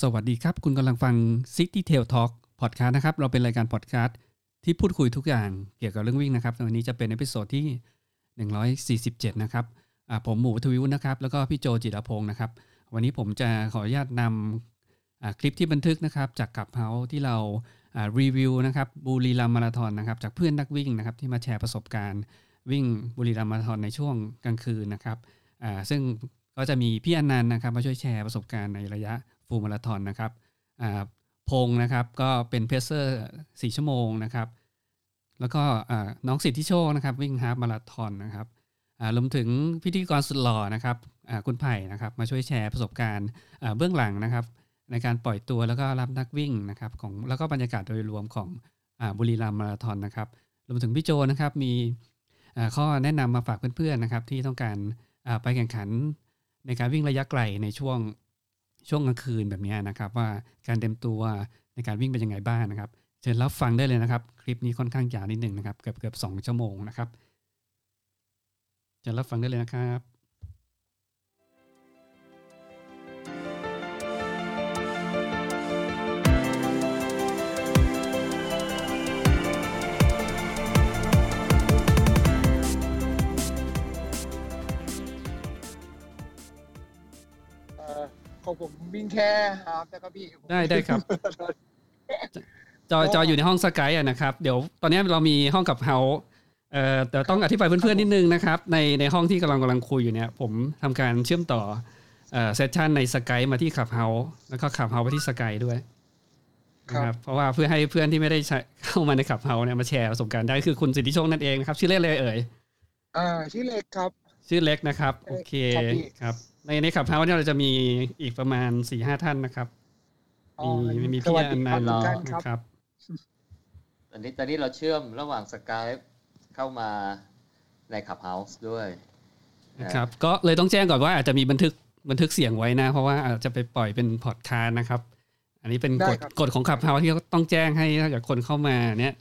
สวัสดีครับ คุณกำลังฟัง City Tail Talk Podcast นะครับ เราเป็นรายการ Podcast ที่พูดคุยทุกอย่างเกี่ยวกับเรื่องวิ่งนะครับวันนี้จะเป็นเอพิโซดที่ 147 นะครับอ่าผมหมูทวิวนะครับ แล้วก็พี่โจจิรพงศ์นะครับ วันนี้ผมจะขออนุญาตนำอ่าคลิปที่บันทึกนะครับ จากขับเฮาที่เราอ่ารีวิวนะครับบุรีรัมย์มาราธอนนะครับจากเพื่อนนักวิ่งนะครับที่มาแชร์ประสบการณ์ วิ่งบุรีรัมย์มาราธอนในช่วงกลางคืนนะครับอ่าซึ่งก็จะมีพี่อนันต์นะครับมาช่วยแชร์ประสบการณ์ในระยะฟูลมาราธอนนะครับอ่าพงษ์นะครับก็เป็นเพรสเซอร์สี่ชั่วโมงนะครับ แล้วก็อ่าน้องสิทธิโชคนะครับวิ่งฮาล์ฟมาราธอนนะครับอ่ารวมถึงพิธีกรสุดหล่อนะครับอ่าคุณไผ่นะครับมาช่วยแชร์ประสบการณ์อ่าเบื้องหลังนะครับ ในการปล่อยตัวแล้วก็รับนักวิ่งนะครับของแล้วก็บรรยากาศโดยรวมของอาบุรีรัมย์มาราธอนนะครับรวมถึงพี่โจนะครับมีอ่าข้อแนะนำมาฝากเพื่อนๆนะครับที่ต้องการอ่าไปแข่งขันในการวิ่งระยะไกลในช่วงช่วงกลางคืนแบบเนี้ยนะครับ ว่าการเตรียมตัวในการวิ่งเป็นยังไงบ้างนะครับ เชิญรับฟังได้เลยนะครับ คลิปนี้ค่อนข้างยาวนิดหนึ่งนะครับเกือบเกือบสองชั่วโมงนะครับเชิญรับฟังได้เลยนะครับ เอ่อของผมวิ่งแค่ฮาล์ฟนะครับพี่ผม ได้ได้ครับ จอย โอ้ จอยอยู่ในห้องสกายอะนะครับ เดี๋ยวตอนนี้เรามีห้องกับเฮาเอ่อแต่ต้องอธิบายเพื่อนๆนิดนึงนะครับ ในในห้องที่กำลังกำลังคุยอยู่เนี่ย ผมทำการเชื่อมต่อเอ่อเซสชันในสกายมาที่ขับเฮาแล้วก็ขับเฮาไปที่สกายด้วยนะครับเพราะว่าเพื่อให้เพื่อนที่ไม่ได้ใช้เข้ามาในขับเฮาเนี่ยมาแชร์ประสบการณ์ได้คือคุณสิทธิโชคนั่นเองนะครับ ชื่อเล่นอะไรเอ่ย อ่าชื่อ เล็กครับ ชื่อเล็กนะครับ โอเค ครับพี่ ครับ ในในขับเฮาเนี่ยเราจะมีอีกประมาณสี่ห้าท่านนะครับ อ๋อ มีมี ส พี่ วัส อ ดี นั ครันบต์ ทุกท่านคเรรับ นะครับ ตอนนี้ตอนนี้เราเชื่อมระหว่างสกายเข้ามาในขับเฮาส์ด้วยนะ นะครับก็เลยต้องแจ้งก่อนว่าอาจจะมีบันทึกบันทึกเสียงไว้นะ เพราะว่าอาจจะไปปล่อยเป็นพอดคาสต์นะครับ อันนี้เป็นกฎ ได้ครับ กฎของขับเฮาที่เขาต้องแจ้งให้ถ้าเกิดคนเข้ามาเนี่ย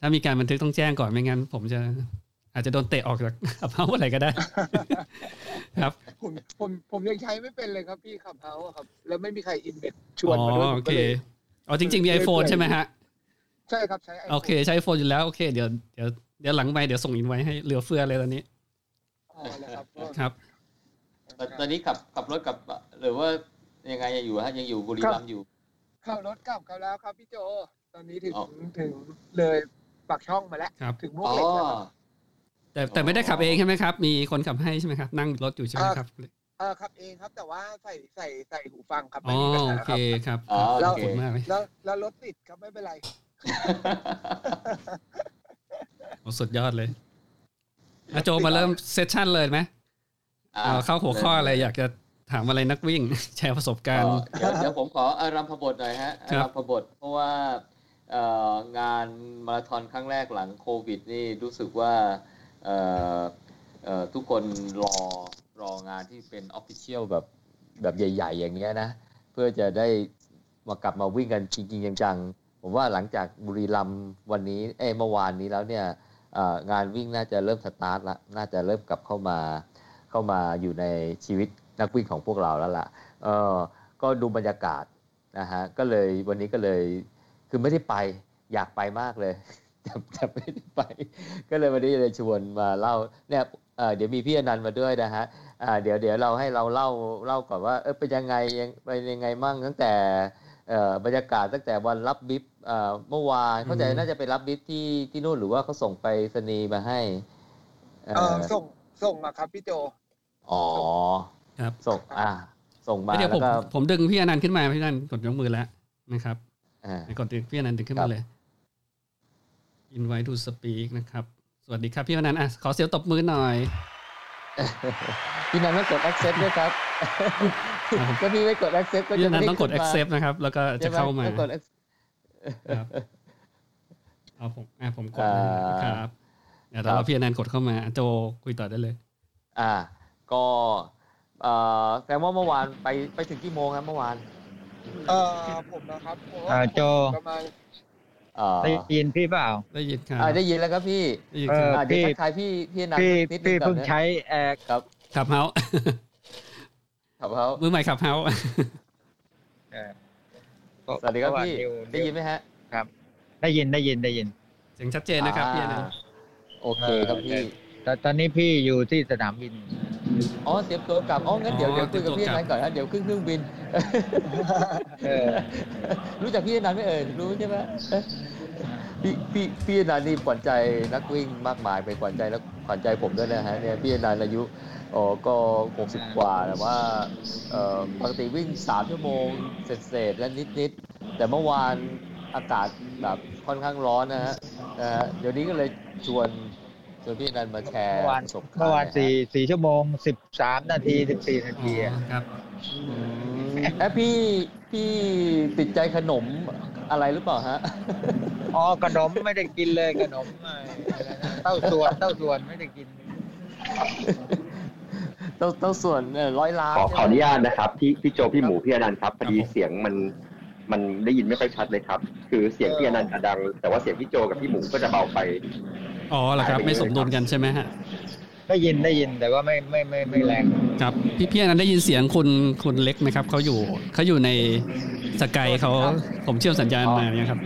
ถ้ามีการบันทึกต้องแจ้งก่อนไม่งั้น ผมจะอาจจะโดนเตะออกจาก ขับเฮาอะไรก็ได้ ครับ ผมผมผมยังใช้ไม่เป็นเลยครับพี่ขับเฮาส์อะครับ แล้วไม่มีใครอินเวสชวน อ๋อ มาด้วยผ โอ ม เค ก็เลย อ๋อจริง ๆ มี iPhone ใช่ไหมฮะ ใช่ครับใช้ iPhone โอเคใช้ iPhone อยู่แล้วโอเคเดี๋ยวเดี๋ยวเดี๋ยวหลังไปเดี๋ยวส่งอินไว้ให้เหลือเฟือเลยตอนนี้ อ๋อแล้วครับก็ ครับ ตอนตอนนี้ขับขับรถกลับหรือว่ายังไงยังอยู่ฮะยังอยู่บุรีรัมย์อยู่ ขับรถกลับกันแล้วครับพี่โจ ตอนนี้ถึง อ๋อ ถึงเลยปากช่องมาแล้ว ครับ ถึงมวก อ๋อ เหล็กแล้วครับ แต่แต่ไม่ได้ขับเองใช่ไหมครับ มีคนขับให้ใช่ไหมครับนั่งรถอยู่ใช่ไหมครับ เออขับเองครับ แต่ว่าใส่ใส่ใส่หูฟังครับ อ๋ ไม่ อ มีปัญหา โอ ค เครับ ครับ อ๋อ ข โอ อบ เค คุณมากเลย แล้วแล้วรถติดครับไม่เป็นไร โอ้สุดยอดเลยอาโจมาเริ่มเซสชั่นเลยไหม อ่ เอาเข้าหัวข้ออะไรอยากจะถามอะไรนักวิ่ง แชร์ประสบการณ์ อ๋อเดี๋ยวเดี๋ยวผมขออารัมพบทหน่อยฮะอา ครับ รัมพบทเพราะว่าเอ่องานมาราธอนครั้งแรกหลังโควิด นี่รู้สึกว่าเอ่อเอ่อทุกคนรอรองานที่เป็นออฟฟิเชียลแบบแบบใหญ่ ๆ อย่างเงี้ยนะ เพื่อจะได้มากลับมาวิ่งกันจริงๆจังๆผมว่าหลังจากบุรีรัมย์วันนี้เอ้ยเมื่อวานนี้แล้วเนี่ยเอ่องานวิ่งน่าจะเริ่มสตาร์ทละน่าจะเริ่มกลับเข้ามาเข้ามาอยู่ในชีวิตนักวิ่งของพวกเราแล้วล่ะเออก็ดูบรรยากาศนะฮะก็เลยวันนี้ก็เลยคือไม่ได้ไปอยากไปมากเลย แต่แต่ไม่ได้ไป ก็เลยวันนี้เลยชวนมาเล่าเนี่ยเอ่อเดี๋ยวมีพี่อนันต์มาด้วยนะฮะ อ่าเดี๋ยวเดี๋ยวเราให้เราเล่าเล่าก่อนว่าเออเป็นยังไงยังเป็นยังไงมั่งตั้งแต่เอ่อบรรยากาศตั้งแต่วันรับบิฟเอ่อเมื่อวานเข้าใจ อืม น่าจะไปรับบิฟที่ที่นู่นหรือว่าเขาส่งไปสนีย์มาให้เอ่ เออ อ ส่งส่งมาครับพี่โจ อ๋อ ครับ ส่งอ่าส่งมา เดี๋ยวผ แล้ว ม ก็ ผมดึงพี่อนันต์ขึ้นมาพี่อนันต์กดยกมือแล้วนะครับ อ่า กดดึงพี่อนันต์ดึงขึ้น ครั มา บ เลย invite to speak นะครับ สวัสดีครับพี่อนันต์อ่ะขอเสียงตบมือหน่อย พี่นันต้องกด accept ด้วยครับ ครับ ถ้าพี่ไม่กด accept ก็ พี่ จะ อนันต์ไม่ได้ ต้องกด ขึ้นมา accept นะครับ แล้วก็จะ ใช่ไห เข้ามา ต้องกด accept ครับเอาผมอ่ะผมกด อ่า นะครับเดี๋ยว ครั เรา บ พี่อนันต์กดเข้ามาอ่ะโจคุยต่อได้เลย อ่า ก็เอ่อแสดงว่าเมื่อวานไปไปถึงกี่โมงครับเมื่อวาน เออผมนะครับผม อ่าโจ ประมาณ เอ่อ ได้ยินพี่เปล่า ได้ยินครับ อ่าได้ยินแล้วครับพี่ ได้ยินครั เอ บ อ่าเดี๋ยว พี่ ทักทายพี่พี่อนัน พี่ นิดนึ พี่ งก่อ เพิ่ น ง นะ ใช้แอร์ ครับ ขับเฮาส์ ครับเขา มือใหม่ขับเฮาส์ สวัสดีครับพี่ได้ยินไหมฮะ ได้ยินได้ยินได้ยิน เสียงชัดเจนนะครับพี่อนันต์ อ่าโอเคครับพี่ แต่ตอนนี้พี่อยู่ที่สนามบิน อ๋อเตรียมตัวกลับอ๋องั้นเดี๋ยว อ๋อ เดี๋ยวคุยกับพี่ เตรียมตัวกลับ นันท์ก่อนนะเดี๋ยวขึ้นเครื่อง บิน เออ รู้จักพี่อนันท์ไหมเอ่ยรู้ใช่ไหมเอ๊ะพี่พี่พี่อนันท์นี่ขวัญใจนักวิ่งมากมายเป็นขวัญใจนักขวัญใจผมด้วยนะฮะเนี่ยพี่อนันท์อายุอ๋อก็หกสิบกว่าแต่ว่าเอ่อปกติวิ่งสามชั่วโมงเสร็จเสร็จๆและนิดนิดๆแต่เมื่อวานอากาศแบบค่อนข้างร้อนนะฮะนะฮะเดี๋ยวนี้ก็เลยชวนชวนพี่อนันท์มาแชร์ เมื่อวาน ประสบการณ์ เมื่อวาน หย สี่ ฮะ สี่ชั่วโมงสิบสามนาทีสิบสี่นา อ๋ ทีอะ อครับ แอะพี่พี่ติดใจขนมอะไรหรือเปล่า ฮะ อ๋อขนมไม่ได้กินเลยขนมเอ่ออะไรนะเต้าส่วนเต้าส่วนไม่ได้กิน ต้องต้องส่วนเอ่อร้อยล้าน ขอขออนุ ใช่ไหม ญาตนะครับพี่พี่โจพี่หมูพี่อนันต์ครับพอดีเสียงมันมันได้ยินไม่ค่อยชัดเลยครับ คือเสียงพี่อนันต์จะดัง แต่ว่าเสียงพี่โจกับพี่หมูก็จะเบาไป อ๋อเหรอครับ ไม่สมดุลกันใช่ไหมฮะ ได้ยินได้ยินแต่ว่าไม่ไม่ไม่ไม่แรง ครับพี่เพียรนั้นได้ยินเสียงคุณคุณเล็กไหมครับเขาอยู่เขาอยู่ในสกายเขาผมเชื่อมสัญญาณมาเนี่ยครับ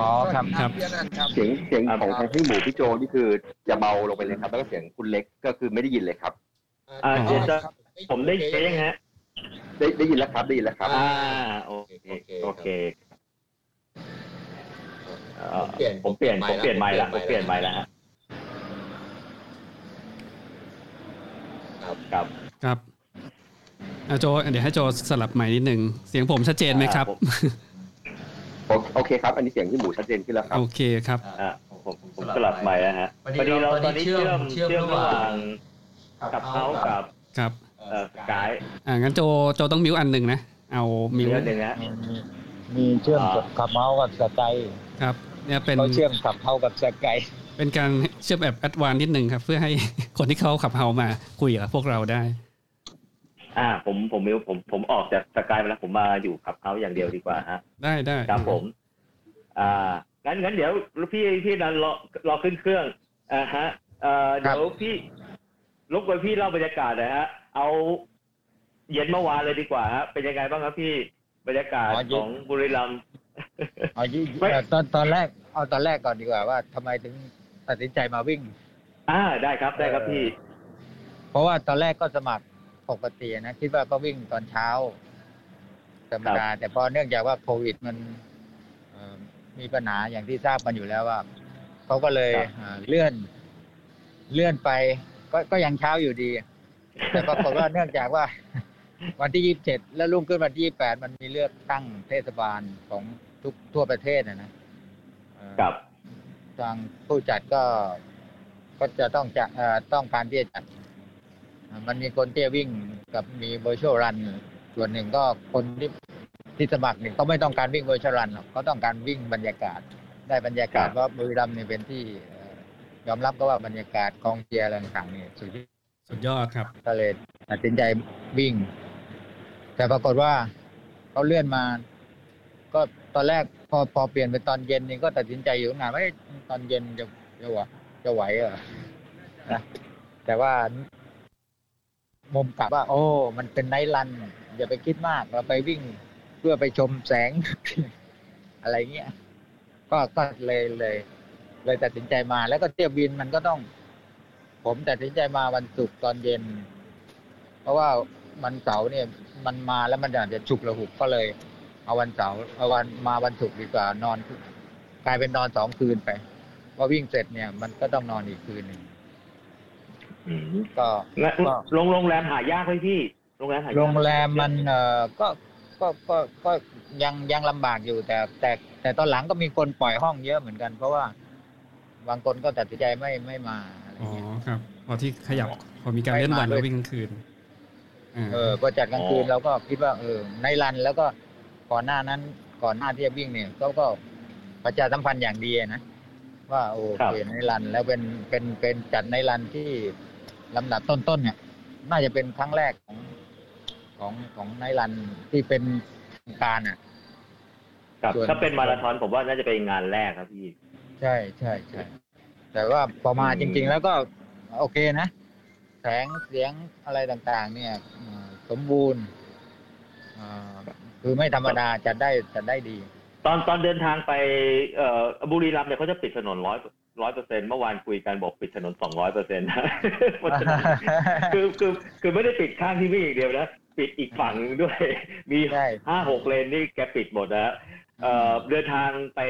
อ๋อครับ ครับ พี่อนันต์ครับ เสียงเสียงของทางพี่หมูพี่โจนี่คือจะเบาลงไปเลยครับ แล้วก็เสียงคุณเล็กก็คือไม่ได้ยินเลยครับ อ่า อ๋อ เจษฎาผมได้ยินยังฮะ ได้ได้ยินแล้วครับได้ยินแล้วครับ อ่าโอเคโอเคเอ่อผมเปลี่ยนผมเปลี่ยนไมค์ละผมเปลี่ยนไมค์ละฮะครับครับ ครับอ่ะโจเดี๋ยวให้โจสลับใหม่นิดนึงเสียงผมชัดเจนไหมครับ อ่าผม โอโอเคครับ อันนี้เสียงพี่หมูชัดเจนขึ้นแล้วครับ โอเคครับ อ่าผมผมสลับใหม่แล้วฮะ พอดี พอดี เราตเราต อ อน น นี้ นี้ เชื่ เชื่ อมอม เชื่ เชื่ อ อ ม ม ระหระว่าหว่าง ง กั กั บบ เขา เขา กั กั บบ ครับ เอ่อกาย อ่างั้นโจโจต้องมิวอันหนึ่งนะ เอามิว เรื่องหนึ่งฮะ มีมีเชื่อมกับขับเมาส์กับสกาย ครับเนี่ยเป็น เขาเชื่อมขับเมาส์กับสกาย เป็นการเชื่อมแอบแอดวานซ์นิดนึงครับ เพื่อให้ คนที่เขาขับเฮามาคุยกับพวกเราได้ อ่า ผมผมมิวผมผมออกจากสกายไปแล้วผมมาอยู่ขับเขาอย่างเดียวดีกว่าฮะ ได้ได้ ครับผม อ่า งั้นงั้นเดี๋ยวพี่พี่นันรอรอขึ้นเครื่องอ่าฮะ เอ่อเดี๋ยวพี่รบกวนพี่เล่าบรรยากาศหนะฮะ เอาเย็นเมื่อวานเลยดีกว่าฮะ เป็นยังไงบ้างครับพี่บรรยากาศของบุรีรัมย์ อ๋อยี่ ไม่ เอ่อตอนตอนแรกเอาตอนแรกก่อนดีกว่าว่าทำไมถึงตัดสินใจมาวิ่ง อ่า ได้ครับ ได้ครับพี่ เพราะว่าตอนแรกก็สมัครปกตินะคิดว่าก็วิ่งตอนเช้าธรรมดาแต่พอเนื่องจากว่าโควิดมันเอ่อมีปัญหาอย่างที่ทราบกันอยู่แล้วว่าเขาก็เลย ครับ เอ่อเลื่อน เลื่อนไป ก็ก็ยังเช้าอยู่ดี แต่ปรากฏว่าเนื่องจากว่า วันที่ยี่สิบเจ็ดแล้วรุ่งขึ้นวันที่ยี่สิบแปดมันมีเลือกตั้งเทศบาลของทุกทั่วประเทศนะนะเอ่อ กับ ทางผู้จัดก็ก็จะต้องจะเอ่อต้องการที่จะจัดอ่ามันมีคนที่จะวิ่งกับมีเวอร์ชวลรันส่วนหนึ่งก็คนที่ที่สมัครเนี่ยก็ไม่ต้องการวิ่งเวอร์ชวลรันหรอกก็ต้องการวิ่งบรรยากาศ ได้บรรยากาศ ครับ ว่าบุรีรัมย์เนี่ยเป็นที่เอ่อยอมรับก็ว่าบรรยากาศกองเชียร์อะไรต่างๆเนี่ยสุดยอด สุดยอดครับ ก็เลยตัดสินใจวิ่ง แต่ปรากฏว่าเขาเลื่อนมา ก็ตอนแรกพอพอเปลี่ยนไปตอนเย็นนี่ก็ตัดสินใจอยู่ตั้งนานว่าเอ๊ะตอนเย็นจะจะไหวจะไหวเหรอนะแต่ว่ามุมกลับว่า โอ้ มันเป็นไนท์รัน อย่าไปคิดมากเราไปวิ่งเพื่อไปชมแสง อะไรเงี้ย ก็ก็เลยเลย เลยตัดสินใจมาแล้วก็เที่ยวบินมันก็ต้อง ผมตัดสินใจมาวันศุกร์ตอนเย็น เพราะว่าวันเสาร์เนี่ยมันมาแล้วมันอาจจะฉุกระหุกก็เลย เอาวันเสาร์เอาวันมาวันศุกร์ดีกว่านอน กลายเป็นนอนสองคืนไปพอวิ่งเสร็จเนี่ย มันก็ต้องนอนอีกคืนหนึ่ง อืม ก็ งั้นโรงโรงแรมหายากไหมพี่ โรงแรมหายาก โรงแรมมันเอ่อก็ก็ก็ก็ยังยังลำบากอยู่แต่แต่แต่ตอนหลังก็มีคนปล่อยห้องเยอะเหมือนกัน เพราะว่าบางคนก็ตัดสินใจไม่ไม่มาอะไร อ๋อ เงี้ย ครับพอที่ขยับพอมีการเล่อนวันแล้ววิ่งกลางคืนอ่า เออพอจัดกลางคืนเราก็คิดว่าเออในรันแล้วก็ก่อนหน้านั้นก่อนหน้าที่จะวิ่งเนี่ยเขาก็ประชาสัมพันธ์อย่างดีนะว่าโอเคในรันแล้วเป็นเป็นเป็นจัดในรันที่ลำดับต้นๆเนี่ย น่าจะเป็นครั้งแรกของของของในรันที่เป็นทางการอ่ะ ครับ ส่วน ถ้าเป็นมาราธอนผมว่าน่าจะเป็นงานแรกครับพี่ ใช่ใช่ใช่แต่ว่าพอมาจริง ๆ แล้วก็โอเคนะแสงเสียงอะไรต่างๆ เนี่ยเอ่อสมบูรณ์เอ่อ คือไม่ธรรมดาจะได้จะได้ดี ตอนตอนเดินทางไปเอ่อบุรีรัมย์เนี่ยเขาจะปิดถนนร้อยร้อยเปอร์เซ็นเมื่อวานคุยกันบอกปิดถนนสองร้อยเปอร์เซ็นต์ คือคือคือไม่ได้ปิดข้างที่วิ่งอย่างเดียวนะ ปิดอีกฝั่งด้วย มี ใช่ ห้าหกเลนนี่แกปิดหมดนะฮะเอ่อเดินทางไป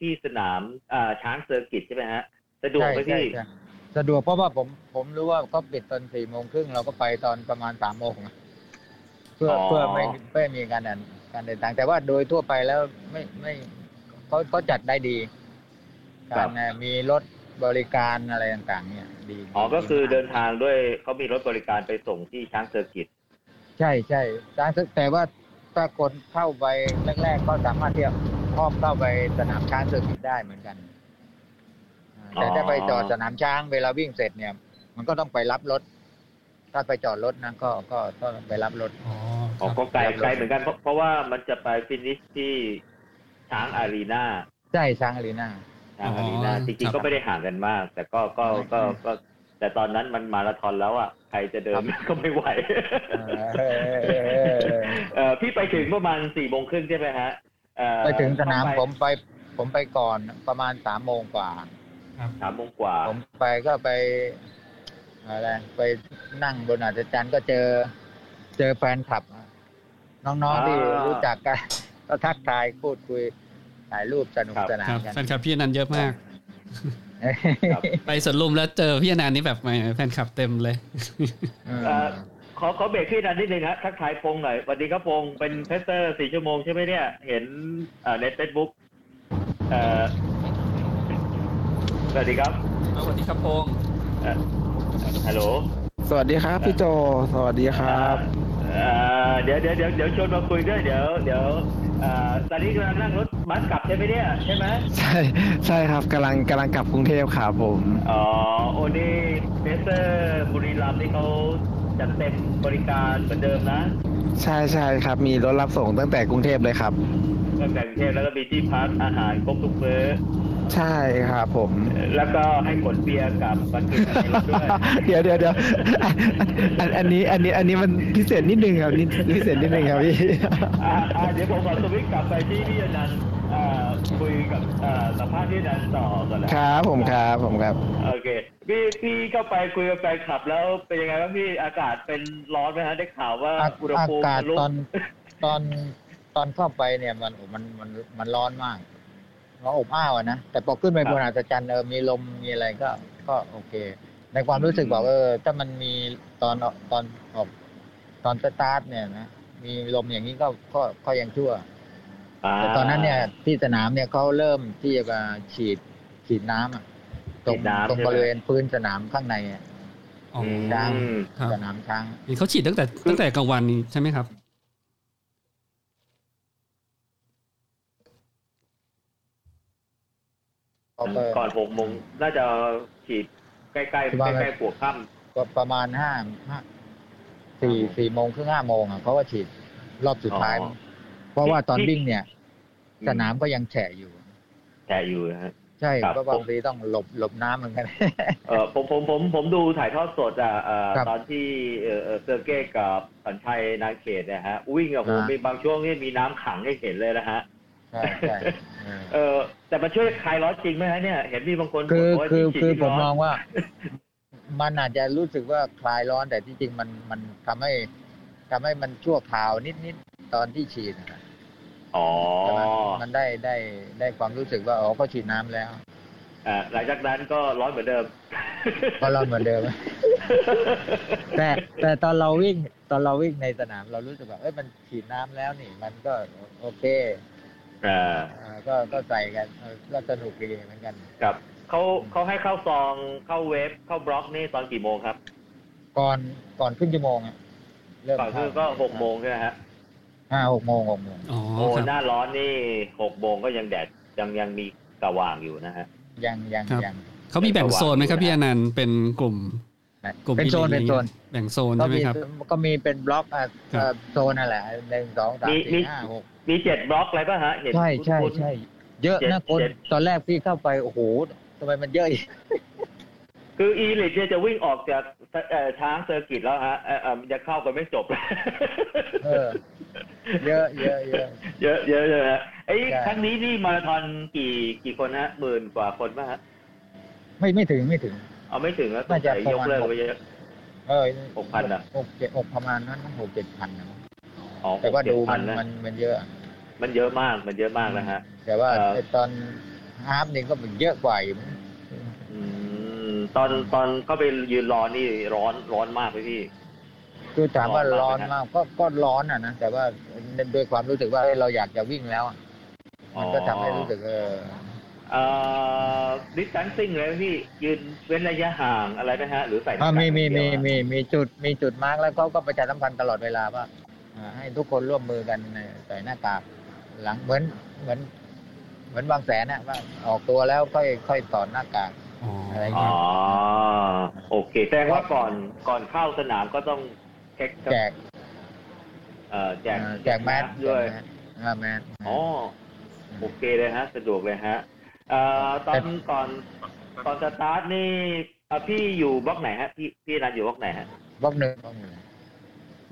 ที่สนามอ่าช้างเซอร์กิตใช่ไหมฮะสะดวก ใช่ ไหม ใช่ พี่ ใช่สะดวกเพราะว่าผมผมรู้ว่าเขาปิดตอนสี่โมงครึ่งเราก็ไปตอนประมาณสามโมงเพื่อ อ๋อ เพื่อไม่เพื่อมีการเดินการเดินทางแต่ว่าโดยทั่วไปแล้วไม่ไม่เขาเขาจัดได้ดีการเอ่อมีรถบริการอะไรต่างๆ เนี่ย ดี อ๋อก็คือ มา เดินทางด้วยเขามีรถบริการไปส่งที่ช้างเซอร์กิต ใช่ใช่ร้านซึ่งแต่ว่าถ้าคนเข้าไปแรก ๆ ก็สามารถที่จะอ้อมเข้าไปสนามช้างเซอร์กิตได้เหมือนกัน อ๋อ แต่ถ้าไปจอดสนามช้างเวลาวิ่งเสร็จเนี่ย มันก็ต้องไปรับรถ ถ้าไปจอดรถนะก็ก็ก็ต้องไปรับรถ อ๋อค อ๋อ รับ ก็ไกล ครับ ไกลเหมือนกันเพราะเพราะว่ามันจะไปฟินิชที่ช้างอารีนา ใช่ช้างอารีนา ช้างอารีนาจริงๆก็ไม่ได้ห่างกันมาก แต่ก็ก็ก็ก็ แต่ตอนนั้นมันมาราธอนแล้วอ่ะใครจะเดิน ก็ไม่ไหว เออ เออพี่ไปถึงประมาณสี่โมงครึ่งใช่ไหมฮะเอ่อ ไปถึงสนามผเข้ไปมไปผมไปก่อนประมาณสามโมงกว่า สามโมงกว่า ผมไปก็ไปอะไรไปนั่งบนอาจารย์ก็เจอ เจอแฟนคลับ น้องๆที่รู้จักกัน ก็ทักทายพูดคุยถ่ายรูปสนุกสนาน ครับ กัน แฟนคลับพี่อนันต์เยอะมาก ครับ ไปสวนลุมแล้วเจอพี่อนันต์นี่แบบแหมแฟนคลับเต็มเลย อืม เอ่อขอขอเบรกพี่นันนิดนึงฮะทักทายพงษ์หน่อยสวัสดีครับพงษ์เป็นเพสเตอร์สี่ชั่วโมงใช่ไหมเนี่ย เห็นเอ่อในเฟซบุ๊กเอ่อสวัสดีครับ สวัสดีครับพงษ์ เอ่อฮัลโหล สวัสดีครับพี่โจ สวัสดีครับ เอ่อเดี๋ยวเดี๋ยวเดี๋ยวเดี๋ยวชวนมาคุยด้วยเดี๋ยวเดี๋ยวเอ่อตอนนี้กำลังนั่งรถบัสกลับใช่ไหมเนี่ยใช่ไหม ใช่ใช่ครับกำลังกำลังกลับกรุงเทพครับผม อ๋อโอนี่เบสเตอร์บุรีรัมย์นี่เขาจัดเต็มบริการเหมือนเดิมนะ ใช่ใช่ครับ มีรถรับส่งตั้งแต่กรุงเทพเลยครับ ตั้งแต่กรุงเทพแล้วก็มีที่พักอาหารครบทุกมื้อ ใช่ครับผม แล้วก็ให้ขนเบียร์กลับมากินในรถด้วย เดี๋ยวเดี๋ยวเดี๋ยวอันอันนี้อันนี้อันนี้มันพิเศษนิดนึงครับนิดพิเศษนิดนึงครับพี่ อ่าอ่าเดี๋ยวผมขอสวิตช์กลับไปที่พี่อนันต์อ่าคุยกับอ่าสัมภาษณ์พี่อนันต์ต่อก่อนนะ ครับผมครับผมครับ โอเคพี่พี่เข้าไปคุยกับแฟนคลับแล้วเป็นยังไงบ้างพี่อากาศเป็นร้อนไหมฮะได้ข่าวว่า อา อุณห อา ภูมิ กาศ ทะลุ ตอน ตอนตอนเข้าไปเนี่ยมันมันมันมันร้อนมากมันอบอ้าวอะนะ แต่พอขึ้นไปบนอาจารย์เออมีลมมีอะไรก็ ก็โอเค ในความรู้สึกบอกเออถ้ามันมีตอนตอนออกตอนสตาร์ทเนี่ยนะมีลมอย่างนี้ก็ก็ก็ยังชั่ว า แต่ตอนนั้นเนี่ยที่สนามเนี่ยเขาเริ่มที่จะมาฉีดฉีดน้ำอะตร ฉี ง ดน้ำ ตรง ใช่ไหม บริเวณพื้นสนามข้างในอะ อ๋อ ดัง อืม ครับ สนามช้าง เห็นเขาฉีดตั้งแต่ตั้งแต่กลางวันนี้ใช่ไหมครับ ก่อนหกโมงน่าจะฉีดใกล้ๆใกล้ คิดว่า ใกล้ๆหัวค่ำ ก็ประมาณห้าห้าสี่สี่โมงครึ่งห้าโมงอ่ะเขาก็ฉีดรอบสุดท้าย เพราะว่าตอนวิ่งเนี่ย สนามก็ยังแฉะอยู่ แต่อยู่นะฮะ ใช่ ครับ ก็บางทีต้องหลบหลบน้ำเหมือนกัน เออผมผมผมผมดูถ่ายทอดสดอ่ะเอ่อ ครับ ตอนที่เอ่อเอ่อเซอร์เก้กับสัญชัยนาเขตนะฮะวิ่งกับผม อ่ามี มีบางช่วงนี่มีน้ำขังให้เห็นเลยนะฮะ ใช่ใช่เออ เออแต่มันช่วยคลายร้อนจริงไหมฮะเนี่ยเห็นมีบางคน คือ บอกว่า คือ ฉีด คือ ที่ ผม ร้น มองว่า มันอาจจะรู้สึกว่าคลายร้อนแต่ที่จริงมันมันทำให้ทำให้มันชั่วคราวนิดนิดๆตอนที่ฉีดนะครับ อ๋อ แต่มันมันได้ได้ได้ความรู้สึกว่าอ๋อเขาฉีดน้ำแล้ว อ่าหลังจากนั้นก็ร้อนเหมือนเดิม ก็ร้อนเหมือนเดิม แต่แต่ตอนเราวิ่งตอนเราวิ่งในสนามเรารู้สึกแบบเอ้ยมันฉีดน้ำแล้วนี่ มันก็โอเค อ่า อ่าก็ก็ใส่กันเออก็สนุกดีเหมือนกัน ครับเขาเขาให้เข้าซองเข้าเว็บเข้าบล็อกนี่ตอนกี่โมงครับ ก่อนก่อนครึ่งชั่วโมงอะเริ่ม ก่อนคือก็หกโมงใช่ไหมฮะ ห้าหกโมงหกโมง อ๋อ โอ้ ครับ หน้าร้อนนี่หกโมงก็ยังแดดยังยังมีกระว่างอยู่นะฮะ ยังยัง ครับ ยัง เขามีแบ่งโซนไหมครับพี่อนันต์เป็นกลุ่ม นะ กลุ่ม เป็นโซนเป็นโซน แบ่งโซน ก็ ใช่ไหม มี ครับ ก็มีเป็นบล็อกอ่ะ ครับ เอ่อโซนนั่นแหละหนึ่งสองสาม มีมี สี่ห้าหก มีเจ็ดบล็อกอะไรป่ะฮะเห็น ใช่ใช่ คุ้นๆ ใช่เยอะนะคน เจ็ดเจ็ด ตอนแรกพี่เข้าไปโอ้โหทำไมมันเยอะอีก คืออีลิทเนี่ยจะวิ่งออกจากเอ่อช้างเซอร์กิตแล้วฮะเอ่อเอ่อมันจะเข้ากันไม่จบ เออ เยอะเยอะเยอะ เยอะเยอะเลยฮะไอ้ย ใช่ ครั้งนี้นี่มาราธอนกี่กี่คนฮะหมื่นกว่าคนป่ะฮะ ไม่ไม่ถึงไม่ถึง เอาไม่ถึงแล้ว น่าจะ ยกเลิก ประมาณ ไปเยอะ เออ หกพันอะ หกเจ็ดหกประมาณนั้นหกเจ็ดพันนะ อ๋อ แต่ว่าดูมัน 6-7,000ะ มันมันเยอะ มันเยอะมากมันเยอะมากนะฮะ แต่ว่า เออ ไอ้ตอนฮาร์ปนี่ก็มันเยอะกว่าอยู่ อืมตอนตอนก็ไปยืนรอนี่ร้อนร้อนมากเลยพี่ คือถามว่า ร้ ร้ อ อนมามนาก กก็ก็ร้อนอ่ะนะแต่ว่าโดวยความรู้สึกว่าเอ้ยเราอยากจะวิ่งแล้วอะมันก็ทำให้รู้สึกเออ เอ่อดิสแทนซิ่งเลยไหมพี่ยืนเว้นระยะห่างอะไรไหมฮะ หรือใส่หน้า อ่ะ กาก มีมีมี เดียวอะ มีมีจุดมีจุดมาร์กแล้วเขาก็ประชาสัมพันธ์ตลอดเวลาว่าอ่าให้ทุกคนร่วมมือกันในใส่หน้ากากหลังเหมือนเหมือน เหมือนบางแสนนะว่าออกตัวแล้วค่อยค่อยถอดหน้ากาก อ๋อ อะไร อ๋ เงี้ อย โอเคแสดงว่าก่อนก่อนเข้าสนามก็ต้องแจก แจก เอ่อแจก เออแจกแมส ด้วย แจกแมสอ่าแมส อ๋อโอเคเลยฮะ สะดวกเลยฮะเอ่อตอนก่อนก่อนสตาร์ทนี่เอ่อพี่อยู่บล็อกไหนฮะ พี่พี่รันอยู่บล็อกไหนฮะ บล็อกหนึ่งบล็อกหนึ่ง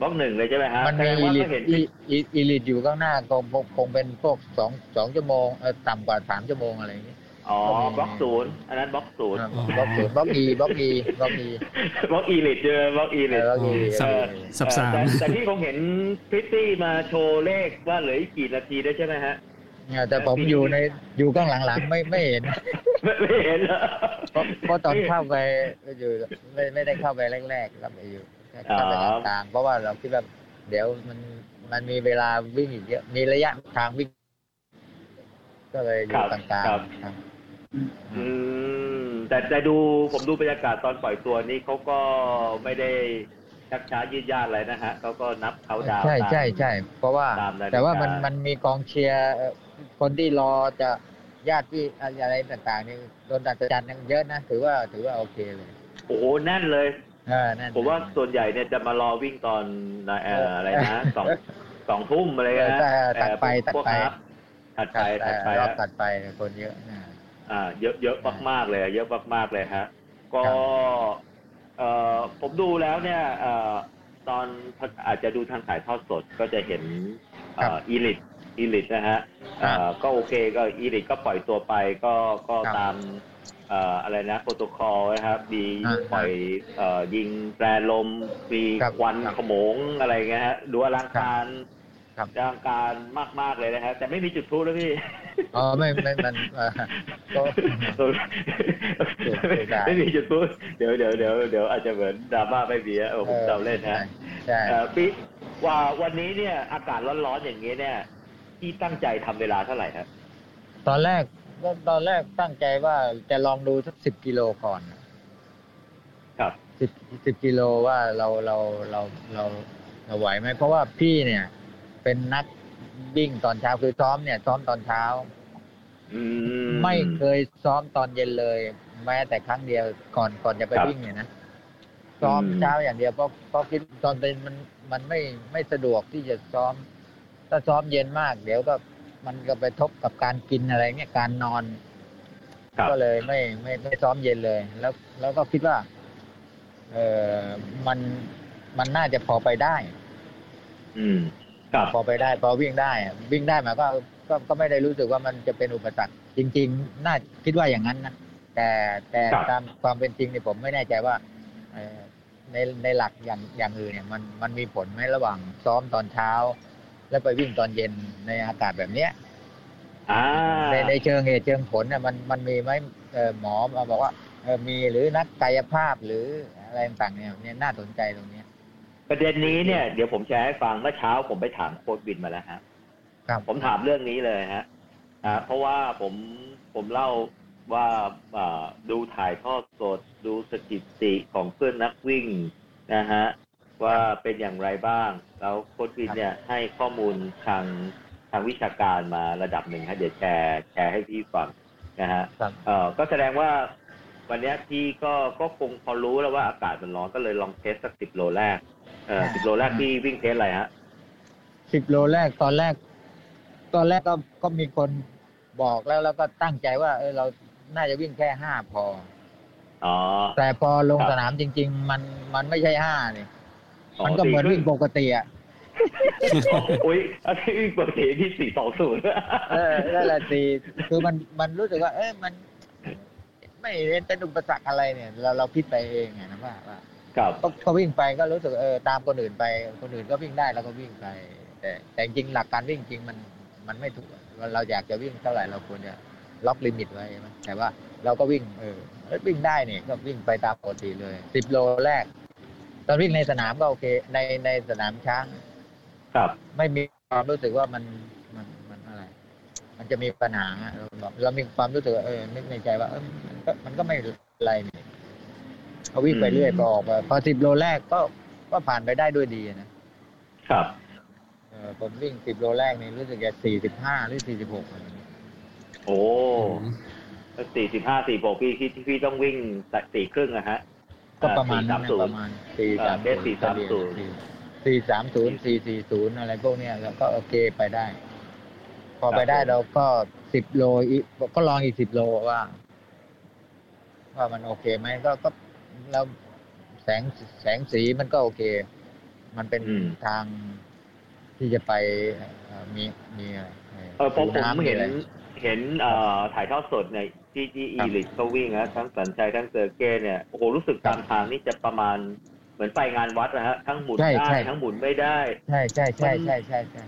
บล็อกหนึ่งเลยใช่ไหมฮะ มันมี แสอีดงว่า ลิ ก็ ท เห็น อีอีอีลิทอยู่ข้างหน้าคงคงคงเป็นพวกสองสองชั่วโมงเออต่ำกว่าสามชั่วโมงอะไรอย่างเงี้ย อ๋อบล็อกศูนย์อันนั้นบล็อกศูนย์ อ่าบล็อกศูนย์บล็อกอีบล็อกอีบล็อกอี บล็อกอีลิตเจอบล็อกอี เอ ลิ อ ต บล็อกอี สับ เออ สับสาม แต่แต่พี่คงเห็นพริตตี้มาโชว์เลขว่าเหลืออีกกี่นาทีได้ใช่ไหมฮะ เนี่ยแต่ผมอยู่ในอยู่ข้างหลังๆไม่ไม่เห็น ไม่ไม่เห็นเหรอ เพราะเพราะตอนเข้าไปอยู่ไม่ไม่ได้เข้าไปแรกๆครับอยู่เข้าไปกลางๆเพราะว่าเราคิดว่าเดี๋ยวมันมันมีเวลาวิ่งอีกเยอะมีระยะทางวิ่ง ก็เลยอยู่กลางๆครับ อืมแต่แต่ดูผมดูบรรยากาศตอนปล่อยตัวนี่เขาก็ไม่ได้ชักช้ายืดยาดอะไรนะฮะเขาก็นับเขาดาวน์ ใช่ ตาม ใช่ใช่เพราะว่า ตามนาฬิกา แต่ว่ามันมันมีกองเชียร์เอ่อคนที่รอจะญาติพี่อะไรต่างๆนี่โดนดัดจันทร์เยอะนะถือว่าถือว่าโอเคเลย โอ้โหแน่นเลย เออนั่น ผมว่าส่วนใหญ่เนี่ยจะมารอวิ่งตอนเอ่ออะไรนะสองสองทุ่มอะไร เออ นะ ถ้าถัดไป เอ่อ ถัด พวก ไป ครับถัดไปถัดไป รอบ ฮะ ถัดไปคนเยอะนะ อ่าเยอะเยอะมากๆเลยเยอะมากๆเลยฮะก็ ครับ เอ่อผมดูแล้วเนี่ยเอ่อตอนอาจจะดูทางถ่ายทอดสดก็จะเห็นเอ่ออีลิทอีลิทนะฮะเอ่อก็โอเคก็อีลิทก็ปล่อยตัวไปก็ก็ตามเอ่ออะไรนะโปรโตคอลนะครับมีปล่อยเอ่อยิงแปรลมมี ครับ ควัน ครับ ขโมงอะไรเงี้ยฮะดูอลังการ ครับ อลังการมากๆเลยนะฮะแต่ไม่มีจุดพลุแล้วพี่ อ๋อไม่ไม่มันเออก็ ไม่มีจุดพูดเดี๋ยวเดี๋ยวเดี๋ยวเดี๋ยวอาจจะเหมือนดราม่าไม่มีอะเออผมจำเล่นฮะ ใช่ เอ่อพี่ว่าวันนี้เนี่ยอากาศร้อนๆอย่างนี้เนี่ยพี่ตั้งใจทำเวลาเท่าไหร่ครับ ตอนแรกตอนแรกตั้งใจว่าจะลองดูสักสิบกิโลก่อน ครับ สิบสิบกิโลว่าเราเราเราเราเราไหวไหมเพราะว่าพี่เนี่ย เป็นนักวิ่งตอนเช้าคือซ้อมเนี่ยซ้อมตอนเช้า อื ไม่เคยซ้อมตอนเย็นเลย แม้แต่ครั้งเดียวก่อนก่อนจะไปวิ่งเนี่ยนะซ้อมเช้าอย่างเดียวเพราะเพราะคิดตอนเป็นมันมันไม่ไม่สะดวกที่จะซ้อม ถ้าซ้อมเย็นมาก เดี๋ยวก็มันก็ไปทบกับการกินอะไรเงี้ยการนอน ครับ ก็เลยไม่ไม่ไม่ซ้อมเย็นเลย แล้วแล้วก็คิดว่า เออมันมันน่าจะพอไปได้ อืมครับ พอไปได้พอวิ่งได้อะวิ่งได้หมายก็ก็ก็ไม่ได้รู้สึกว่ามันจะเป็นอุปสรรคจริง ๆ น่าคิดว่าอย่างนั้นนะแต่แต่ตามความเป็นจริงเนี่ยผมไม่แน่ใจว่าเอ่อในในหลักอย่างอย่างอื่นเนี่ย มันมันมีผลไหมระหว่างซ้อมตอนเช้า แล้วไปวิ่งตอนเย็นในอากาศแบบเนี้ย อ่า ในในเชิงเหตุเชิงผลเนี่ยมันมันมีไหมเอ่อหมอมาบอกว่าเอ่อมีหรือนักกายภาพหรืออะไรต่างๆเนี่ยเนี่ยน่าสนใจตรงเนี้ย ประเด็นนี้เนี่ยเดี๋ยวผมแชร์ให้ฟังเมื่อเช้าผมไปถามโค้ดบินมาแล้วฮะ ครับ ผมถามเรื่องนี้เลยฮะอ่าเพราะว่าผมผมเล่าว่าอ่าดูถ่ายทอดสดดูสถิติของเพื่อนนักวิ่งนะฮะว่าเป็นอย่างไรบ้าง แล้วโค้ชวินเนี่ยให้ข้อมูลทางทางวิชาการมาระดับหนึ่งฮะเดี๋ยวแชร์แชร์ให้พี่ฟังนะฮะ ครับ เออก็แสดงว่าวันเนี้ยพี่ก็ก็คงพอรู้แล้วว่าอากาศมันร้อนก็เลยลองเทสสักสิบโลแรกเออสิบโลแรกพี่วิ่งเทสอะไรฮะ สิบโลแรกตอนแรก ตอนแรกก็ก็มีคนบอกแล้วแล้วก็ตั้งใจว่า เออเราน่าจะวิ่งแค่ห้าพอ อ๋อ แต่พอลง ครับ สนามจริง ๆ มันมันไม่ใช่ห้านี่ อ๋ มันก็เหมือน สี่ วิ่งปกติอ่ะ อุ้ยอันนี้วิ่งปกติที่สี่สองศู นย์ เออนั่นแหละสี่ คือมันมันรู้สึกว่า เอ้ยมัน ไม่เป็นอุปสรรคอะไรเนี่ย เราเราคิดไปเองไงนะว่าว่า ครับ ก็ก็วิ่งไปก็รู้สึกเออตามคนอื่นไป คนอื่นก็วิ่งได้เราก็วิ่งไป แต่แต่จริงหลักการวิ่งจริงมันมันไม่ถูกเราอยากจะวิ่งเท่าไหร่เราควรจะล็อกลิมิตไว้ใช่ไหมแต่ว่าเราก็วิ่งเออเอ้ยวิ่งได้เนี่ยก็วิ่งไปตามปกติเลยสิบโลแรก ตอนวิ่งในสนามก็โอเค ในในสนามช้าง ครับ ไม่มีความรู้สึกว่ามันมันมันอะไร มันจะมีปัญหาอะเราบอกเรามีความรู้สึกว่าเออนึกในใจว่าเออมันก็มันก็ไม่อะไรนี่เขาวิ่งไปเรื่อยก็ออกไปพอสิบโลแรกก็ก็ผ่านไปได้ด้วยดีนะครับ เออผมวิ่งสิบโลแรกนี่รู้สึกจะสี่สิบห้าหรือสี่สิบหก โอ้สี่สิบห้าสี่กพี่ที่ที่พี่ต้องวิ่งสี่ครึ่งนะฮะ ก็ประมาณ สา นั้ ม น ศู ป น ระ ย์ มาณสี่สาม เออเบส430 สี่สามศูนย์สี่สี่ศูนย์อะไรพวกเนี้ยแล้วก็โอเคไปได้ พอไปได้เราก็สิบโลอีกก็ลองอีกสิบโลว่า ว่ามันโอเคไหมก็ก็แล้วแสงแสงสีมันก็โอเค มันเป็น อืม ทางที่จะไปเอ่อมีมีอะไร เออผม ดู ผม น้ำ เห็น อะไร เห็นเอ่อถ่ายทอดสดในที่ที่ ครั อี บ ลิทเขาวิ่งนะทั้งสัญชัยทั้งเซอร์เก้เนี่ยโอ้โหรู้สึก ครับ ตามทางนี่จะประมาณเหมือนไปงานวัดนะฮะทั้งหมุน ใช่ ได้ ใช่ ทั้งหมุนไม่ได้ ใช่ใช่ใช่ใช่ใช่ใช่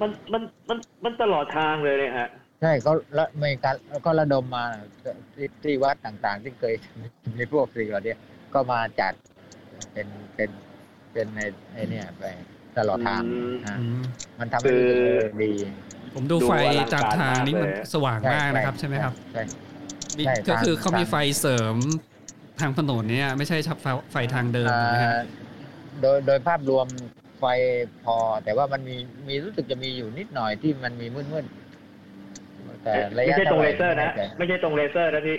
มันมันมันมันตลอดทางเลยเลยฮะ ใช่เขาละมีการก็ระดมมาที่ที่วัดต่างๆ ที่เคย มีพวกสิ่งเหล่านี้ก็มาจัดเป็นเป็นเป็นในไอเนี่ยไปตลอดทาง อืม นะ อืม มันทำให้รู้สึกเออดี ผมดู ดู ไฟ อลังการ จากทางนี้มัน มากเลย สว่างมากนะครับใช่ไหมครับ ใช่ มี ใช่ ก็คือ ทาง เขามีไฟเสริมทางถนนเนี่ยไม่ใช่ชับไฟไฟทางเดินถูกไหมฮะ อ่าโดยโดยภาพรวมไฟพอ แต่ว่ามันมีมีรู้สึกจะมีอยู่นิดหน่อยที่มันมีมืดๆแต่ระ ไม่ ยะ ใช่ตรงเลเซอร์ ท่าไห นะ ไม่แใจ ไม่ใช่ตรงเลเซอร์นะพี่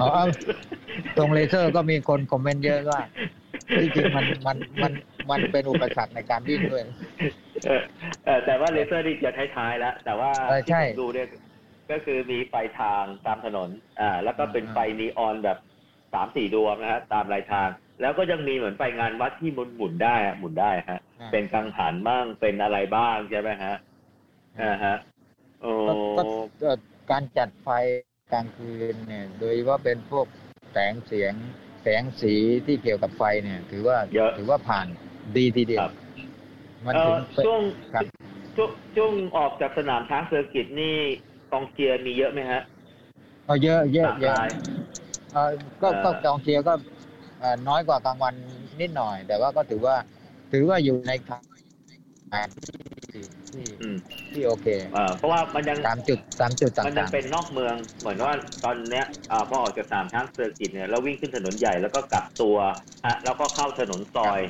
อ๋ อเอา ตรงเลเซอร์ก็มีคนคอมเมนต์เยอะว่าที่จริงมันมันมันมันเป็นอุปสรรคในการวิ่งด้วย เออเออแต่ว่าเลเซอร์นี่จะท้ายๆแล้ว แต่ว่า เออใช่ ที่ผมดูเนี่ยก็คือมีไฟทางตามถนนอ่าแล้วก็เป็นไฟนีออนแบบสามสี่ดวงนะฮะตามรายทาง แล้วก็ยังมีเหมือนไปงานวัดที่หมุนหมุนๆได้อะหมุนได้ฮะ เป็นกังหันบ้างเป็นอะไรบ้างใช่ไหมฮะอ่าฮะโอ้ ก็ก็ก็การจัดไฟกลางคืนเนี่ย โดยว่าเป็นพวกแสงเสียงแสงสีที่เกี่ยวกับไฟเนี่ย ถือว่า เยอะ ถือว่าผ่านดีทีเดีย คว รับ มัน เอ่ ถึ อง เป็น ช่วง ครับ ช่วงช่วงออกจากสนามช้างเซอร์กิตนี่กองเชียร์มีเยอะไหมฮะ เอาเยอะเยอะ สาม เยอะ ราย เอ่อก็ก็ เอ่อ กองเชียร์ก็เอ่อน้อยกว่ากลางวันนิดหน่อย แต่ว่าก็ถือว่า ถือว่าอยู่ในข่ายที่ที่ อืม ที่โอเค เอ่อเพราะว่ามันยัง ตามจุดตามจุด มันยั ต่าง ง เป็นนอกเมืองเหมือนว่าตอนเนี้ยอ่าพอออกจากสนามช้างเซอร์กิตเนี่ยเราวิ่งขึ้นถนนใหญ่แล้วก็กลับตัวฮะแล้วก็เข้าถนนซอย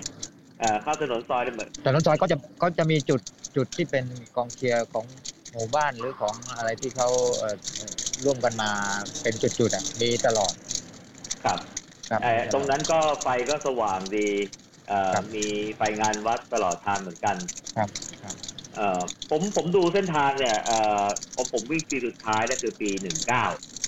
เอ่อเข้าถนนซอยเนี่ยเหมือน ๆแต่รถจอยก็จะก็จะมีจุดจุดที่เป็นกองเชียร์ของหมู่บ้านหรือของอะไรที่เขาเอ่อร่วมกันมาเป็นจุดๆอ่ะมีตลอด ครับ ครับ เอ่อตรงนั้นก็ไฟก็สว่างดีเอ่อ ครับ มีไฟงานวัดตลอดทางเหมือนกัน ครับครับ เอ่อผมผมดูเส้นทางเนี่ยเอ่อผมผมวิ่งปีสุดท้ายนั่นคือปีหนึ่งเก้า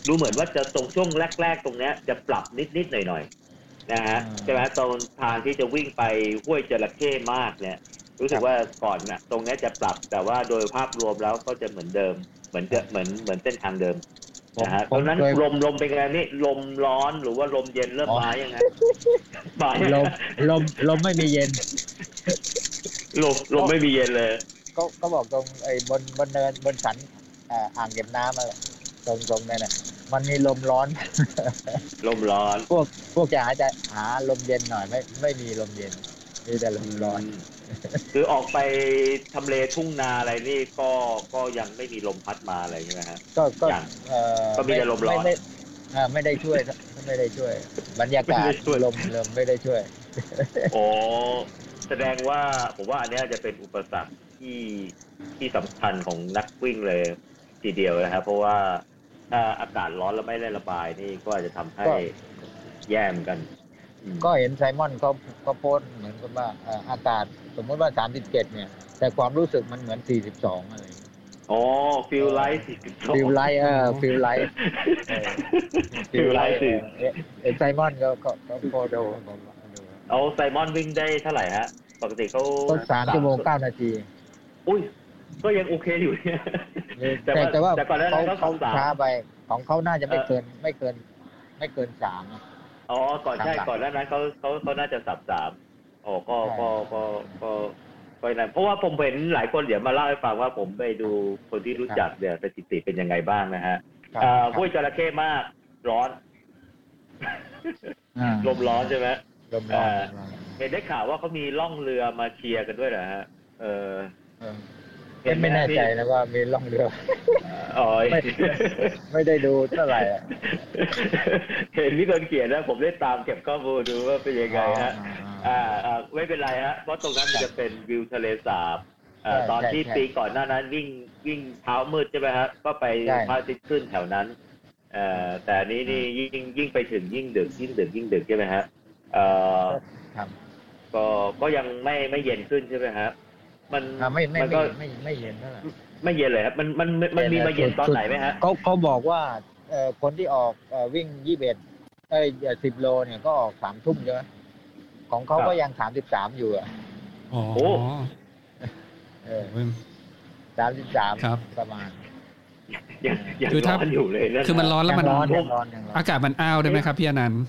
ดูเหมือนว่าจะตรงช่วงแรก ๆ ตรงเนี้ยจะปรับนิดๆหน่อยๆนะฮะใช่ไหมตรงทางที่จะวิ่งไปห้วยจระเข้มากเนี่ย รู้สึกว่าก่อนน่ะตรงเนี้ยจะปรับแต่ว่าโดยภาพรวมแล้วก็จะเหมือนเดิม เหมือนเดิมเหมือนเหมือนเส้นทางเดิม ผม นะฮะ ผ ตมรงนั้น เคย ลมลมเป็นไงนี่ลมร้อนหรือว่าลมเย็นเริ่ม อ๋อ มายังไง บาย ลมลมลมไม่มีเย็น ลมลมไม่มีเย็นเลย ก็ก็บอกตรงไอ้บนบนเนินบนสันเอ่ออ่างเก็บน้ำอะตรงตรงนั่นแหละมันมีลมร้อน ลมร้อน พวกพวกจะหาจะหาลมเย็นหน่อยไม่ไม่มีลมเย็นมีแต่ลมร้อน คือออกไปทำเลทุ่งนาอะไรนี่ก็ก็ยังไม่มีลมพัดมาอะไรใช่ไหมฮะ ก็ก็ อย่าง เอ่อ ก็มีแต่ลมร้อน ไไเอ่อไม่ได้ช่วยไม่ได้ช่วย บรรยากาศ ไม่ได้ช่วย ลมลมไม่ได้ช่วย โอ้แสดงว่าผมว่าอันเนี้ยจะเป็นอุปสรรคที่ที่สำคัญของนักวิ่งเลยทีเดียวนะครับเพราะว่าถ้าอากาศร้อนแล้วไม่ได้ระบายนี่ก็อาจจะทำให้ ก็ แย่เหมือนกันอืม ก็เห็นไซมอนเขาเขาโพสต์เหมือนกับว่าเอ่ออากาศสมมติว่า 37 เนี่ย แต่ความรู้สึกมันเหมือน 42 อะไรอย่างเงี้ย อ๋อฟิลไลท์สี่สิบสอง ฟิลไลท์เออฟิลไลท์ ฟิลไลท์สี่ ไอ้ไซมอนก็ก็ก็พอดู เอาไซมอนวิ่งได้เท่าไหร่ฮะ ปกติเขา ก็สามชั่วโมงเก้านาที อุ้ย ก็ยังโอเคอยู่เนี่ย แต่แต่ว่า แต่ก่อนแล้ว เขา ก็ เขา สาม ช้าไปของเขาน่าจะไม่เกินไม่เกิน ไม่เกินสามอะ อ๋อก่อนใช่ก่อนแล้วนั้นเขาเขาเขาน่าจะสับสามอ๋อก็ ใช่ ก็ก็ก็ก็นั่นเพราะว่าผมเห็นหลายคนเดี๋ยวมาเล่าให้ฟังว่าผมไปดูคนที่รู้จักเนี่ยสถิติเป็นยังไงบ้างนะฮะ ครับ เอ่อห้วยจระเข้มากร้อน อ่า ลมร้อนใช่ไหม ลมร้อน อ่า เห็นได้ข่าวว่าเขามีล่องเรือมาเชียร์กันด้วยนะฮะ เออ เออไม่แน่ใจนะว่ามีล่องเรือ อ๋อย ไม่ ไม่ได้ดูเท่าไหร่อะ เห็นมีคนเขียนนะ ผมได้ตามเก็บข้อมูลดูว่าเป็นยังไงฮะ อ่าอ่าไม่เป็นไรฮะ เพราะตรงนั้นมันจะเป็นวิวทะเลสาบเอ่อ ใช่ ตอนที่ ใช่ ปีก่อนหน้านั้นวิ่งวิ่งเช้ามืดใช่ไหมฮะ ก็ไป ใช่ พระอาทิตย์ขึ้นแถวนั้นเอ่อแต่อันนี้นี่ยิ่งยิ่งไปถึงยิ่งดึกยิ่งดึกยิ่งดึกใช่ไหมฮะเอ่อ ครับ ก็ก็ยังไม่ไม่เย็นขึ้นใช่ไหมครับมัน อ่าไม่ไม่ มัน ไม่ ก็ ไม่ไม่เย็นเท่าไหร่ ไม่เย็นเลยครับมันมันมันมันมีมาเย็นตอนไหนไหมฮะ เขาเขาบอกว่าเอ่อคนที่ออกเอ่อวิ่งยี่สิบเอ็ดเอ้ยสิบโลเนี่ยก็ออกสามทุ่มใช่ไหมของเขาก็ยังสามสิบสามอยู่อะ อ๋อ สามสิบสาม ครับ ประมาณ ยังยัง คือถ้า ร้อนอยู่เลยนะ คือมันร้อนแล้วมัน ยังร้อนยังร้อนยังร้อน อากาศมันอ้าวได้ไหมครับพี่อนันต์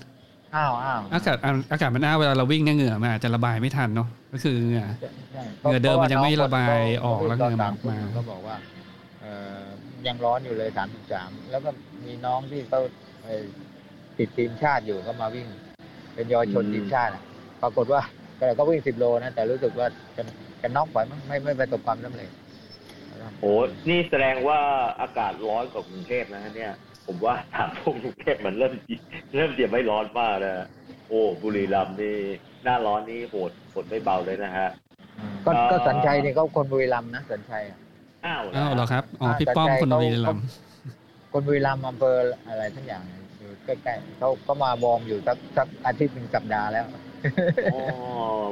อ้าวอ้าว อากาศอากาศมันอ้าวเวลาเราวิ่งเนี่ยเหงื่อมันอาจจะระบายไม่ทันเนาะก็คือเหงื่อ ใช่ เหงื่อเดิมมันยังไม่ระบายออกแล้วเหงื่อ ตาม มา ก็บอกว่าเอ่อยังร้อนอยู่เลยสามสิบสามแล้วก็มีน้องที่เขาเอ่อติดทีมชาติอยู่ก็มาวิ่ง เป็นเยาวชนทีมชาติอะปรากฏว่าแต่ก็วิ่งสิบโลนะแต่รู้สึกว่าจะจะน็อกไปมั้งไม่ไม่ประสบความสำเร็จ โอ้นี่แสดงว่าอากาศร้อนกว่ากรุงเทพนะฮะเนี่ย ผมว่าสามทุ่มกรุงเทพมันเริ่มเริ่มจะไม่ร้อนมากนะฮะโอ้บุรีรัมย์นี่หน้าร้อนนี่โหดโหดไม่เบาเลยนะฮะ ก็ อ่า ก็สัญชัยนี่เขาคนบุรีรัมย์นะสัญชัยอะ อ้าวนะ อ้าวเหรอครับอ๋อพี่ป้อมคนบุรีรัมย์ คนบุรีรัมย์อำเภออะไรทั้งอย่างอยู่ใกล้ๆเขาก็มาวอร์มอยู่สักสักอาทิตย์หนึ่งสัปดาห์แล้ว อ๋อ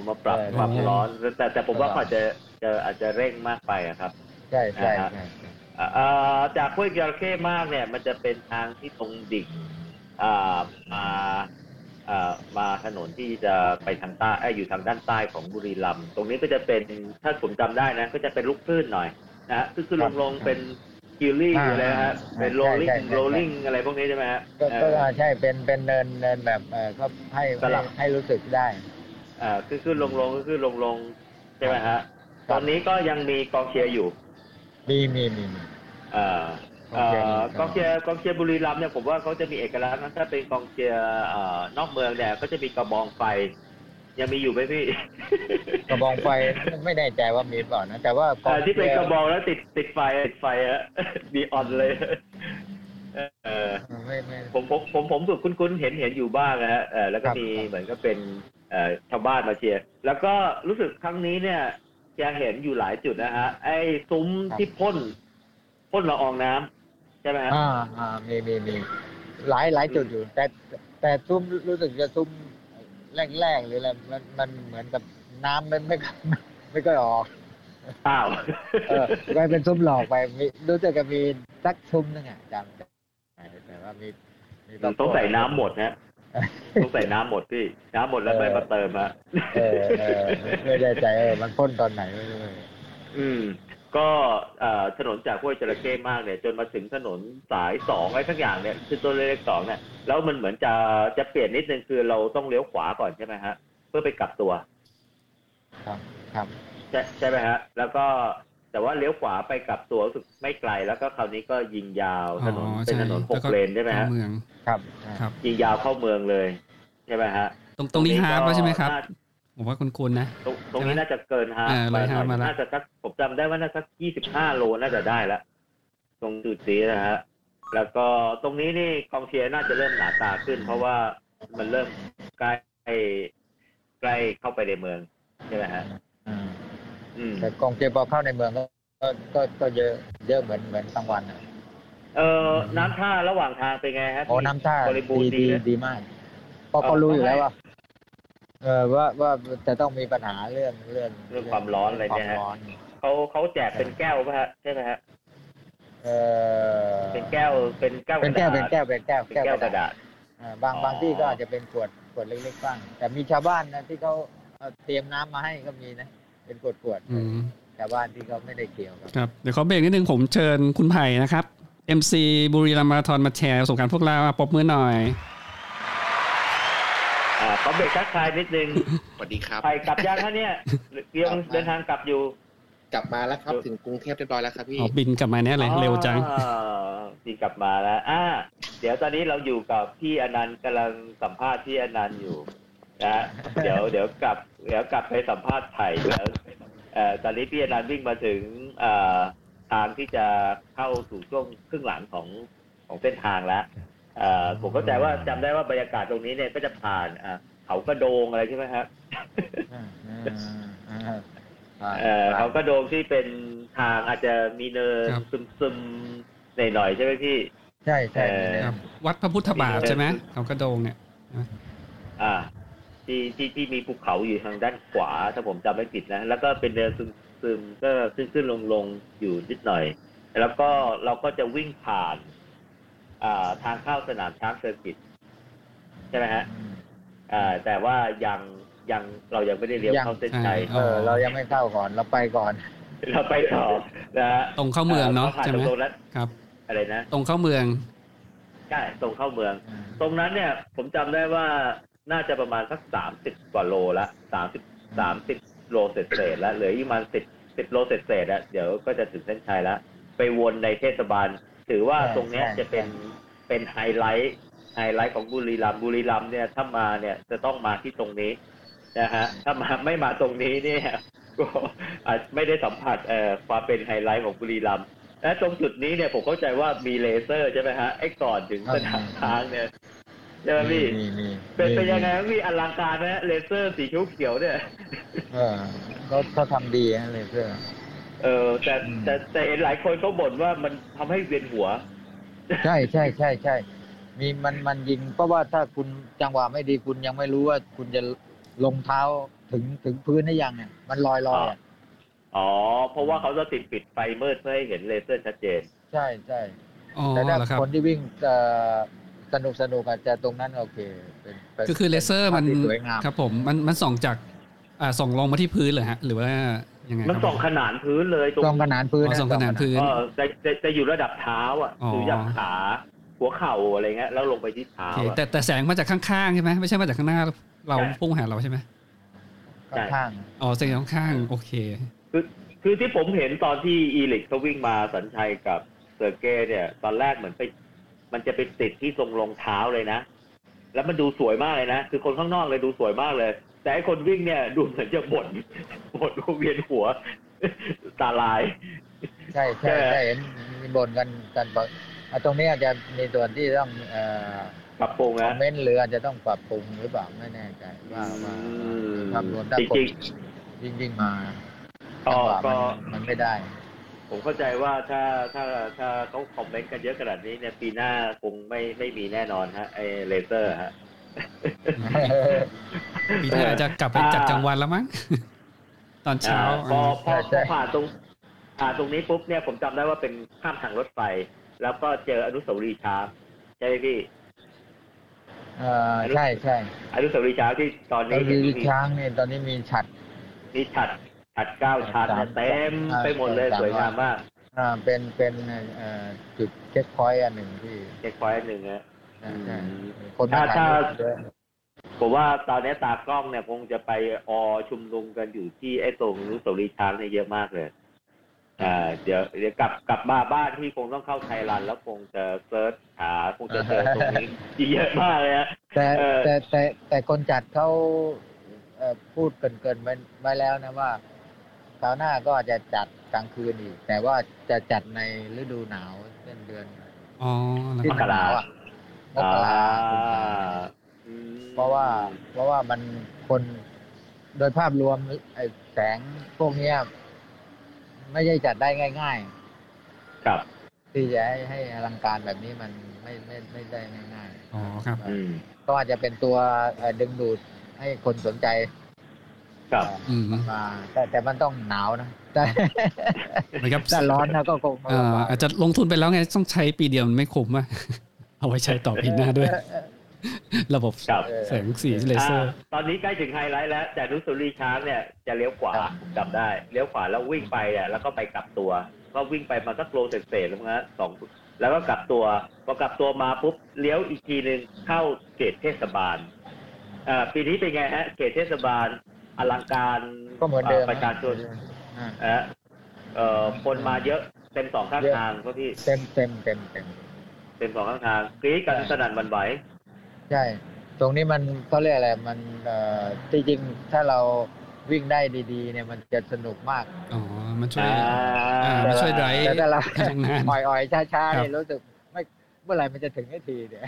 มาปรับปรับร้อน แต่แต่ผมว่าเขาอาจจะจะอาจจะเร่งมากไปอะครับ ใช่ใช่ อ่าฮะ ใช่ใช่ เอ่อจากห้วยจระเข้มากเนี่ย มันจะเป็นทางที่ตรงดิ่งอ่ามาอ่ามาถนนที่จะไปทางใต้เอ้ยอยู่ทางด้านใต้ของบุรีรัมย์ตรงนี้ก็จะเป็นถ้าผมจำได้นะ ก็จะเป็นลูกคลื่นหน่อยนะฮะคือคือลงลงๆเป็นกิลลี่ อ่า อะไรนะฮะ ใช่ เป็นโรลลิ่ ใช่ ง ใช่ โรลลิ่งอะไรพวกนี้ใช่ไหมฮะ ก็ก็ เอ่อ ใช่เป็นเป็นเนินเนินแบบเออก็ให้ ส ให้ ลับ ให้รู้สึกได้ อ่าคือขึ้นลงลงขึ้นลงลงใช่ไหมครัฮะบ ตอนนี้ก็ยังมีกองเชียร์อยู่ มีมีมีมี เอ่อเอ่อก ก อ อง งเชี เชีย ยร์ ร์กองเชียร์บุรีรัมย์เนี่ยผมว่าเขาจะมีเอกลักษณ์นะถ้าเป็นกองเชียร์เอ่อนอกเมืองเนี่ยก็จะมีกระบองไฟ ยังมีอยู่ไหมพี่ กระบองไฟ ไม่แน่ใจว่ามีเปล่านะแต่ว่าก เอ่อที่เป็นกระบองแล้วติดติดไฟติดไฟอะ ดีออนเลยเออ ไม่ไม่ ผมผมผมผมสุดคุ้นๆเห็นเห็นอยู่บ้างนะฮะเออแล้วคก็รับ มี ครับ เหมือนก็เป็นเอ่อชาวบ้านมาเชียร์แล้วก็รู้สึกครั้งนี้เนี่ยจะเห็นอยู่หลายจุดนะฮะไอ้ซุ้มที่พ่นพ่นละอองน้ำใช่ไหมฮะ อ่าอ่ามีมีมีหลายหลายจุดอยู่ แต่แต่ซุ้มรู้สึกจะซุ้มแรกๆหรืออะไรมันมันเหมือนกับน้ำมันไม่ ค่อยไม่ก็ออก อ้าว เออก็เป็นซุ้มหลอกไปมีรู้สึกจะมีสักซุ้มหนึงอ่ะจำแต่แต่ว่ามีมีครอบครัว ต้องใส่น้ำหมดนะ ต้องใส่น้ำหมดพี่ น้ำหมดแล้ว เออ ไม่มาเติมอะ เออเออไม่แน่ใจเออมันพ่นตอนไหนไม่รู้เลย อืม ก็เอ่อถนนจากห้วยจระเข้มากเนี่ย จนมาถึงถนนสายสองอะไรทั้งอย่างเนี่ย คือตัวเลขสองเนี่ย แล้วมันเหมือนจะจะเปลี่ยนนิดนึงคือเราต้องเลี้ยวขวาก่อนใช่ไหมฮะ เพื่อไปกลับตัว ครับครับ ใช่ใช่ไหมฮะ แล้วก็แต่ว่าเลี้ยวขวาไปกลับตัวรู้สึกไม่ไกล แล้วก็คราวนี้ก็ยิงยาวถนนเป็นถนนหกเลนใช่ไหมฮะ เมือง ครับ ครับ ยิงยาวเข้าเมืองเลยใช่ไหมฮะ ตรงตรงนี้ฮาร์ปแล้วใช่ไหมครับ น่า ผมว่าคุณคุณนะ ตรงตรงนี้ ใช่ไหม น่าจะเกินฮา เออเลยฮามาละ น่าจะสักผมจำได้ว่าน่าจะสักยี่สิบห้าโลน่าจะได้ละตรงจุดนี้นะฮะ แล้วก็ตรงนี้นี่กองเชียร์น่าจะเริ่มหนาตาขึ้น เพราะว่ามันเริ่มใกล้ใกล้เข้าไปในเมืองใช่ไหมฮะ อ่า อืม แต่กองเชียร์พอเข้าในเมืองก็ก็ก็ก็เยอะเยอะเหมือนเหมือนกลางวันอะ เออน้ำท่าระหว่างทางเป็นไงฮะ โอ้น้ำท่า บริบูร ดี ณ์ดี ดี นะ ดีมากเพอ เออ เขารู้อยู่ ทำไม แล้วว่าเออว่าว่าจะต้องมีปัญหาเรื่องเรื่อง เรื่องความร้อนอะไรเนี่ยความฮะร้อน เขาเขาแจกเป็นแก้วป่ะฮะใช่ไหมฮะ เออ เป็นแก้วเป็นแก้ว เป็นแก้วเป็นแก้วเป็นแก้ว เป็นแก้วกระดาษ เออบาง อ๋อ บางที่ก็อาจจะเป็นขวดขวดเล็กๆบ้างแต่มีชาวบ้านนะที่เขาเอาเตรียมน้ำมาให้ก็มีนะ เป็นขวดขวดๆ อืม ชาวบ้านที่เขาไม่ได้เกี่ยวกับ ครับเดี๋ยวขอเบรกนิดนึงผมเชิญคุณไผ่นะครับ MC บุรีรัมย์มาราธอนมาแชร์ประสบการณ์พวกเราอ่ะปรบมือหน่อย อ่าเขาเบรกทักทายนิดนึง สวัสดีครับ ไปกลับยังฮะเนี่ยเรียงเดินทางกลับอยู่ กลับมาแล้วครับ เออ ถึงกรุงเทพเรียบร้อยแล้วครับพี่ ออกบินกลับมาแน่เลยเร็วจัง อ่าพี่กลับมาแล้วอ่าเดี๋ยวตอนนี้เราอยู่กับพี่อนันต์กำลังสัมภาษณ์พี่อนันต์อยู่นะฮะเดี๋ยวเดี๋ยวกลับเดี๋ยวกลับไปสัมภาษณ์ไผ่แล้วเอ่อตอนนี้พี่อนันต์วิ่งมาถึงเอ่อทางที่จะเข้าสู่ช่วงครึ่งหลังของของเส้นทางแล้วเอ่อผมเข้าใจว่าจำได้ว่าบรรยากาศตรงนี้เนี่ยก็จะผ่านอ่าเขากระโดงอะไรใช่ไหมครับ อ่าอ่าอ่าอ่า เอ่อเขาก็โดมที่เป็นทางอาจจะมีเนิน ครับ ซึมๆหน่อยๆใช่ไหมพี่ ใช่ใช่มี เออ นะ ครับวัดพระพุทธบาทใช่ไหมเขากระโดงเนี่ย อ่า ที่ที่ที่มีภูเขาอยู่ทางด้านขวา ถ้าผมจำไม่ผิดนะ แล้วก็เป็นเนินซึมซึมก็ขึ้นขึ้นลงลงอยู่นิดหน่อย แล้วก็เราก็จะวิ่งผ่าน อ่าทางเข้าสนามช้างเซอร์กิตใช่ไหมฮะอ่าแต่ว่ายังยังเรายังไม่ได้เลี้ยว ยัง เข้าเส้นชัย ใช่ เออเรายังไม่เข้าก่อนเราไปก่อน เราไปต่อนะฮะ ตรงเข้าเมืองเนาะ ผ่ ใช่ไหม ตรงนั้น ครับ อะไรนะ ตรงเข้าเมือง ใช่ตรงเข้าเมือง ตรงนั้นเนี่ยผมจำได้ว่าน่าจะประมาณสักสามสิบกว่าโลละสามสิบสามสิบโลเศษเศษๆละเหลืออีกประมาณสิบสิบโลเศษเศษๆอะเดี๋ยวก็จะถึงเส้นชัยละไปวนในเทศบาล ถือว่า ใช่ ตรงเนี้ย ใช่ จะเป็น ใช่ เป็นไฮไลท์ไฮไลท์ของบุรีรัมย์บุรีรัมย์เนี่ยถ้ามาเนี่ยจะต้องมาที่ตรงนี้นะฮะถ้ามาไม่มาตรงนี้เนี่ย ก็อาจไม่ได้สัมผัสเอ่อความเป็นไฮไลท์ของบุรีรัมย์และตรงจุดนี้เนี่ยผมเข้าใจว่ามีเลเซอร์ใช่ไหมฮะไอ้ก่อนถึงสนามช้างเนี่ย ใช่ไหมพี่ มีมีมี เป็นเป็นยังไงครับพี่อลังการไหมฮะเลเซอร์สีเขียวๆเนี่ย เออเขาเขาทำดีนะเลเซอร์ เออแต่ อืม แต่แต่เห็นหลายคนเขาบ่นว่ามันทำให้เวียนหัว ใช่ใช่ใช่ใช่ มีมันมันยิง เพราะว่าถ้าคุณจังหวะไม่ดีคุณยังไม่รู้ว่าคุณจะลงเท้าถึงถึงพื้นได้ยังเนี่ยมันลอยลอย อ่า อ๋อ เพราะว่าเขาจะติดปิดไฟมืดเพื่อให้เห็นเลเซอร์ชัดเจน ใช่ใช่ อ๋อ แต่ถ้า เหรอครับ คนที่วิ่งเอ่อสนุกสนุกอาจจะแต่ตรงนั้นโอเคเป็นป็น ก็คือเลเซอร์มัน ป็ภาพที่สวยงาม ครับผมมันมันส่องจากอ่าส่องลงมาที่พื้นเหรอฮะ หรือว่ายังไง มัน ครับ ส่องขนานพื้นเลยตรง ตรงขนานพื้ อ๋ น อ นะ ส่องขนาดพื้น เออจะจะจะอยู่ระดับเท้าอ่ะ อ๋ออ อยู่ระดับขา หัวเข่าอะไรเงี้ยแล้วลงไปที่เท้า โอเค อะ แต่แต่แสงมาจากข้างๆใช่ไหมไม่ใช่มาจากข้างหน้าเรา ใช่ พุ่งหาเราใช่ไหม ขนานข้าง อ๋อแสงข้างๆโอเค คือที่ผมเห็นตอนที่อีลิกเขาวิ่งมาสัญชัยกับเซอร์เก้เนี่ย ตอนแรกเหมือนไป มันจะไปติดที่ทรงรองเท้าเลยนะ แล้วมันดูสวยมากเลยนะ คือคนข้างนอกเลยดูสวยมากเลย แต่ไอคนวิ่งเนี่ยดูเหมือนจะบ่น บ่นว่าเวียนหัว ตาลาย ใช่ใช่ใช่เห็นมีบ่นกันกันบอกอ่ะตรงนี้อาจจะมีส่วนที่ต้องเอ่อ ปรับปรุง คอ นะ มเมนต์หรืออาจจะต้องปรับปรุงหรือเปล่าไม่แน่ใจว่าว่าภาพรวมด้าน จ ก ริ ฎ ง ยิ่งยิ่งมา ๆก็ จังห ก็ วะมันมันไม่ได้ ผมเข้าใจว่าถ้าถ้าถ้าเขาคอมเมนต์กันเยอะขนาดนี้เนี่ยปีหน้าคงไม่ไม่มีแน่นอนฮะไอเลเซอร์ฮะ ปีหน้าอาจจะกลับไปจัดกลางวันแล้วมั้ง ตอนเช้า อ่พอพอ ใช่ใช่พอผ่านตรงผ่านตรงนี้ปุ๊บเนี่ยผมจำได้ว่าเป็นข้ามทางรถไฟ แล้วก็เจออนุสาวรีย์ช้างใช่ไหมพี่ เออใช่ใช่ อนุสาวรีย์ช้างที่ตอน ตอนนี้เห็น นี้ มี ช้างเนี่ยตอนนี้มีฉัด มีฉัดฉัดเก้าชั้น สาม เต็ม อ่า ไปหมดเลย สาม สวยงามมาก อ่าเป็นเป็นเอ่อจุดเช็คพอยต์อันหนึ่งที่ เช็คพอยต์หนึ่งนะ ใช่ใช่ อืม คนมา ถ้า ถ่ายรูปเยอะ ผมว่าตอนนี้ตากล้องเนี่ยคงจะไปออชุมนุมกันอยู่ที่ไอ้ตรงอนุสาวรีย์ช้างเนี่ยเยอะมากเลย อ่า เดี๋ยวเดี๋ยวกลับกลับมาบ้านที่คงต้องเข้าไทยรันแล้วคงจะเซิร์ชหาคงจะเจอตรงนี้เยอะมากเลยฮะ แต่ เออ แต่แต่แต่คนจัดเขาเอ่อพูดเกินเกินๆไว้ไว้แล้วนะว่าคราวหน้าก็อาจจะจัดกลางคืนอีก แต่ว่าจะจัดในฤดูหนาวเป็นเดือน อ๋อแล้ว ที่ ก็ หนาวอ่ะมกราคม อืม เพราะว่า เพราะว่ามันคนโดยภาพรวมไอ้แสงพวกเนี้ยไม่ได้จัดได้ง่าย ครับ ๆ ที่จะให้ให้อลังการแบบนี้มันไม่ไม่ไม่ได้ง่าย อ๋อครับ อืม ๆ ก็อาจจะเป็นตัวเอ่อดึงดูดให้คนสนใจ ครับ อืม มา แต่แต่มันต้องหนาวนะแต่ เหมือนกับ ถ้าร้อนนะก็คงไม่ เอ่อ ลำบก อาจจะลงทุนไปแล้วไงต้องใช้ปีเดียวมันไม่คุ้มอะ เอาไว้ใช้ต่อปีหน้าด้วย ระบบ ครับ แสงสีเลเซอร์ อ่าตอนนี้ใกล้ถึงไฮไลท์แล้วจากอนุสาวรีย์ช้างเนี่ยจะเลี้ยวขวากลับได้ เลี้ยวขวาแล้ววิ่งไปเนี่ยแล้วก็ไปกลับตัว ก็วิ่งไปมันก็โลเศษๆแล้วนะสองแล้วก็กลับตัวพอกลับตัวมาปุ๊บเลี้ยวอีกทีหนึ่งเข้าเขตเทศบาลอ่าปีนี้เป็นไงฮะ เขตเทศบาลอลังการ ก็เหมือนเดิม ประชาชน อ่า อ่ะเอ่อคนมาเยอะเต็มสองข้าง เยอะ ทางเพราะพี่ เต็มเต็มเต็มเต็ม เต็มสองข้างทางกรี๊ดกันสนั่นหวันไหว ใช่ ตรงนี้มันเขาเรียกอะไร มันเอ่อจริงๆ ถ้าเราวิ่งได้ดีๆ เนี่ยมันจะสนุกมาก อ๋อ มันช่วย อ่า มันช่วยไดรฟ์ แต่ถ้าเรา พลังงาน อ่อยๆ ช้า ครั ๆ บ เนี่ยรู้สึกไม่เมื่อไหร่มันจะถึงนาทีเนี่ย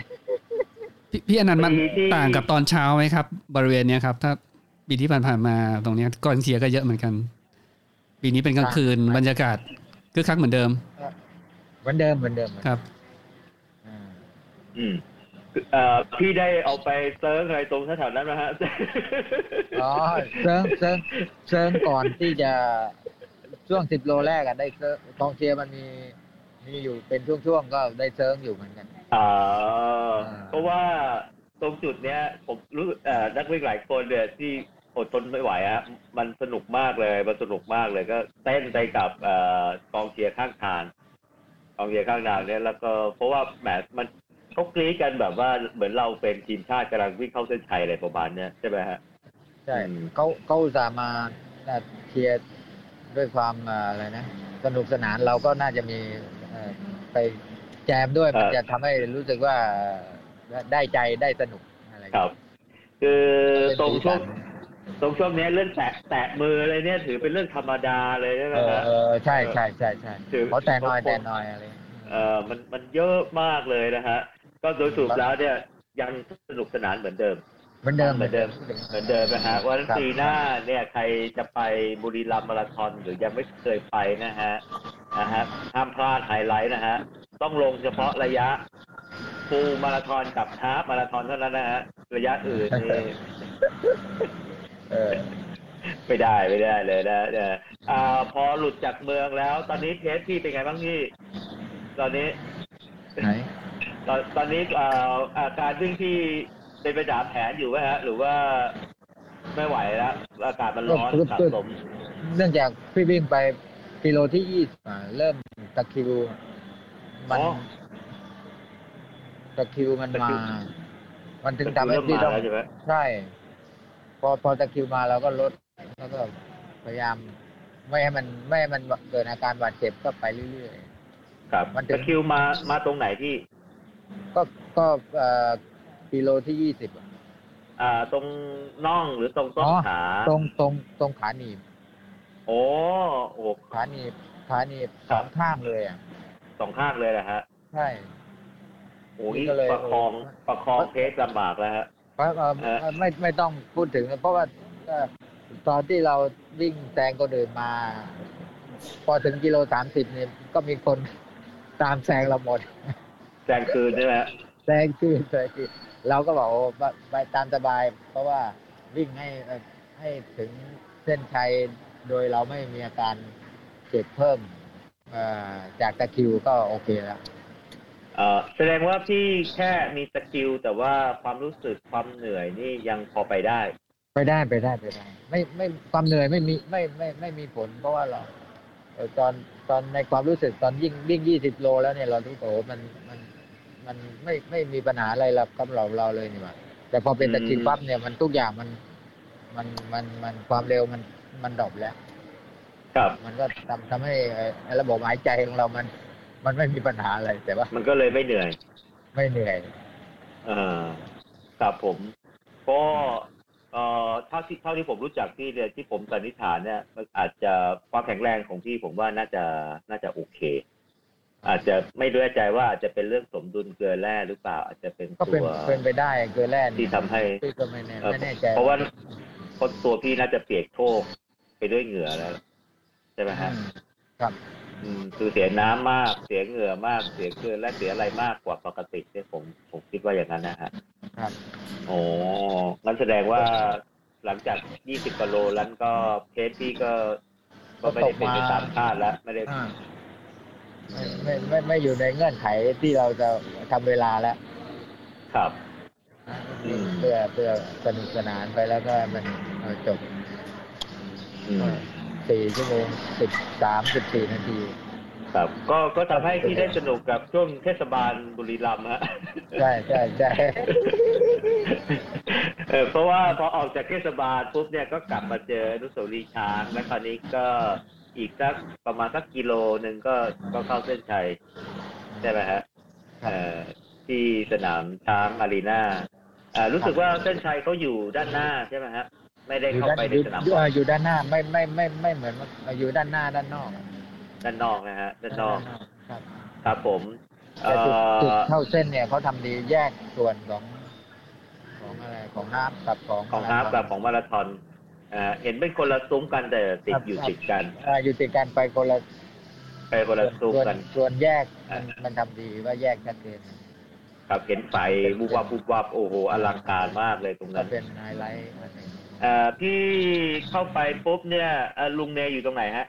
พี่พี่อนันต์มัน ปีที่ ต่างกับตอนเช้าไหมครับ บริเวณเนี้ยครับ ถ้าปีที่ผ่านๆมาตรงเนี้ยก่อนเสียก็เยอะเหมือนกัน ปีนี้เป็นกลางคืน ครับ บรรยากาศคึกคักเหมือนเดิม เหมือนเดิมเหมือนเดิมเหมือน ค เดิม รับ อืม อืมเอ่อพี่ได้เอาไปเซิร์ชอะไรตรงแถวๆนั้นนะฮะ อ๋อเซิร์งเซิร์งเซิร์งก่อนที่จะช่วงสิบโลแรกอะได้เซิร์งกองเชียร์มันมีมีอยู่เป็นช่วงๆ ก็ได้เซิร์งอยู่เหมือนกัน อ่า อ่า เพราะว่าตรงจุดเนี้ย ผมรู้เอ่อนักวิ่งหลายคนเนี่ยที่อดทนไม่ไหวอะมันสนุกมากเลยมันสนุกมากเลยก็เต้นไปกับเอ่อกองเชียร์ข้างทางกองเชียร์ข้างทางเนี่ยแล้วก็เพราะว่าแหมมันเขากรี๊ดกันแบบว่าเหมือนเราเป็นทีมชาติกำลังวิ่งเข้าเส้นชัยอะไรประมาณเนี้ยใช่ไหมฮะ ใช่ อืม เขาเขาอุตส่าห์มาเชียร์ด้วยความเอ่ออะไรนะสนุกสนานเราก็น่าจะมีเอ่อไปแจมด้วยมันจะทำให้รู้สึกว่าได้ใจได้สนุกอะไรอย่าง ค เงี้ รั ย บ คือ เป็น ตรง สี ช่ สั วง น ตรงช่วงเนี้ยเรื่องแตะแตะมืออะไรเนี่ยถือเป็นเรื่องธรรมดาเลยใช่ไหม เออ ฮะ เออใช่ใช่ใช่ใช่ ถือ ขอแต่หน่อยแต่หน่อยอะไรอย่างเงี้ย เออมันมันเยอะมากเลยนะฮะ ก็โดยสรุปแล้วเนี่ยยังสนุกสนานเหมือนเดิม เหมือนเดิม เหมือนเดิม เหมือนเดิมนะฮะวัน ครับ ปีหน้าเนี่ยใครจะไปบุรีรัมย์มาราธอนหรือยังไม่เคยไปนะฮะนะฮะห้ามพลาดไฮไลท์นะฮะ ต้องลงเฉพาะระยะฟูลมาราธอนกับฮาล์ฟมาราธอนเท่านั้นนะฮะระยะอื่นนี่ เออ ไม่ได้ไม่ได้เลยนะเอ่ออ่าพอหลุดจากเมืองแล้ว ตอนนี้เทสพี่เป็นไงบ้างพี่ ตอนนี้ ไหน ตอนตอนนี้เอ่ออาการวิ่งพี่เป็นไปตามแผนอยู่ไหมฮะ หรือว่าไม่ไหวแล้วอากาศมันร้อนสะสม เนื่องจากพี่วิ่งไปกิโลที่ยี่สิบเริ่มตะคริวมัน อ๋อ ตะคริวมัน ตะ มา คริว มันถึงทำให้ เริ่ม พี่ มา ต้อง แล้วใช่ไหม ใช่ พอพอตะคริวมาเราก็ลด แล้วก็พยายาม ไม่ให้มันไม่ให้มันเกิดอาการบาดเจ็บก็ไปเรื่อย ครับ มันถึง ตะคริวมามาตรงไหนพี่ ๆ ก็ก็เอ่อกิโลที่ยี่สิบ อ่าตรงน่องหรือตรงต้น อ๋อ ขา ตรงตรงตรงขาหนีบ โอ้โอ้ ขาหนีบขาหนีบสองข้างเลยอ่ะ สองข้างเลยนะฮะ ใช่ โอ้นี่ ก็เลย ประคองประคองเทสลำบากแล้วฮะ เพราะเอ่อ เออ ไม่ไม่ไม่ต้องพูดถึงนะเพราะว่าเอ่อตอนที่เราวิ่งแซงคนอื่นมา พอถึงกิโลสามสิบเนี่ยก็มีคน ตามแซงเราหมด แซงคืนใช่ไหมฮะ แซงคือแซงคือเราก็บอกโอ้ไปไปตามสบาย เพราะว่าวิ่งให้เอ่อให้ถึงเส้นชัยโดยเราไม่มีอาการเจ็บเพิ่มเอ่อจากตะคริวก็โอเคแล้ว เอ่อแสดงว่าพี่แค่มีสกิลแต่ว่าความรู้สึกความเหนื่อยนี่ยังพอไปได้ ไปได้ไปได้ไปได้ ไม่ไม่ความเหนื่อยไม่มีไม่ไม่ไม่มีผล เพราะว่าเราเอ่อตอนตอนในความรู้สึกตอนยิ่งวิ่งยี่สิบโลแล้วเนี่ยเรารู้สึกโอ้โหมันมันมันไม่ไม่มีปัญหาอะไรรับกับเราเราเลยนี่หว่าแต่พอเป็นตะคริว อืม ปั๊บเนี่ยมันทุกอย่างมันมันมันมันความเร็วมันมันดรอปแล้ว ครับ มันก็ทำทำให้เอ่อระบบหายใจของเรามัน มันไม่มีปัญหาอะไรแต่ว่า มันก็เลยไม่เหนื่อย ไม่เหนื่อย เอ่อครับผมก็เอ่อเท่าที่เท่าที่ผมรู้จักพี่เนี่ยที่ผมสันนิษฐานเนี่ยมันอาจจะความแข็งแรงของพี่ผมว่าน่าจะน่าจะโอเค อาจจะไม่แน่ใจว่าอาจจะเป็นเรื่องสมดุลเกลือแร่หรือเปล่า อาจจะเป็น ก็เป็น ตัว เป็นไปได้เกินแร่ ที่ นี่ ทำให้ พี่ก็ไม่แน่ เอ่อ ไม่แน่ใจ เพราะว่าคนตัวพี่น่าจะเปียกโชกไปด้วยเหงื่อแล้วใช่ไหมฮะ อืมครับ อืมคือเสียน้ำมากเสียเหงื่อมากเสียเกลือและเสียอะไรมากกว่าปกติที่ยผมผมคิดว่าอย่างนั้นนะฮะ ครับ โอ้งั้นแสดงว่า หลังจาก 20กว่าโลแล้วก็เพจพี่ก็ ก็ไม่ได้เป็นไปตามคาดแล้วไม่ได้ อ่าไม่ไม่ไม่ไม่อยู่ในเงื่อนไขที่เราจะทำเวลาแล้ว ครับ อืม เพื่อเพื่อสนุกสนานไปแล้วก็มันเอาจบ อืม สี่ชั่วโมงสิบสามสิบสี่นาที ครับ ก็ก็ทำให้พี่ได้สนุกกับช่วงเทศบาลบุรีรัมย์ฮะ ใช่ใช่ใช่ เออเพราะว่าพอออกจากเทศบาลปุ๊บเนี่ยก็กลับมาเจออนุสาวรีย์ช้างและคราวนี้ก็อีกสักประมาณสักกิโลหนึ่งก็ก็เข้าเส้นชัยใช่ไหมฮะเอ่อที่สนามช้างอารีนาอ่ารู้สึกว่าเส้นชัยเขาอยู่ด้านหน้าใช่ไหมฮะไม่ได้ อยู่ เข้า ด้าน ไปใน อยู่ สนาม อยู่อ่าอยู่ด้านหน้าไม่ไม่ไม่ไม่เหมือนว่าอยู่ด้านหน้าด้านนอก ด้านนอกนะฮะด้านนอก ครับ ครับผมเอ่ แต่จุดจุด อ เข้าเส้นเนี่ยเขาทำดีแยกส่วนของ ของอะไรของฮาร์ปกับของ ของฮาร์ปกับของมาราธอนอ่าเห็นเป็นคนละซุ้มกันแต่ติดอยู่ติดกัน อ่าอยู่ติดกันไปคนละ ไปคนละซุ้ม ส่ว กัน ส่วนแยกมันมันทำดีว่าแยกชัดเจน ครับเห็นไฟบูบวับบูบวับโอ้โหอลังการมากเลยตรง ก็ นั้น เป็นไฮไลท์อันหนึ่ง เอ่อพี่เข้าไปปุ๊บเนี่ยเอ่อลุงเนยอยู่ตรงไหนฮะ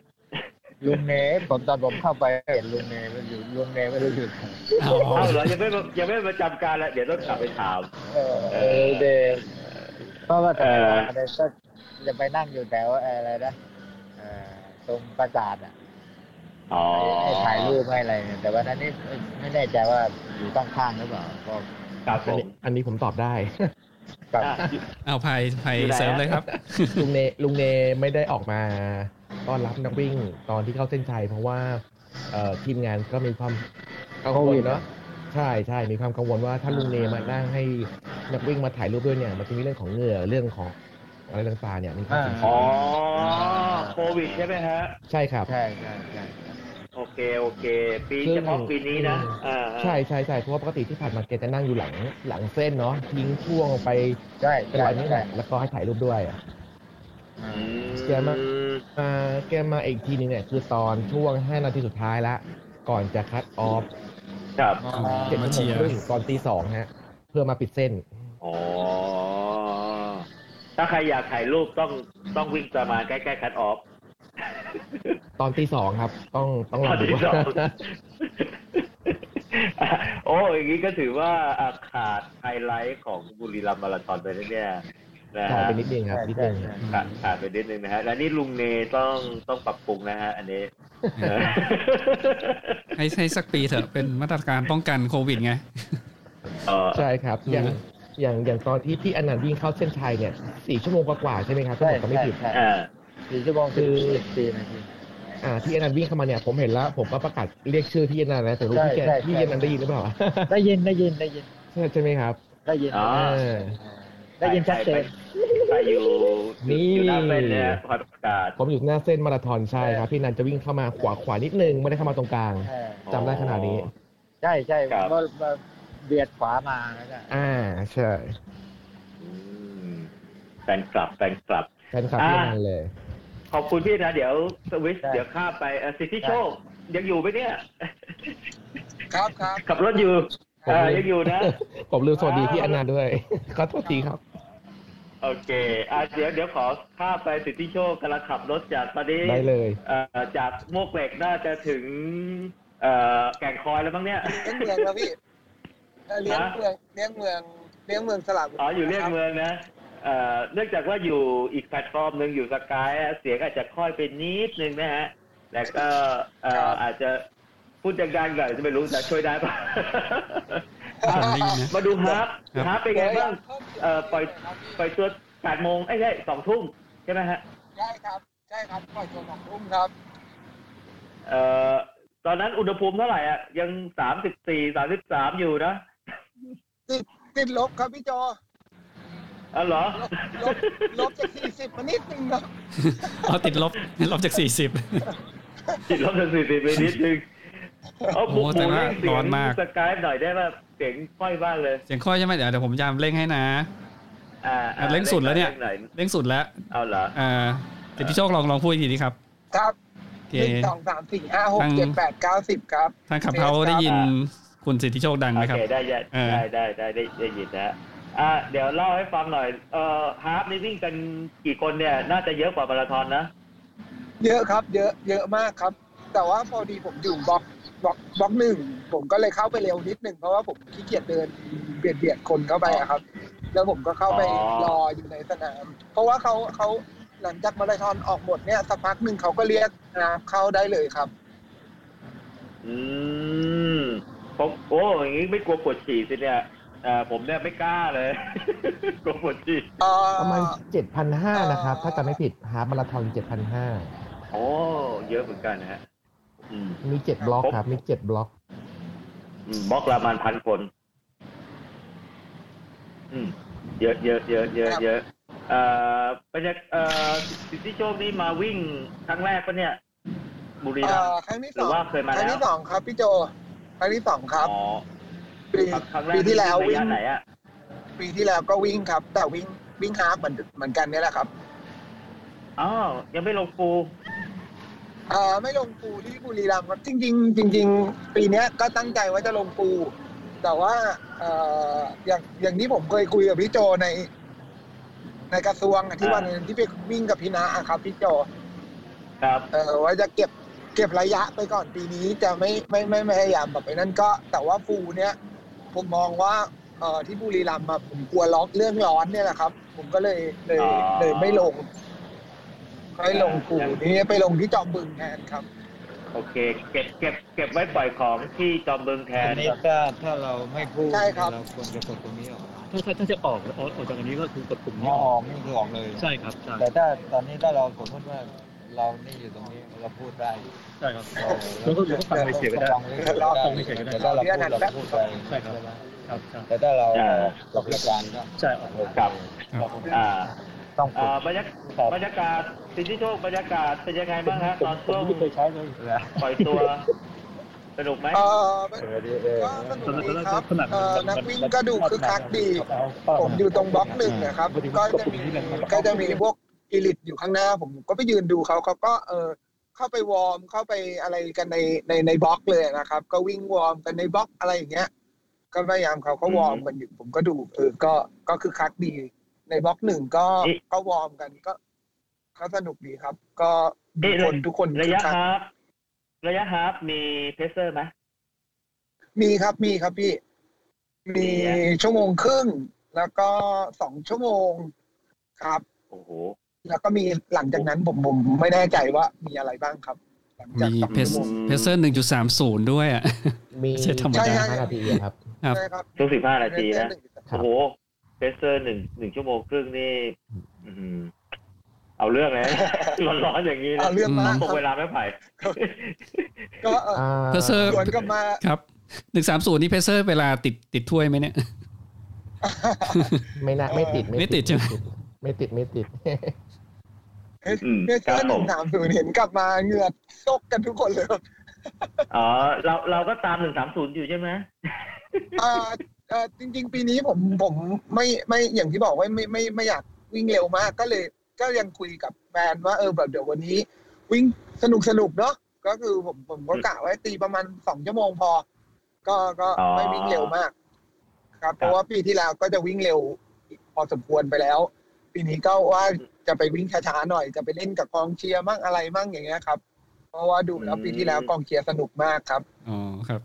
ลุงเนผมตอนผมเข้าไปเห็นลุงเนมันอยู่ลุงเนไม่รู้อยู่ไหน เอา เอ้าเหรอยังไม่มายังไม่ประจำการแล้วเดี๋ยวต้องกลับไปถาม เออเออเดเพราะว่าแต่ เออ อะไรก็จะไปนั่งอยู่แถวอะไรนะเอ่อตรงปราสาทอ่ะ อ๋อ ให้ถ่ายรูปให้อะไรเนี่ยแต่ว่านั้นนี่ไม่แน่ใจว่าอยู่ข้างๆหรือเปล่าก็ ครับผมอันนี้อันนี้ผมตอบได้ กลับ อ่ะ เอาภัยภัย อยู่ไหนอะ เสริมเลยครับ ลุงเนลุงเนไม่ได้ออกมาต้อนรับนักวิ่งตอนที่เข้าเส้นชัยเพราะว่าเอ่อทีมงานก็มีความกังวลเนาะใช่ใช่มีความกังวลว่าถ้าลุงเนมานั่งให้นักวิ่งมาถ่ายรูปด้วยเนี่ยมันจะมีเรื่องของเหงื่อเรื่องของอะไรต่างๆเนี่ยมีความเสี่ยง อ๋อโควิดใช่ไหมฮะ ใช่ครับ ใช่ใช่ใช่ โอเคโอเค ปีเฉพาะปีนี้นะอ่า ใช่ใช่ใช่เพราะว่าปกติที่ผ่านมาแกจะนั่งอยู่หลังหลังเส้นเนาะทิ้งช่วงไป ใช่ เป็น ใช่ ร้อยเมตร ใช่ อะแล้วก็ให้ถ่ายรูปด้วยอะ อื อื ม ม เสียมาก มาแกมาอีกทีหนึงเนี่ยคือตอนช่วง 5 นาทีสุดท้ายละ ก่อนจะคัดออฟ ครับ อ๋อ เจ็ด มาเชี โมยงร์ ครึ่งตอนตีสองฮะ เพื่อมาปิดเส้น อ๋อถ้าใครอยากถ่ายรูปต้องต้องวิ่งประมาณใกล้ๆคัดออฟ ตอนตีสองครับ ต้องต้องร ต อ อน ดู ที่ ว่า สอง โอ้อย่างนี้ก็ถือว่าอ่ะขาดไฮไลท์ของบุรีรัมย์มาราธอนไปนะเนี่ยนะ ต่อ ฮะ ไปนิดนึงครับ นิดนึง ขาดขาดไปนิดนึงนะฮะ และนี่ลุงเนต้องต้องปรับปรุงนะฮะ อันนี้ ให้ให้สักปีเถอะเป็นมาตรการป้องกันโควิดไง เออ ใช่ครับ อย่างอย่างอย่างตอนที่พี่อนันต์วิ่งเข้าเส้นชัยเนี่ยสี่ชั่วโมงกว่าๆใช่ไหมครับถ้า ใช่ ผมจำไม่ ใช่ ผิด ใช่ อ่า สี่ชั่วโมง คื คือ อ สี่นาที อ่าที่อนันต์วิ่งเข้ามาเนี่ยผมเห็นแล้ว ผมก็ประกาศเรียกชื่อพี่อนันต์แล้วแต่รู้พี่แก ใช่ใช่ พี่อนันต์ได้ยินหรือเปล่า ได้ยินได้ยินได้ยิน ใช่ใช่ไหมครับ ได้ยิน อ๋อ เออ ได้ยินชัดเจน ไปอยู่ นี่ อยู่หน้าเป็นเนี่ยพอประกาศ ผมอยู่หน้าเส้นมาราธอนใช่ครับ พี่นันจะวิ่งเข้ามาขวาขวานิดนึงไม่ได้เข้ามาตรงกลาง เออ จำได้ขนาดนี้ ใช่ใช่ ครับ ว่าว่าเบียดขวามาแล้วก็ อ่าใช่ อืมแฟนคลับแฟนคลับ แฟนคลับ อ่า พี่นันเลย ขอบคุณพี่นะ เดี๋ยวสวิตชเดี๋ยวข้ามไปเอ่อสิทธิโชคยังอยู่ไหมเนี่ย ครับครับ ขับรถอยู่ ผม เอ่อยังอยู่ นะ ผมลืมสวัสดีพี่อนันต์ด้วย ขอโทษทีครับ โอเคอ่ะเดี๋ยวเดี๋ยวขอข้ามไปสิทธิโชคกำลังขับรถจากตอนนี้ ได้เลย เอ่อจากมวกเหล็กน่าจะถึงเอ่อแก่งคอยแล้วบ้างเนี่ย เลี้ยงเมืองครับพี่เอ่อเลี้ยงเมืองเลี้ยงเมืองเลี้ยงเมืองสลับ อ๋ออยู่เรียกเมืองนะเอ่อเนื่องจากว่าอยู่อีกแพลตฟอร์มหนึ่งอยู่สกายอ่ะเสียงอาจจะค่อยไปนิดนึงนะฮะแต่ก็เอ่ออาจจะพูดดังๆหน่อยจะไม่รู้แต่ช่วยได้ปะ อ่ะ ผมได้ยินนะ มาดูฮาร์ปฮาร์ปเป็นไงบ้าง เอ่อปล่อย ครับพี่ ไปตัวแปดโมงไอ้ยใช่สองทุ่มใช่ไหมฮะ ใช่ครับใช่ครับปล่อยตัวของทุ่ม ครับ เอ่อตอนนั้นอุณหภูมิเท่าไหร่อ่ะ ยังสามสิบสี่สามสิบสามอยู่นะ ติดลบครับพี่จอ อ๋อเหรอ ลบลบลบจากสี่สิบมานิดนึงเนาะ เอาติดลบลบจาก 40 จิตลบถึงสี่สิบไปนิดนึงเอาหมู โอ้ ห แต่ มู ว่า เล่นเสี ร้ ย อง นมาก สกายหน่อยได้ป่ะเสียงค่อยบ้างเลย เสียงค่อยใช่ไหมเดี๋ยวเดี๋ยวผมจำเร่งให้นะ อ่าอ่า เร่งสุดแล้วเนี่ย หอ เร่งสุดแล้ว เอาเหรอ อ่าสิทธิโชคลองลองพูดอีกทีดีครับ ครับ โอ ห เค นึ่งสองสามสี่ห้าหก ตั้ง เจ็ดแปดเก้าสิบครับ ทางขับเขาได้ยินคุณสิทธิโชคดังไหม โอ ครับ เคได้ได้ เออ ได้ได้ได้ได้ได้ยินนะอ่ะ อ่าเดี๋ยวเล่าให้ฟังหน่อย เอ่อฮาร์ปนี่วิ่งกันกี่คนเนี่ย น่าจะเยอะกว่ามาราธอนนะ เยอะครับ เยอะเยอะมากครับ แต่ว่าพอดีผมอยู่บล็อกบล็อกบล็อกหนึ่งผมก็เลยเข้าไปเร็วนิดหนึ่งเพราะว่าผมขี้เกียจเดินเบียดเบียดคนเข้าไปอะครับ แล้วผมก็เข้าไป อ๋อ รออยู่ในสนาม เพราะว่าเขาเขาหลังจากมาราธอนออกหมดเนี่ยสักพักหนึ่งเขาก็เรียกอ่าเข้าได้เลยครับ อืมผมโอ้อย่างงี้ไม่กลัวปวดฉี่สิเนี่ยเอ่อผมเนี่ยไม่กล้าเลย กลัวปวดฉี่ เอ่อ ประมาณเจ็ดพันห้านะครับ เอ่อ ถ้าจำไม่ผิดฮาล์ฟมาราธอนเจ็ดพันห้า โอ้เยอะเหมือนกันนะฮะอืม มีเจ็ดบล็อก ผม ครับ มีเจ็ดบล็อก อืมบล็อกละประมาณพันคน อืม เยอะเยอะเยอะเยอะเยอะเอ่อบรรยากเอ่อสิทธิโชคนี่มาวิ่งครั้งแรกปะเนี่ย บุรีเอ่รัม อ ย์ ครั้งที่ ห ส รือ องว่าเคยมา ครั้ง แล้ ที่ ว สองครับพี่โจ ครั้งที่สองครับ อ๋อ ปี ครับครั้งแรก ปีที่แล้ว วิ่ วิ่ ง ง ระยะไหนอะ ปีที่แล้วก็วิ่งครับ แต่วิ่งวิ่งฮาร์ฟเหมือนเหมือนกันเนี่ยแหละครับ อ๋อยังไม่ลงฟูล เอ่อไม่ลงปูที่บุรีรัมย์ครับจริง ๆ จริง ๆ ปีเนี้ยก็ตั้งใจว่าจะลงปู แต่ว่าเอ่ออย่างอย่างที่ผมเคยคุยกับพี่โจใน ในกระทรวงอะที่วันนั้นที่ไปวิ่งกับพี่นาอะครับพี่โจ ครับ เอ่อว่าจะเก็บเก็บระยะไปก่อนปีนี้จะไม่ไม่ไม่ไม่พยายามแบบไปนั่นก็ แต่ว่าฟูเนี้ยผมมองว่าเอ่อที่บุรีรัมย์อะผมกลัวล็อกเรื่องร้อนเนี่ยแหละครับ ผมก็เลยเลยเลยไม่ลงไม่ลงปูนี่ไปลงที่จอมบึงแทนครับ โอเค เก็บเก็บเก็บไว้ปล่อยของที่จอมเบิงแท อั น นนี้ก็ถ้าเราไม่พูด ใช่ครับ เราควรจะกดตรงนี้ออก ถ้าถ้าถ้าจะออกออกออกจากอันนี้ก็คือกดปุ่ม พ นี้อออ อก อกนี่คือออกเลย ใช่ครับใช่ แต่ถ้าตอนนี้ถ้าเราสมมติว่าเรานี่อยู่ตรงนี้เราพูดได้ ใช่ครับ แล้วก็แล้วก็ฟังไปเฉยก็ได้ เรา ฟังไปเฉยก็ได้ แต่ถ้าเราพูดเราพูดไป ใช่ครับครับครับ แต่ถ้าเรา เออ หลอกหลักการก็ ใช่ออก ครับอ่า ต้อง เอ่ ฝึก อบรรยาก ครับ บรรยากาศสิทธิโชคบรรยากาศเป็นยังไงบ้างฮะตอนช่วง ผมไม่เคยใช้เลย ปล่อยตัว สนุกไหม เอ่อ เออดีเออ ก็สนุกดีครับเอ่อนักวิ่งก็ดูคึกคักดี ผมอยู่ตรงบล็อกหนึ่งนะครับ ก็จะมีก็จะมีพวกอีลิตอยู่ข้างหน้า ผมก็ไปยืนดูเขาเขาก็เออเข้าไปวอร์มเข้าไปอะไรกันในในในบล็อกเลยนะครับ ก็วิ่งวอร์มกันในบล็อกอะไรอย่างเงี้ย ก็พยายามเขาเขาวอร์มกันอยู่ผมก็ดู เออ ก็ก็คึกคักดี ในบล็อกหนึ่งก็ก็วอร์มกันก็ก็สนุกดีครับ ก็ดูคนทุกคน ระ คึ ยะ กคัก ฮาล์ฟระยะฮาล์ฟมีเพรสเซอร์ไหม มีครับมีครับพี่ มีชั่วโมงครึ่งแล้วก็สองชั่วโมงครับ โอ้โห แล้วก็มีหลังจากนั้นผมผมผมไม่แน่ใจว่ามีอะไรบ้างครับ หลังจาก มี สอง เพ ชั่วโมง เพเซอร์หนึ่งจุดสามศูนย์ด้วยอ่ะ มี ใช่ธรรมดา เจ็ดพันห้านาทีอะครับ ครับ ใช่ครับ ช่วงสิบห้านาทีนะ ครับ โอ้โหเพรสเซอร์หนึ่งหนึ่งชั่วโมงครึ่งนี่ อื้อหือเอาเรื่องเลย ร้อนๆอย่างนี้นะ เอาเรื่องมาก ตคกรับ เวลาไม่ไผ่ ก็เออ อ่า เพเซอร์ สวนกลับมา ครับหนึ่งสามศูนย์นี่เพเซอร์เวลาติดติดถ้วยไหมเนี่ย ไม่น่าไม่ติด ไม่ติดใช่ไหม ไม่ติดไม่ติด อืม เพื่อน ครั เพื่ บ อนหนึ่งผมสามศูนย์เห็นกลับมาเหงื่อซกกันทุกคนเลยครับ อ๋อ เราเราก็ตามหนึ่งสามศูนย์อยู่ใช่ไหม อ่าเอ่อจริง ๆ ปีนี้ผมผมไม่ไม่อย่างที่บอกว่าไม่ไม่ไม่อยากวิ่งเร็วมาก ก็เลยก็ยังคุยกับแฟนว่าเออแบบเดี๋ยววันนี้ วิ่งสนุกสนุกเนาะก็คือผมผมก็กะไว้ตีประมาณสองชั่วโมงพอ ก็ก็ อ๋อ ไม่วิ่งเร็วมาก ครับ เพราะว่าปีที่แล้วก็จะวิ่งเร็วพอสมควรไปแล้ว ปีนี้ก็ว่าจะไปวิ่งช้าๆหน่อย จะไปเล่นกับกองเชียร์มั่งอะไรมั่งอย่างเงี้ยครับ เพราะว่าดูแล้วปีที่แล้วกองเชียร์สนุกมากครับ อ๋อครับ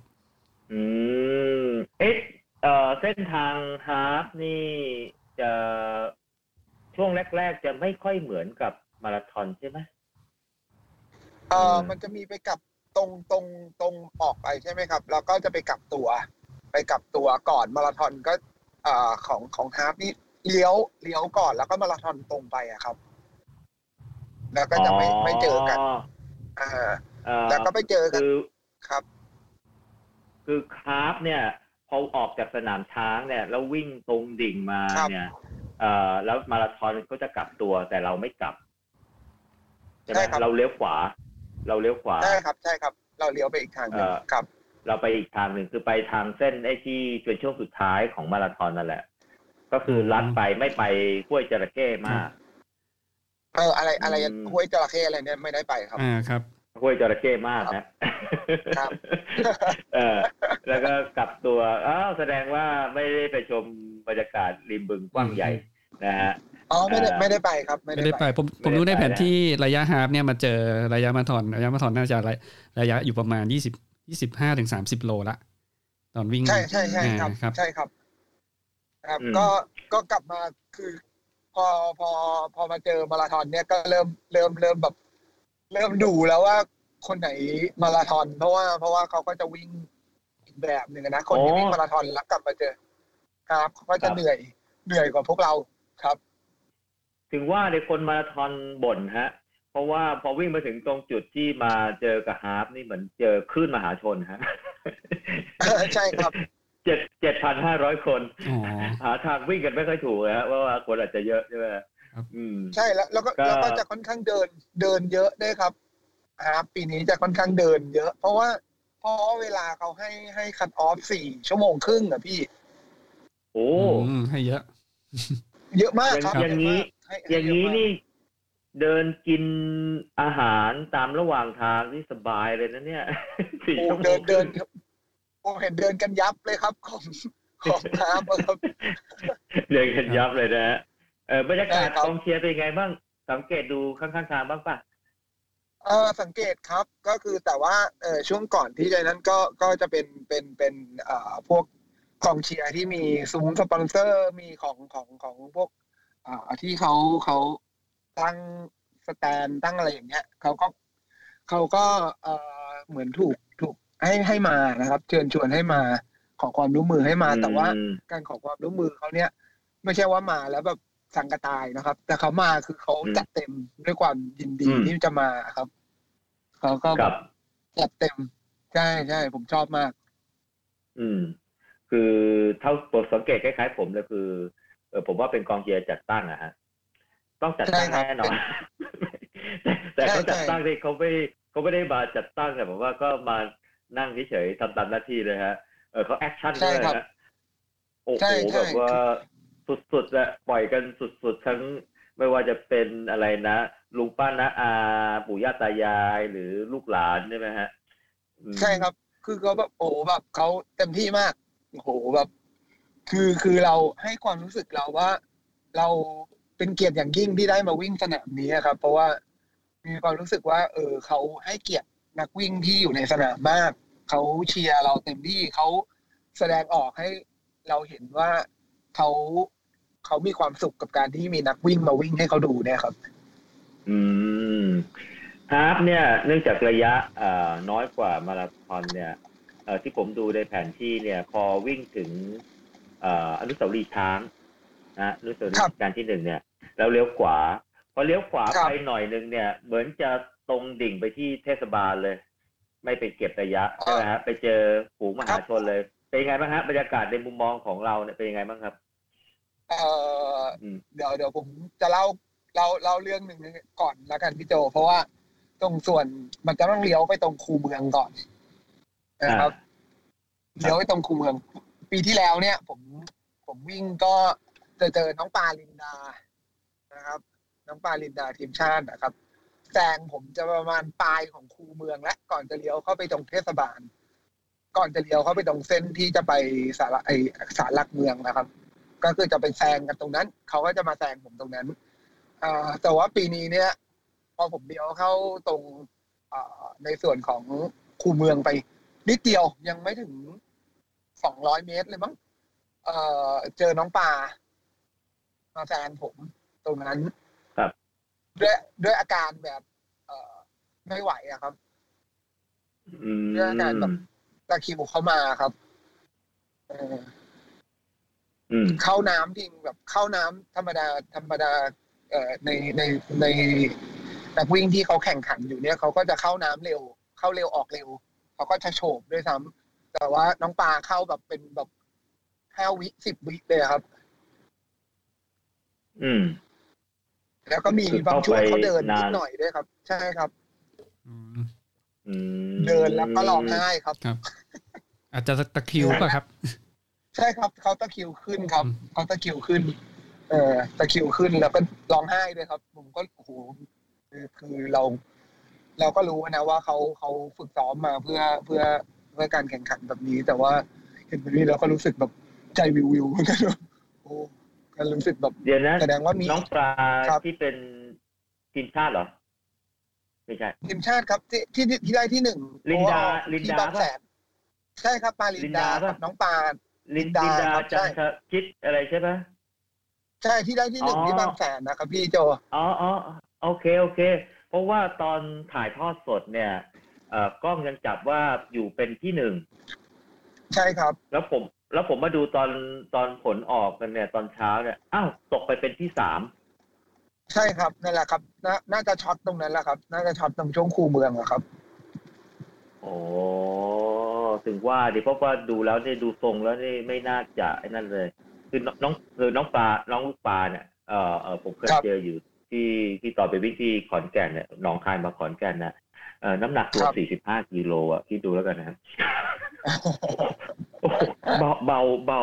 อืม เอ๊ะเอ่อเส้นทางฮาล์ฟนี่จะช่วงแรก ๆ จะไม่ค่อยเหมือนกับมาราธอนใช่ไหม เออ อืม มันจะมีไปกลับตรงตรงตรงออกไปใช่ไหมครับ แล้วก็จะไปกลับตัว ไปกลับตัวก่อนมาราธอนก็เอ่อของของฮาร์ฟนี่เลี้ยวเลี้ยวก่อนแล้วก็มาราธอนตรงไปอะครับ แล้วก็จะไม่ไม่เจอกันอ่า เอ่อ แล้วก็ไปเจอกัน คือ ครับ คือคาร์ฟเนี่ย พอออกจากสนามช้างเนี่ย แล้ววิ่งตรงดิ่งมา ครับ เนี่ยเอ่อแล้วมาราธอนก็จะกลับตัวแต่เราไม่กลับใช่ไหมเราเลี้ยวขวา เราเลี้ยวขวา ใช่ครับใช่ครับ เราเลี้ยวไปอีกทางหนึ่ง เอ่อ ครับ เราไปอีกทางหนึ่งคือไปทางเส้นไอ้ที่เป็นช่วงสุดท้ายของมาราธอนนั่นแหละ ก็คือลัดไปไม่ไปห้วยจระเข้มาก เอออะไรอะไร อืม ห้วยจระเข้อะไรเนี่ยไม่ได้ไปครับ อ่าครับ ห้วยจระเข้มากนะเออ แล้วก็กลับตัวอ้าวแสดงว่าไม่ได้ไปชมบรรยากาศริมบึงกว้างใหญ่นะฮะ อ๋อไม่ได้ไม่ได้ไปครับ ไม่ได้ไปผมผมรู้ในแผนที่ระยะฮาร์ฟเนี่ยมาเจอระยะมาทอนระยะมาทอนน่าจะระระยะอยู่ประมาณยี่สิบยี่สิบห้าถึงสามสิบโลละตอนวิ่ง ใช่ใช่ใช่ครับ อ่าครับ ใช่ครับ ครับ อืม ก็ก็กลับมาคือพอพอพอมาเจอมาราธอนเนี่ยก็เริ่มเริ่มเริ่มแบบ เริ่มดูแล้วว่าคนไหนมาราธอน เพราะว่าเพราะว่าเขาก็จะวิ่งอีกแบบหนึ่งอะนะคนที่ อ๋อ วิ่งมาราธอนแล้วกลับมาเจอ ครับเขาก็จะเหนื่อยเหนื่อยกว่าพวกเราครับ ถึงว่าในคนมาราธอนบ่นฮะ เพราะว่าพอวิ่งมาถึงตรงจุดที่มาเจอกับฮาร์ฟนี่เหมือนเจอคลื่นมหาชนฮะ ใช่ครับ เจ็ดเจ็ดพันห้าร้อยคน อ๋อ หาทางวิ่งกันไม่ค่อยถูกฮะเพราะว่าคนอาจจะเยอะใช่ไหมอืม ใช่แล้วแล้วก็ ก็ แล้วก็จะค่อนข้างเดินเดินเยอะด้วยครับฮาร์ปปีนี้จะค่อนข้างเดินเยอะ เพราะว่าเพราะเวลาเขาให้ให้คัตออฟสี่ชั่วโมงครึ่งอะพี่ โอ้ อืมให้เยอะ เยอะมากครับ อย่างนี้ ให้ให้ อย่างนี้นี่เดินกินอาหารตามระหว่างทางนี่สบายเลยนะเนี่ย สี่ โอ้ ชั่วโม เดิ ง นเดินผมเห็นเดินกันยับเลยครับ ของของฮาร์ปอะครับ เดินกันยับเลยนะฮะเออบรรยากาศ ใช่ครับ กองเชียร์เป็นไงบ้าง สังเกตดูข้างๆทางบ้างป่ะ เออสังเกตครับก็คือแต่ว่าเออช่วงก่อนที่จะนั้นก็ก็จะเป็นเป็นเป็นเอ่อพวกกองเชียร์ที่มีซุ้มสปอนเซอร์มีของของของพวกอ่าที่เขาเขาตั้งสแตนตั้งอะไรอย่างเงี้ยเขาก็เขาก็เออเหมือนถูกถูกให้ให้มานะครับ เชิญชวนให้มาขอความร่วมมือให้มา อืม แต่ว่าการขอความร่วมมือเขาเนี้ยไม่ใช่ว่ามาแล้วแบบสังกะตายนะครับ แต่เขามาคือเขาจัดเต็มด้วยความยินดีที่จะมาครับ เขาก็ กับ จัดเต็ม ใช่ใช่ผมชอบมาก อืม คือเท่าผมสังเกตคล้ายๆ ผมเลยคือเออผมว่าเป็นกองเชียร์จัดตั้งอะฮะต้องจัดตั้ง ใช่ครับ แน่นอน แต่ ใช่แต่เขาจัด ใช่ ตั้งที่เขาไม่เขาไม่ได้มาจัดตั้งแต่ผมว่าก็มานั่งเฉยๆทำตามหน้าที่เลยฮะเออเขาแอคชั่น ใช่ ด้วย ครับ ฮะโอ้โห ใช่ใช่ แบบว่าสุดๆอะปล่อยกันสุดๆ ทั้งไม่ว่าจะเป็นอะไรนะลุงป้านะอาปู่ย่าตายายหรือลูกหลานใช่ไหมฮะอืม ใช่ครับ คือเขาแบบโอ้โหแบบเขาเต็มที่มากโอ้โหแบบ คือคือเราให้ความรู้สึกเราว่า เราเป็นเกียรติอย่างยิ่งที่ได้มาวิ่งสนามนี้ครับ เพราะว่ามีความรู้สึกว่า เออเขาให้เกียรตินักวิ่งที่อยู่ในสนามมากเขาเชียร์เราเต็มที่เขาแสดงออกให้เราเห็นว่าเขาเขามีความสุขกับการที่มีนักวิ่งมาวิ่งให้เขาดูเนี่ยครับ อืมฮาล์ฟเนี่ย เนื่องจากระยะเอ่อน้อยกว่ามาราธอนเนี่ยเอ่อที่ผมดูในแผนที่เนี่ย พอวิ่งถึงเอ่ออนุสาวรีย์ช้างนะอนุสาวรีย์รัชการที่หนึ่งเนี่ยแล้วเลี้ยวขวา พอเลี้ยวขวา ครับ ไปหน่อยหนึงเนี่ย เหมือนจะตรงดิ่งไปที่เทศบาลเลย ไม่ไปเก็บระยะใช่ไหมฮะไปเจอฝูงมหาชนเลย เป็นยังไงบ้างฮะบรรยากาศในมุมมองของเราเนี่ยเป็นยังไงบ้างครับ เอ่ออ ม เดี๋ยวเดี๋ยวผมจะเล่าเล่าเล่าเรื่องหนึ่งก่อนละกันพี่โจ เพราะว่าตรงส่วนมันจะต้องเลี้ยวไปตรงคูเมืองก่อนนะครับเลี้ยวไปตรงคูเมือง ปีที่แล้วเนี่ย ผมผมวิ่งก็จะเจอน้องปาลินดานะครับ น้องปาลินดาทีมชาตินะครับแซงผมจะประมาณปลายของคูเมืองและก่อนจะเลี้ยวเข้าไปตรงเทศบาล ก่อนจะเลี้ยวเข้าไปตรงเส้นที่จะไปสารไอสารหลักเมืองนะครับ ก็คือจะไปแซงกันตรงนั้น เขาก็จะมาแซงผมตรงนั้นอ่าแต่ว่าปีนี้เนี่ย พอผมเลี้ยวเข้าตรงอ่าในส่วนของคูเมืองไป นิดเดียวยังไม่ถึงสองร้อยเมตรเลยมั้งเอ่อเจอน้องปลามาแซงผมตรงนั้น ครับ ด้วยด้วยอาการแบบ เอ่อไม่ไหวอะครับ อืม เรื่องการแบบ ตะคริวเข้ามาครับเออ อืม เข้าน้ำจริงแบบเข้าน้ำธรรมดาธรรมดาเอ่อในในในนักวิ่งที่เขาแข่งขันอยู่เนี่ยเขาก็จะเข้าน้ำเร็ว เข้าเร็วออกเร็วเขาก็จะโฉบด้วยซ้ำแต่ว่าน้องปลาเข้าแบบเป็นแบบห้าวิสิบวิเลยครับ อืม แล้วก็มี คือเข้า บางช่วง ไป เขาเดิน นาน นิดหน่อยด้วยครับ ใช่ครับ อืม เดินแล้วก็ร้องไห้ครับ ครับ อาจจะตะคริวป่ะครับ ใช่ครับเขาตะคริวขึ้นครับเขาตะคริวขึ้น เอ่อตะคริวขึ้นแล้วก็ร้องไห้ด้วยครับ ผมก็โอ้โหคือคือเรา เราก็รู้นะว่าเขาเขาฝึกซ้อมมาเพื่อเพื่อเพื่อการแข่งขันแบบนี้ แต่ว่าเห็นแบบนี้เราก็รู้สึกแบบใจวิววิวเหมือนกันว่าโอ้ก็รู้สึกแบบ เดี๋ยวนะ แสดงว่ามี น้องปลา ครับ ที่เป็นทีมชาติเหรอ ไม่ใช่ ทีมชาติครับที่ที่ที่ได้ที่หนึ่ง ลินดา เพระว่ ลินดา ที่บางแสนใช่ครับปาลิ ลิ น น ดา ดา ครับ ปะ น้องปา ลิน ลิ ดาน ดาครับ จัน ใช่ ทคิดอะไรใช่ปะ ใช่ที่ได้ที่หนึ่ง อ๋อ ที่บางแสนนะครับพี่โจ อ๋ออ๋อโอเคโอเค เพราะว่าตอนถ่ายทอดสดเนี่ยเอ่อกล้องยังจับว่าอยู่เป็นที่หนึ่ง ใช่ครับ แล้วผม แล้วผมมาดูตอนตอนผลออกกันเนี่ย ตอนเช้าเนี่ยอ้าวตกไปเป็นที่สาม ใช่ครับนั่นแหละครับน่าน่าจะช็อตตรงนั้นแหละครับ น่าจะช็อตตรงช่วงคูเมืองอะครับ โอ้ถึงว่าดิเพราะว่าดูแล้วเนี่ยดูทรงแล้วนี่ไม่น่าจะไอ้นั่นเลย คือน้องน้องคือน้องปลาน้องลูกปลาเนี่ยเออเออผมเคย ครับ เจออยู่ที่ที่ตอนไปวิ่งที่ขอนแก่นเนี่ยหนองคายมาขอนแก่นนะเออน้ำหนักตัว ครับ สี่สิบห้ากิโลอ่ะที่ดูแล้วกัน นะครับ โอ้โหเบาเบาเบา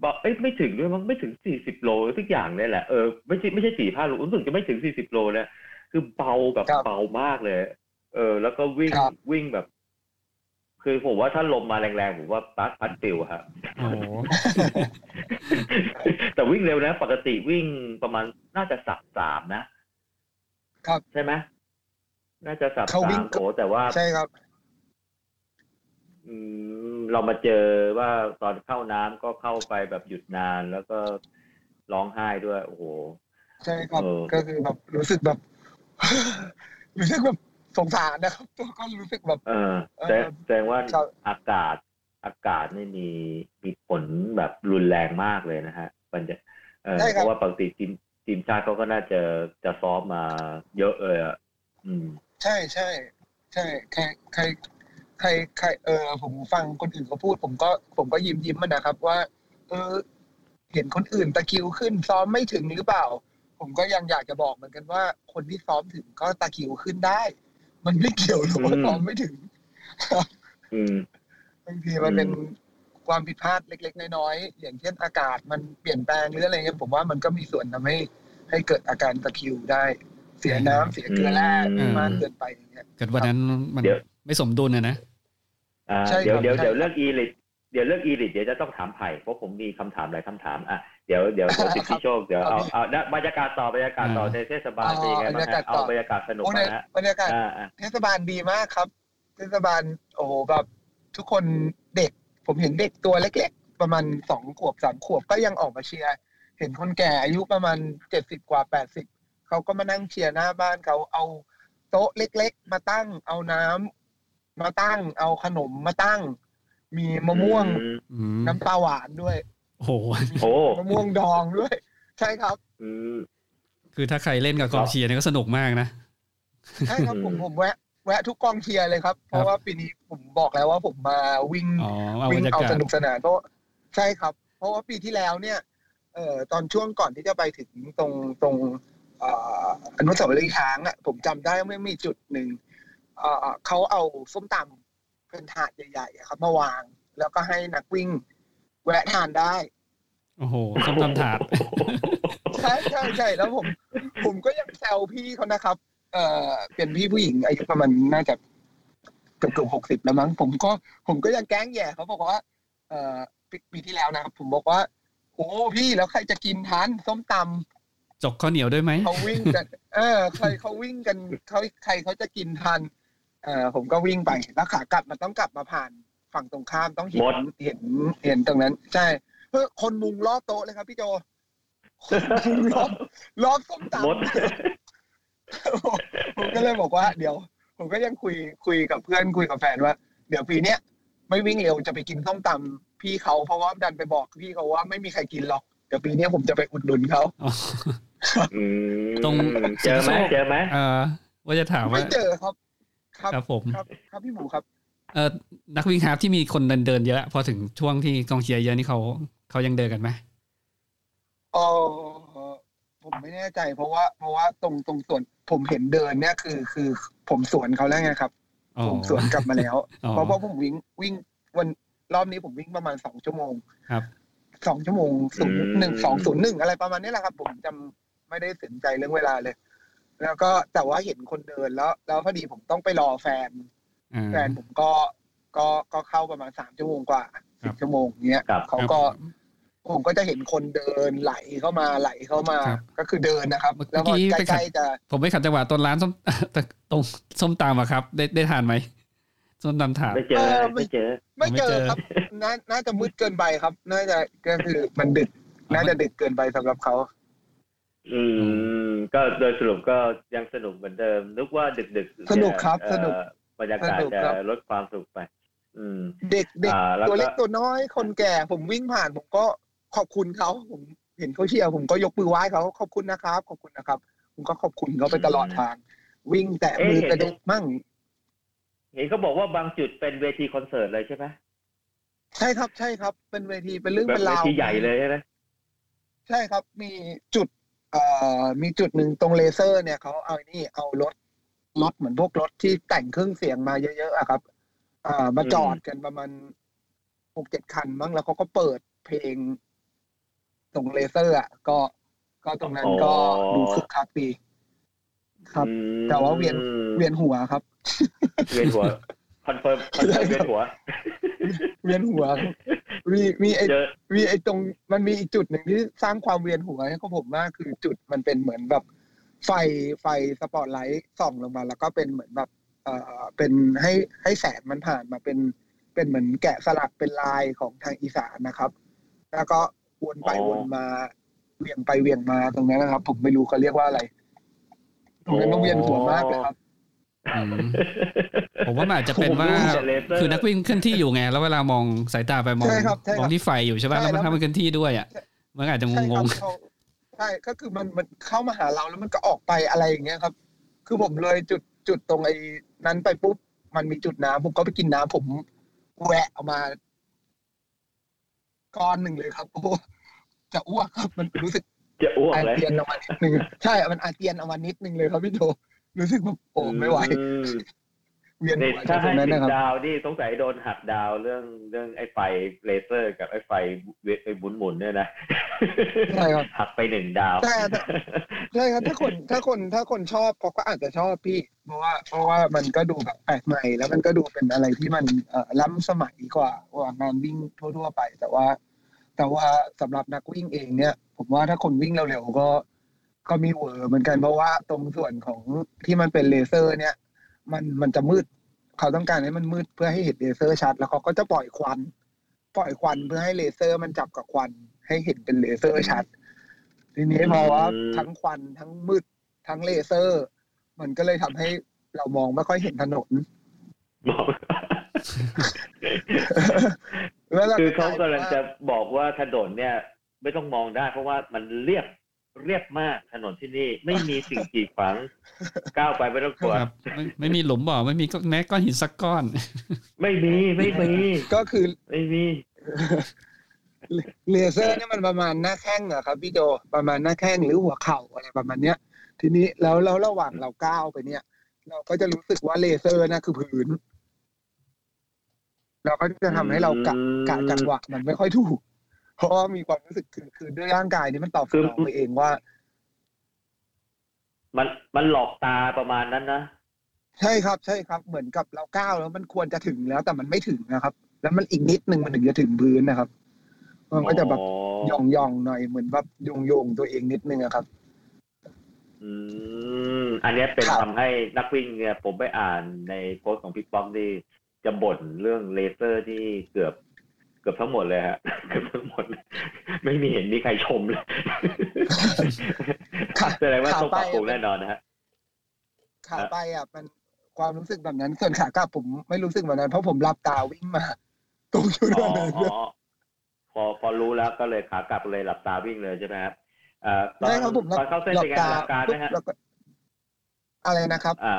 เบาเอ้ยไม่ถึงด้วยมั้งไม่ถึงสี่สิบโลทุกอย่างเนี่ยแหละเออไม่ใช่ไม่ใช่สี่ห้าโลรู้สึกจะไม่ถึงสี่สิบโลนะคือเบาแบบ ครับ เบามากเลย เออ แล้วก็วิ่ง ครับ วิ่งแบบ คือผมว่าถ้าลมมาแรงๆผมว่าปัดปัดติวครับ โอ้โห แต่วิ่งเร็วนะ ปกติวิ่งประมาณน่าจะสับสามนะครับ ใช่ไหมน่าจะสับ เขา สา วิ่ ม ง โอ้แต่ว่า ใช่ครับ อืมเรามาเจอว่าตอนเข้าน้ำก็เข้าไปแบบหยุดนานแล้วก็ร้องไห้ด้วย โอ้โห ใช่ครับ เออ ก็คือแบบรู้สึกแบบ รู้สึกแบบสงสารนะครับตัวก็รู้สึกแบบ เออแสดง เออ แสดงว่า ครับ อากาศ อากาศนี่มีมีผลแบบรุนแรงมากเลยนะฮะมันจะเออ ใช่ครับ เพราะว่าปกติทีมทีมชาติเขาก็น่าจะจะซ้อมมาเยอะเลยอ่ะอืม ใช่ใช่ใช่ใครใครใครใครเออผมฟังคนอื่นเขาพูด ผมก็ผมก็ยิ้มยิ้มๆอะนะครับ ว่า เออ เห็นคนอื่นตะคริวขึ้น ซ้อมไม่ถึงหรือเปล่า ผมก็ยังอยากจะบอกเหมือนกันว่า คนที่ซ้อมถึงก็ตะคริวขึ้นได้ มันไม่เกี่ยวหรอกว่า อืม ซ้อมไม่ถึง อืม บางทีมันเป็น อืม ความผิดพลาดเล็ก ๆ น้อยๆอย่างเช่นอากาศมันเปลี่ยนแปลงหรืออะไรเงี้ยผมว่ามันก็มีส่วนทำให้ให้เกิดอาการตะคริวได้ เสียน้ำเสียเกลือแร่มากเกินไปอย่างเงี้ย เกิดวันนั้นมัน เดี๋ยว ไม่สมดุลนะนะ อ่า ใช่ เดี๋ยควรับ เดี๋ยว ใช่ เดี๋ยวเรื่องอีลิทเดี๋ยวเรื่องอีลิทเดี๋ยวจะต้องถามไผ่เพราะผมมีคำถามหลายคำถามอ่ะเดี๋ยวเดี๋ยวเดี๋ยวสิทธิโชคเดี๋ยวเอาเอานะบรรยากาศต่อบรรยากาศต่อ อ่า ในเทศบาลเป็นยังไงบ้างฮะเอาบรรยากาศสนุก โอ้ มาฮะ บรรยากาศ อ่าอ่า เทศบาลดีมากครับ เทศบาลโอ้โหแบบทุกคนเด็ก ผมเห็นเด็กตัวเล็ก ๆ ประมาณสองขวบสามขวบก็ยังออกมาเชียร์เห็นคนแก่อายุประมาณเจ็ดสิบกว่าแปดสิบเขาก็มานั่งเชียร์หน้าบ้านเขาเอาโต๊ะเล็ก ๆ มาตั้ง เอาน้ำมาตั้ง เอาขนมมาตั้ง มีมะม่วง อืม อืม น้ำปลาหวานด้วย โอ้โห โอ้ มะม่วงดองด้วย ใช่ครับ อืม คือถ้าใครเล่นกับกองเชียร์เนี่ยก็สนุกมากนะ ใช่ครับผม อืม ผมแวะแวะทุกกองเชียร์เลยครับ เพ ครั ราะ บ ว่าปีนี้ผมบอกแล้วว่าผมมาวิ่ง อ๋อเอาบ วิ่ รง รยา เอา กา ส ศ นุกสนานเพราะใช่ครับ เพราะว่าปีที่แล้วเนี่ยเอ่อตอนช่วงก่อนที่จะไปถึงตรงตรงเอ่ออนุสาวรีย์ช้างอ่ะผมจำได้ว่าไม่มีจุดหนึ่งเอ่อเขาเอาส้มตำเป็นถาดใหญ่ๆอะครับมาวาง แล้วก็ให้นักวิ่ง แวะทานได้ โอ้โหส้มตำถาด ใช่ใช่ใช่แล้วผม ผมก็ยังแซวพี่เขานะครับ เออเป็นพี่ผู้หญิงอายุประมาณน่าจะเกือบเกือบหกสิบแล้วมั้งผมก็ ผมก็ยังแกล้งแหย่เขาบอกว่า เออปีปีที่แล้วนะครับ ผมบอกว่า โอ้พี่แล้วใครจะกินทานส้มตำ จกข้าวเหนียวด้วยไหม เขาวิ่งกัน เออ ใครเขาวิ่งกันเขาใครเขาจะกินทานเออผมก็วิ่งไปแล้วขากลับมันต้องกลับมาผ่านฝั่งตรงข้ามต้องเห็ หม น ด เห็นเห็นตรงนั้น ใช่เฮ้ยคนมุงรอบโต๊ะเลยครับ พี่โจคนมุงรอบรอบส้มตำ มด ผมก็เลยบอกว่า เดี๋ยว ผมก็ยังคุยคุยกับเพื่อนคุยกับแฟนว่า เดี๋ยวปีเนี้ยไม่วิ่งเร็วจะไปกินส้มตำพี่เขาเพราะว่าดันไปบอกพี่เขาว่าไม่มีใครกินหรอกเดี๋ยวปีเนี้ยผมจะไปอุดหนุนเขา อืม ตรง เจอไหม สิทธิโชค เจอไหม เออว่าจะถามว่า ไม่เจอครับ ครับ ครับผม ครับ ครับพี่หมูครับ เออนักวิ่งฮาล์ฟที่มีคนเดินเดินๆเยอะพอถึงช่วงที่กองเชียร์เยอะนี่เขาเขายังเดินกันไหม เออผมไม่แน่ใจ เพราะว่า เพราะว่าตรงตรงส่วนผมเห็นเดินเนี่ยคือ คือผมสวนเขาแล้วไงครับ อ๋อ ผมสวนกลับมาแล้ว อ๋อ เพราะว่าผมวิ่งวิ่งวันรอบนี้ผมวิ่งประมาณสองชั่วโมง ครับ สองชั่วโมงศูนย์หนึ่งสองศูนย์หนึ่งอะไรประมาณนี้แหละครับ ผมจำไม่ได้สนใจเรื่องเวลาเลย เอ แล้วก็แต่ว่าเห็นคนเดินแล้ว แล้วพอดีผมต้องไปรอแฟน อ่า แฟนผมก็ก็ก็เข้าประมาณสามชั่วโมงกว่า ครั สิ บ บชั่วโมงเนี้ย ครับ เขาก็ ผมก็จะเห็นคนเดินไหลเข้ามาไหลเข้ามา ครับ ก็คือเดินนะครับ เมื่อ แล้วพอ กี้ไป ใก ขัด ล้ๆจะ ผมไปขัดจังหวะตอนร้านส้ม ตรงส้มตำอะครับ ได้ได้ทานไหมส้มตำถาด ไม่เจอไม่เจอ ไม่เจอ ไม่เจอ ครับน่าน่าจะมืดเกินไปครับ น่าจะก็คือมันดึก น่าจะดึกเกินไปสำหรับเขา อืม ก็โดยสรุปก็ยังสนุกเหมือนเดิม นึกว่าดึกดึกๆ สนุกครับ เอ่อ สนุก บรรยากาศ สนุก จะ ครับ ลดความสนุกไป อืม เด็กเด็ก อ่าแล้วก็ ตัวเล็กตัวน้อยคนแก่ ผมวิ่งผ่าน ผมก็ขอบคุณเขาผมเห็นเขาเชียร์ผมก็ยกมือไหว้เขาขอบคุณนะครับ ขอบคุณนะครับ ผมก็ขอบคุณเขาไปตลอดทาง วิ่งแตะมือกระเด็กมั่ง เห็นเขาบอกว่าบางจุดเป็นเวทีคอนเสิร์ตเลยใช่ไหม ใช่ครับ ใช่ครับ เป็นเวทีเป็นเรื่อง แบบ เป็น เว ราว ทีใหญ่เลยใช่ไหม ใช่ครับ มีจุดเอ่อมีจุดหนึ่งตรงเลเซอร์เนี่ยเขาเอาไอ้นี่เอารถรถเหมือนพวกรถที่แต่งเครื่องเสียงมาเยอะๆอะครับอ่ามาจอดกันประมาณหกเจ็ดคันมั้งแล้วเขาก็เปิดเพลง ตรงเลเซอร์อ่ะก็ก็ตรงนั้นก็ดูคึกคักดีครับ อืม แต่ว่าเวียน เวียนหัวครับ เวียนหัวคอนเฟิ ร์มคอนเฟิร์มเวียนหัว เวียนหัวครับมีมีไอ เจอ มีไอ้ตรงมันมีอีกจุดหนึ่งที่สร้างความเวียนหัวให้กับผมมากคือจุดมันเป็นเหมือนแบบ ไฟไฟสปอตไลท์ส่องลงมา แล้วก็เป็นเหมือนแบบเอ่อเป็นให้ให้แสงมันผ่านมาเป็นเป็นเหมือนแกะสลักเป็นลายของทางอีสานนะครับ แล้วก็วนไป อ๋อ วนมาเวียงไปเวียงมาตรงนั้นนะครับ ผมไม่รู้เขาเรียกว่าอะไรตรงนั้นต้องเวียนหัวมากเลยครับ อืมผมว่ามันอาจจะเป็นว่า แต่เลเซอร์ คือนักวิ่งเคลื่อนที่อยู่ไง แล้วเวลามองสายตาไปมอง ใช่ครับใช่ครับ มองที่ไฟอยู่ใช่ไหม ใช่ แล้วมัน แล้ว ทำให้เคลื่อนที่ด้วยอ่ะมันอาจจะง ใช่ครั ง บเขาใช่ก็คือมันมันเข้ามาหาเราแล้วมันก็ออกไปอะไรอย่างเงี้ยครับ คือผมเลยจุดจุดตรงไอ้นั้นไปปุ๊บมันมีจุดน้ำผมก็ไปกินน้ำผมแหวะออกมา ก้อนหนึ่งเลยครับโอ้โหจะอ้วกครับ มันรู้สึก จะอ้วก อา เลย เจียนออกมานิดนึงใช่มันอาเจียนออกมานิดนึงเลยครับพี่โจรู้สึกแบบโอ้ไม่ไหว อืม เวียน นี่ หัว ถ้า ตร ให้ งนั้น ติ นะ ด ครับ ดาวนี่สงสัยโดนหักดาวเรื่องเรื่องไอ้ไฟเลเซอร์กับไอ้ไฟเวไอ้หมุนหมุนๆเนี่ยนะ ใช่ครับ หักไปหนึ่งดาว ใช่ครับ ใช่ครับถ้าคนถ้าคนถ้าคนชอบเขาก็อาจจะชอบพี่ เพราะว่า เพราะว่ามันก็ดูแบบแปลกใหม่ แล้วมันก็ดูเป็นอะไรที่มันเอ่อล้ำสมัยกว่ากว่างานวิ่งทั่วๆไป แต่ว่า แต่ว่าสำหรับนักวิ่งเองเนี่ย ผมว่าถ้าคนวิ่งเร็วๆก็ ก็มีเวอร์เหมือนกันเพราะว่าตรงส่วนของที่มันเป็นเลเซอร์ เนี่ย มันมันจะมืด เขาต้องการให้มันมืดเพื่อให้เห็นเลเซอร์ชัด แล้วเขาก็จะปล่อยควัน ปล่อยควันเพื่อให้เลเซอร์มันจับกับควัน ให้เห็นเป็นเลเซอร์ชัด ทีนี้เพราะว่าทั้งควันทั้งมืดทั้งเลเซอร์ มันก็เลยทำให้เรามองไม่ค่อยเห็นถนน บอก แล้วร คือเขากำ ป็น ลังจะบอกว่าถนนเนี่ย ไม่ต้องมองได้ เพราะว่ามันเรียบเรียบมากถนนที่นี่ ไม่มีสิ่งกีดขวางก้าวไปไม่ต้องกลัว ๆครับไม่ไม่มีหลุมบ่อไม่มีก้อนแนกก้อนหินสักก้อน ไม่มีไม่มี ก็คือ ไม่มี เลเซอร์เนี่ยมันประมาณหน้าแข้งเหรอครับพี่โจประมาณหน้าแข้งหรือหัวเข่าอะไรประมาณเนี้ย ทีนี้แล้วแล้วระหว่างเราก้าวไปเนี่ย เราก็จะรู้สึกว่าเลเซอร์น่ะคือผืนเราก็จะทำให้เรากะ อืม กะจังหวะมันไม่ค่อยถูก เพราะว่ามีความรู้สึกคือคือด้วยร่างกายนี่มันตอบสนองตัวเองว่า มันมันหลอกตาประมาณนั้นนะ ใช่ครับใช่ครับ เหมือนกับเราก้าวแล้วมันควรจะถึงแล้ว แต่มันไม่ถึงนะครับ แล้วมันอีกนิดนึงมันถึงจะถึงพื้นนะครับ มันก็จะแบบ อ๋อ ย่องย่องๆหน่อยเหมือนแบบโยงโยงๆตัวเองนิดนึงอะครับ อืมอันเนี้ยเป็น ครับ ทำให้นักวิ่งเนี่ยผมไปอ่านในโพสต์ของพี่ป๊อกนี่จะบ่นเรื่องเลเซอร์ที่เกือบ เกือบทั้งหมดเลยฮะ เกือบทั้งหมด ไม่มีเห็นมีใครชม เลย ขา แสดงว่า ขา ต้องป ไป รับปรุง อะ แน่นอนนะฮะ ขาไปอ่ะมันความรู้สึกแบบนั้น ส่วนขากลับผมไม่รู้สึกแบบนั้นเพราะผมหลับตาวิ่งมา ตรงจุด อ๋อ นั้น อ๋อพอพอรู้แล้วก็เลยขากลับเลยหลับตาวิ่งเลยใช่ไหมครับเอ่อตอน ใช่ครับผมห ต ลั อนเข้าเส้น หลั เป็นไง ตา หลับการไหมฮะ แล้วก็อะไรนะครับ อ่า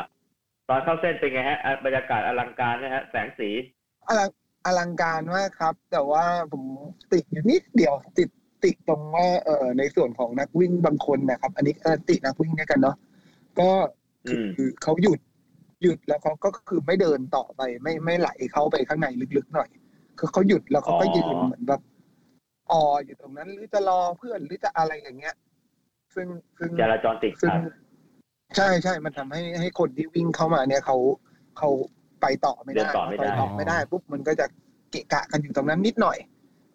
ตอนเข้าเส้นเป็นไงฮะอ่ะบรรยากาศอลังการนะฮะ แสงสี อลังอลังการมากครับ แต่ว่าผมติดอยู่นิดเดียวติดติดตรงว่าเออในส่วนของนักวิ่งบางคนนะครับ อันนี้เออติดนักวิ่งด้วยกันเนาะก็คือ ม คือเขาหยุดหยุดแล้วเขาก็คือไม่เดินต่อไปไม่ไม่ไหลเข้าไปข้างในลึกๆหน่อย คือเขาหยุดแล้วเขาก็ยืนเหมือนแบบอออยู่ตรงนั้น หรือจะรอเพื่อนหรือจะอะไรอย่างเงี้ย ซึ่งซึ่ง จราจรติด ซึ่ง ขัด ใช่ใช่ มันทำให้ให้คนที่วิ่งเข้ามาเนี่ยเขาเขาไปต่อไม่ได้ เดินต่อไม่ได้ ไปต่อไม่ได้ปุ๊บมันก็จะเกะกะกันอยู่ตรงนั้นนิดหน่อย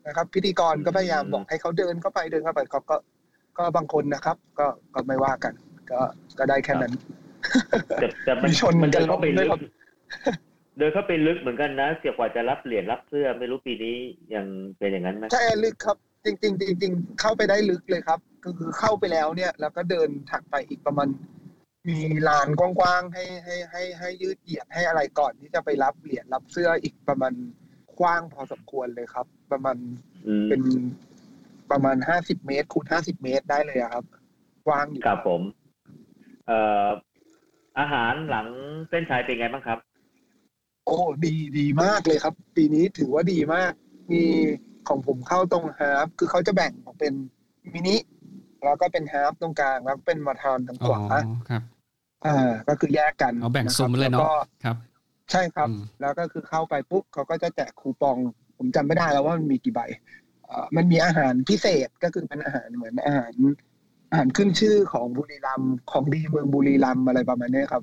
นะครับ พิธีกรก็พยายามบอกให้เขาเดินเข้าไปเดินเข้าไปเขาก็ก็บางคนนะครับ ก็ก็ไม่ว่ากัน ก็ก็ได้แค่นั้น แต่แต่มั มี น ชนเหมือนกัน เดิเข้าไปลึ ด้วยครั ก บ เดินเข้าไปลึกเหมือนกันนะเกี่ยวกว่าจะรับเหรียญรับเสื้อไม่รู้ปีนี้ยังเป็นอย่างนั้นไหม ใช่ลึกครับ จริงจริงจริงๆเข้าไปได้ลึกเลยครับ ก็คือเข้าไปแล้วเนี่ย แล้วก็เดินถัดไปอีกประมาณมีลานกว้างๆให้ให้ให้ให้ยืดเหยียดให้อะไรก่อนที่จะไปรับเหรียญรับเสื้ออีกประมาณกว้างพอสมควรเลยครับ ประมาณ อืม เป็นประมาณห้าสิบเมตรคูณห้าสิบเมตรได้เลยอะครับกว้างอยู่ ครับผมเอ่ออาหารหลังเส้นชัยเป็นไงบ้างครับ โอ้ดีดีมากเลยครับ ปีนี้ถือว่าดีมาก มีของผมเข้าตรงฮาร์ฟคือเขาจะแบ่งออกเป็นมินิแล้วก็เป็นฮาร์ฟตรงกลางแล้วก็เป็นมาราธอนตรง อ๋ ข อ วา ครับ อ่าก็คือแยกกัน เอาแบ่ง ะครับ ซุ้มเลยเนาะ แวก็ ครับ ใช่ครับ อืม แล้วก็คือเข้าไปปุ๊บเขาก็จะแจกคูปอง ผมจำไม่ได้แล้วว่ามันมีกี่ใบเอ่อมันมีอาหารพิเศษก็คือเป็นอาหารเหมือนอาหาร อาหารขึ้นชื่อของบุรีรัมย์ของดีเมืองบุรีรัมย์อะไรประมาณเนี้ยครับ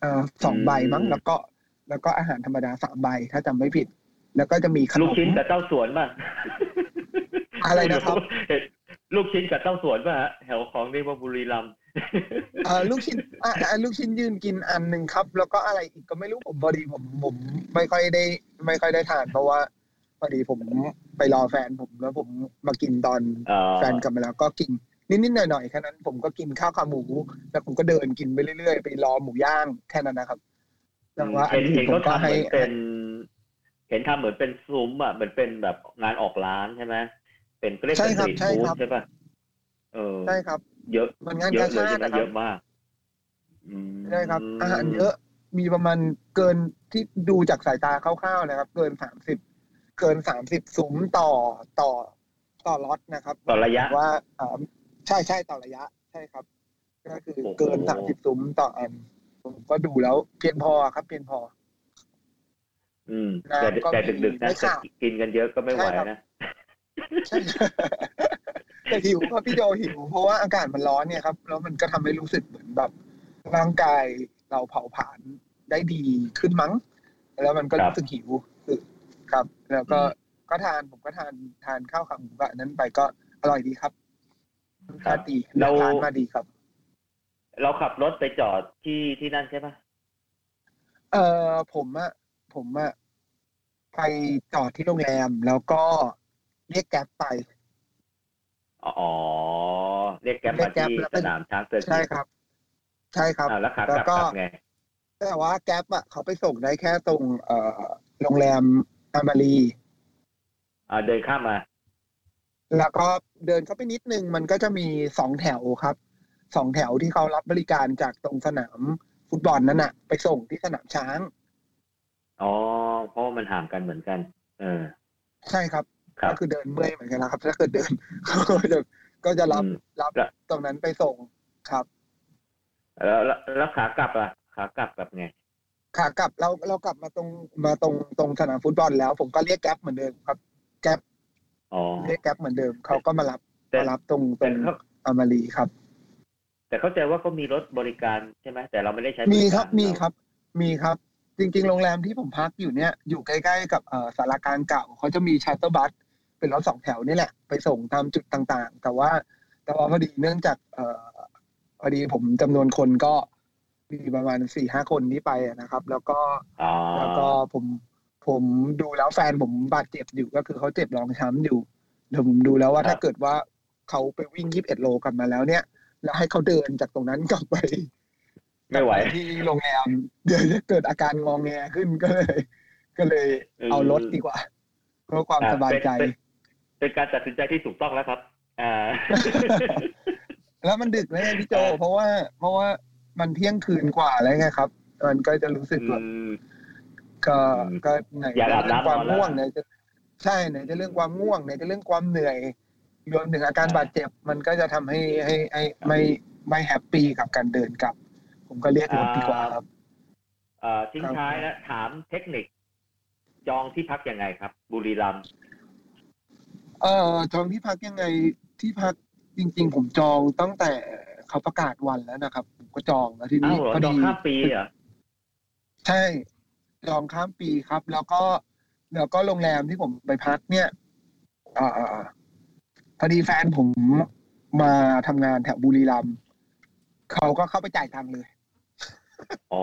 เอ่อสอง อืม ใบมั้งแล้วก็ แล้วก็อาหารธรรมดาสามใบถ้าจำไม่ผิด แล้วก็จะมีขน ลูก ม ชิ้นกับเต้าสวนป่ะ อะไรนะครับ เห็น ลูกชิ้นกับเต้าสวนป่ะฮะแถวของในบุรีรัมย์ เอ่อลูกชิ้นอ่ะอ่ะลูกชิ้นยืนกินอันหนึ่งครับ แล้วก็อะไรอีกก็ไม่รู้ผมพอดีผมผมไม่ค่อยได้ ไม่ค่อยได้ทานเพราะว่าพอดีผมไปรอแฟนผมแล้วผมมากินตอน เอ่อ แฟนกลับมาแล้วก็กินนิดๆหน่อยๆแค่นั้นผมก็กินข้าวขาหมู แล้วผมก็เดินกินไปเรื่อยๆ ไปรอหมูย่างแค่นั้นนะครับแต่ว่าอั เห็ น น นี้ เห็น ผม เขา ก็ ทำเห ให้ มือนเป็น เห็นทำเหมือนเป็นซุ้มอ่ะเหมือนเป็นแบบงานออกร้านใช่ไหมเป็นเรียก ใช่ เป็น ครับใช่สตรีทฟู้ด ครับ ใช่ป่ะเออ ใช่ครับ เยอะ มันงาน เย กา อะเลย ชา ใช่ ตินะคไหมเย รับ อะมากอืม ใช่ครับ อาหารเยอะมีประมาณเกินที่ดูจากสายตาคร่าวๆนะครับ เกินสามสิบเกินสามสิบซุ้มต่อต่อต่อล็อตนะครับ ต่อระยะ ว่าอ่าใช่ใช่ต่อระยะ ใช่ครับ ก็คือ โอ้โห เกินสามสิบซุ้มต่ออัน ผมก็ดูแล้วเพียงพอครับเพียงพอ อืมแต่ น้ำก็ แต่ดึก มี ๆนะ ไม่ขาด กินกันเยอะก็ไม่ไหว ใช่ครับ นะ ใช่ แต่หิวครับพี่โจหิว เพราะว่าอากาศมันร้อนเนี่ยครับ แล้วมันก็ทำให้รู้สึกเหมือนแบบ ร่างกายเราเผาผลาญได้ดีขึ้นมั้ง แล้วมันก็รู้สึกหิวคือครับ แล้วก็ก็ทานผมก็ทานทานข้าวขาหมูแบบนั้นไปก็อร่อยดีครับรสชาติดีราคานมาดีครับ เราขับรถไปจอดที่ที่นั่นใช่ป่ะ เอ่อผมอะผมอะไปจอดที่โรงแรม แล้วก็เรียกแก๊ปไป อ๋ออ๋อเรียกแกร็บมา เรียกแกร็บ ที่ แล้ว ส เป็น นามช้างเตอร์ ใช่ครับ ใช่ครับ อ่าแล้วขาก แล้ ลับ วก็ กลับไง แต่ว่าแก๊ปอ่ะเขาไปส่งได้แค่ตรงเอ่อโรงแรมอามารี อ่าเดินข้ามมา แล้วก็เดินเข้าไปนิดนึง มันก็จะมีสองแถวครับสองแถวที่เขารับบริการจากตรงสนามฟุตบอลนั่นน่ะ ไปส่งที่สนามช้าง อ๋อ เพราะว่ามันห่างกันเหมือนกัน เออ ใช่ครับ ครั ก็ บ คือเดินเมื่อยเหมือนกันนะครับ ถ้าเกิดเดิน ก็จะก็จะรับ อืม รับ แล้ว ตรงนั้นไปส่งครับ แล้วแล้วแล้วขากลับล่ะ ขากลับกลับไง ขากลับเราเรากลับมาตรงมาตรงตรงสนามฟุตบอลแล้ว ผมก็เรียกแก๊ปเหมือนเดิมครับแก๊ป อ๋อ เรียกแก๊ปเหมือนเดิมเขาก็มารับ แต่ มารับตรงต แต่ รง เขา อามารีครับ แต่เข้าใจว่าเขามีรถบริการใช่ไหม แต่เราไม่ได้ใช้ มีครับ กา มีครับ มีครับ จริง ๆ โรงแรมที่ผมพักอยู่เนี่ย อยู่ใกล้ๆกับเอ่อสารากลารเก่าเขาจะมีชาร์เตอร์บัสเป็นรถสองแถวนี่แหละ ไปส่งตามจุดต่างๆ แต่ว่า แต่ว่าพอดีเนื่องจากเอ่อพอดีผมจำนวนคนก็มีประมาณสี่ห้าคนนี้ไปอะนะครับ แล้วก็ อ๋อ แล้วก็ผมผมดูแล้วแฟนผมบาดเจ็บอยู่ก็คือเขาเจ็บรองช้ำอยู่เดี๋ยวผมดูแล้วว่าถ้าเกิดว่าเขาไปวิ่งยีิบเอ็ดโลกลับมาแล้วเนี่ย แล้วให้เขาเดินจากตรงนั้นกลับไป ไม่ไหว ที่โรงแรมเดี๋ยวจะเกิดอาการงองแงขึ้นก็เลย ก็เลย เออ เอารถดีกว่า เพื่อความ อ่ะ สบายใจ เป็นเป็นเป็นการตัดสินใจที่ถูกต้องแล้วครับ อ่า แล้วมันดึกแล้วไงพี่โจ เออ เพราะว่า เพราะว่ามันเที่ยงคืนกว่าแล้วไงครับ มันก็จะรู้สึกแบบ อืม ก็ก็ไหน อยากอาบ จะเรื่อง น้ำ ความ นอนแล้ว ง่วงไหนจะใช่ไหนจะเรื่องความง่วงไหนจะเรื่องความเหนื่อยรวมถึงอาการบาดเจ็บ มันก็จะทำให้ให้ให้ไม่ไม่แฮปปี้กับการเดินกลับ ผมก็เรียกรถดีกว่าครับ เอ่อทิ้งท้ายนะถามเทคนิค จองที่พักยังไงครับ บุรีรัมย์ เอ่อจองที่พักยังไงที่พักจริง ๆ ผมจองตั้งแต่ เขาประกาศวันแล้วนะครับผมก็จองแล้วที อ้า นี้ วเหรอ พอ ด ดี อกข้ามปีเหรอ ใช่จองข้ามปีครับ แล้วก็แล้วก็โรงแรมที่ผมไปพักเนี่ยอ่าพอดีแฟนผมมาทำงานแถวบุรีรัมย์เขาก็เข้าไปจ่ายตังค์เลย อ๋อ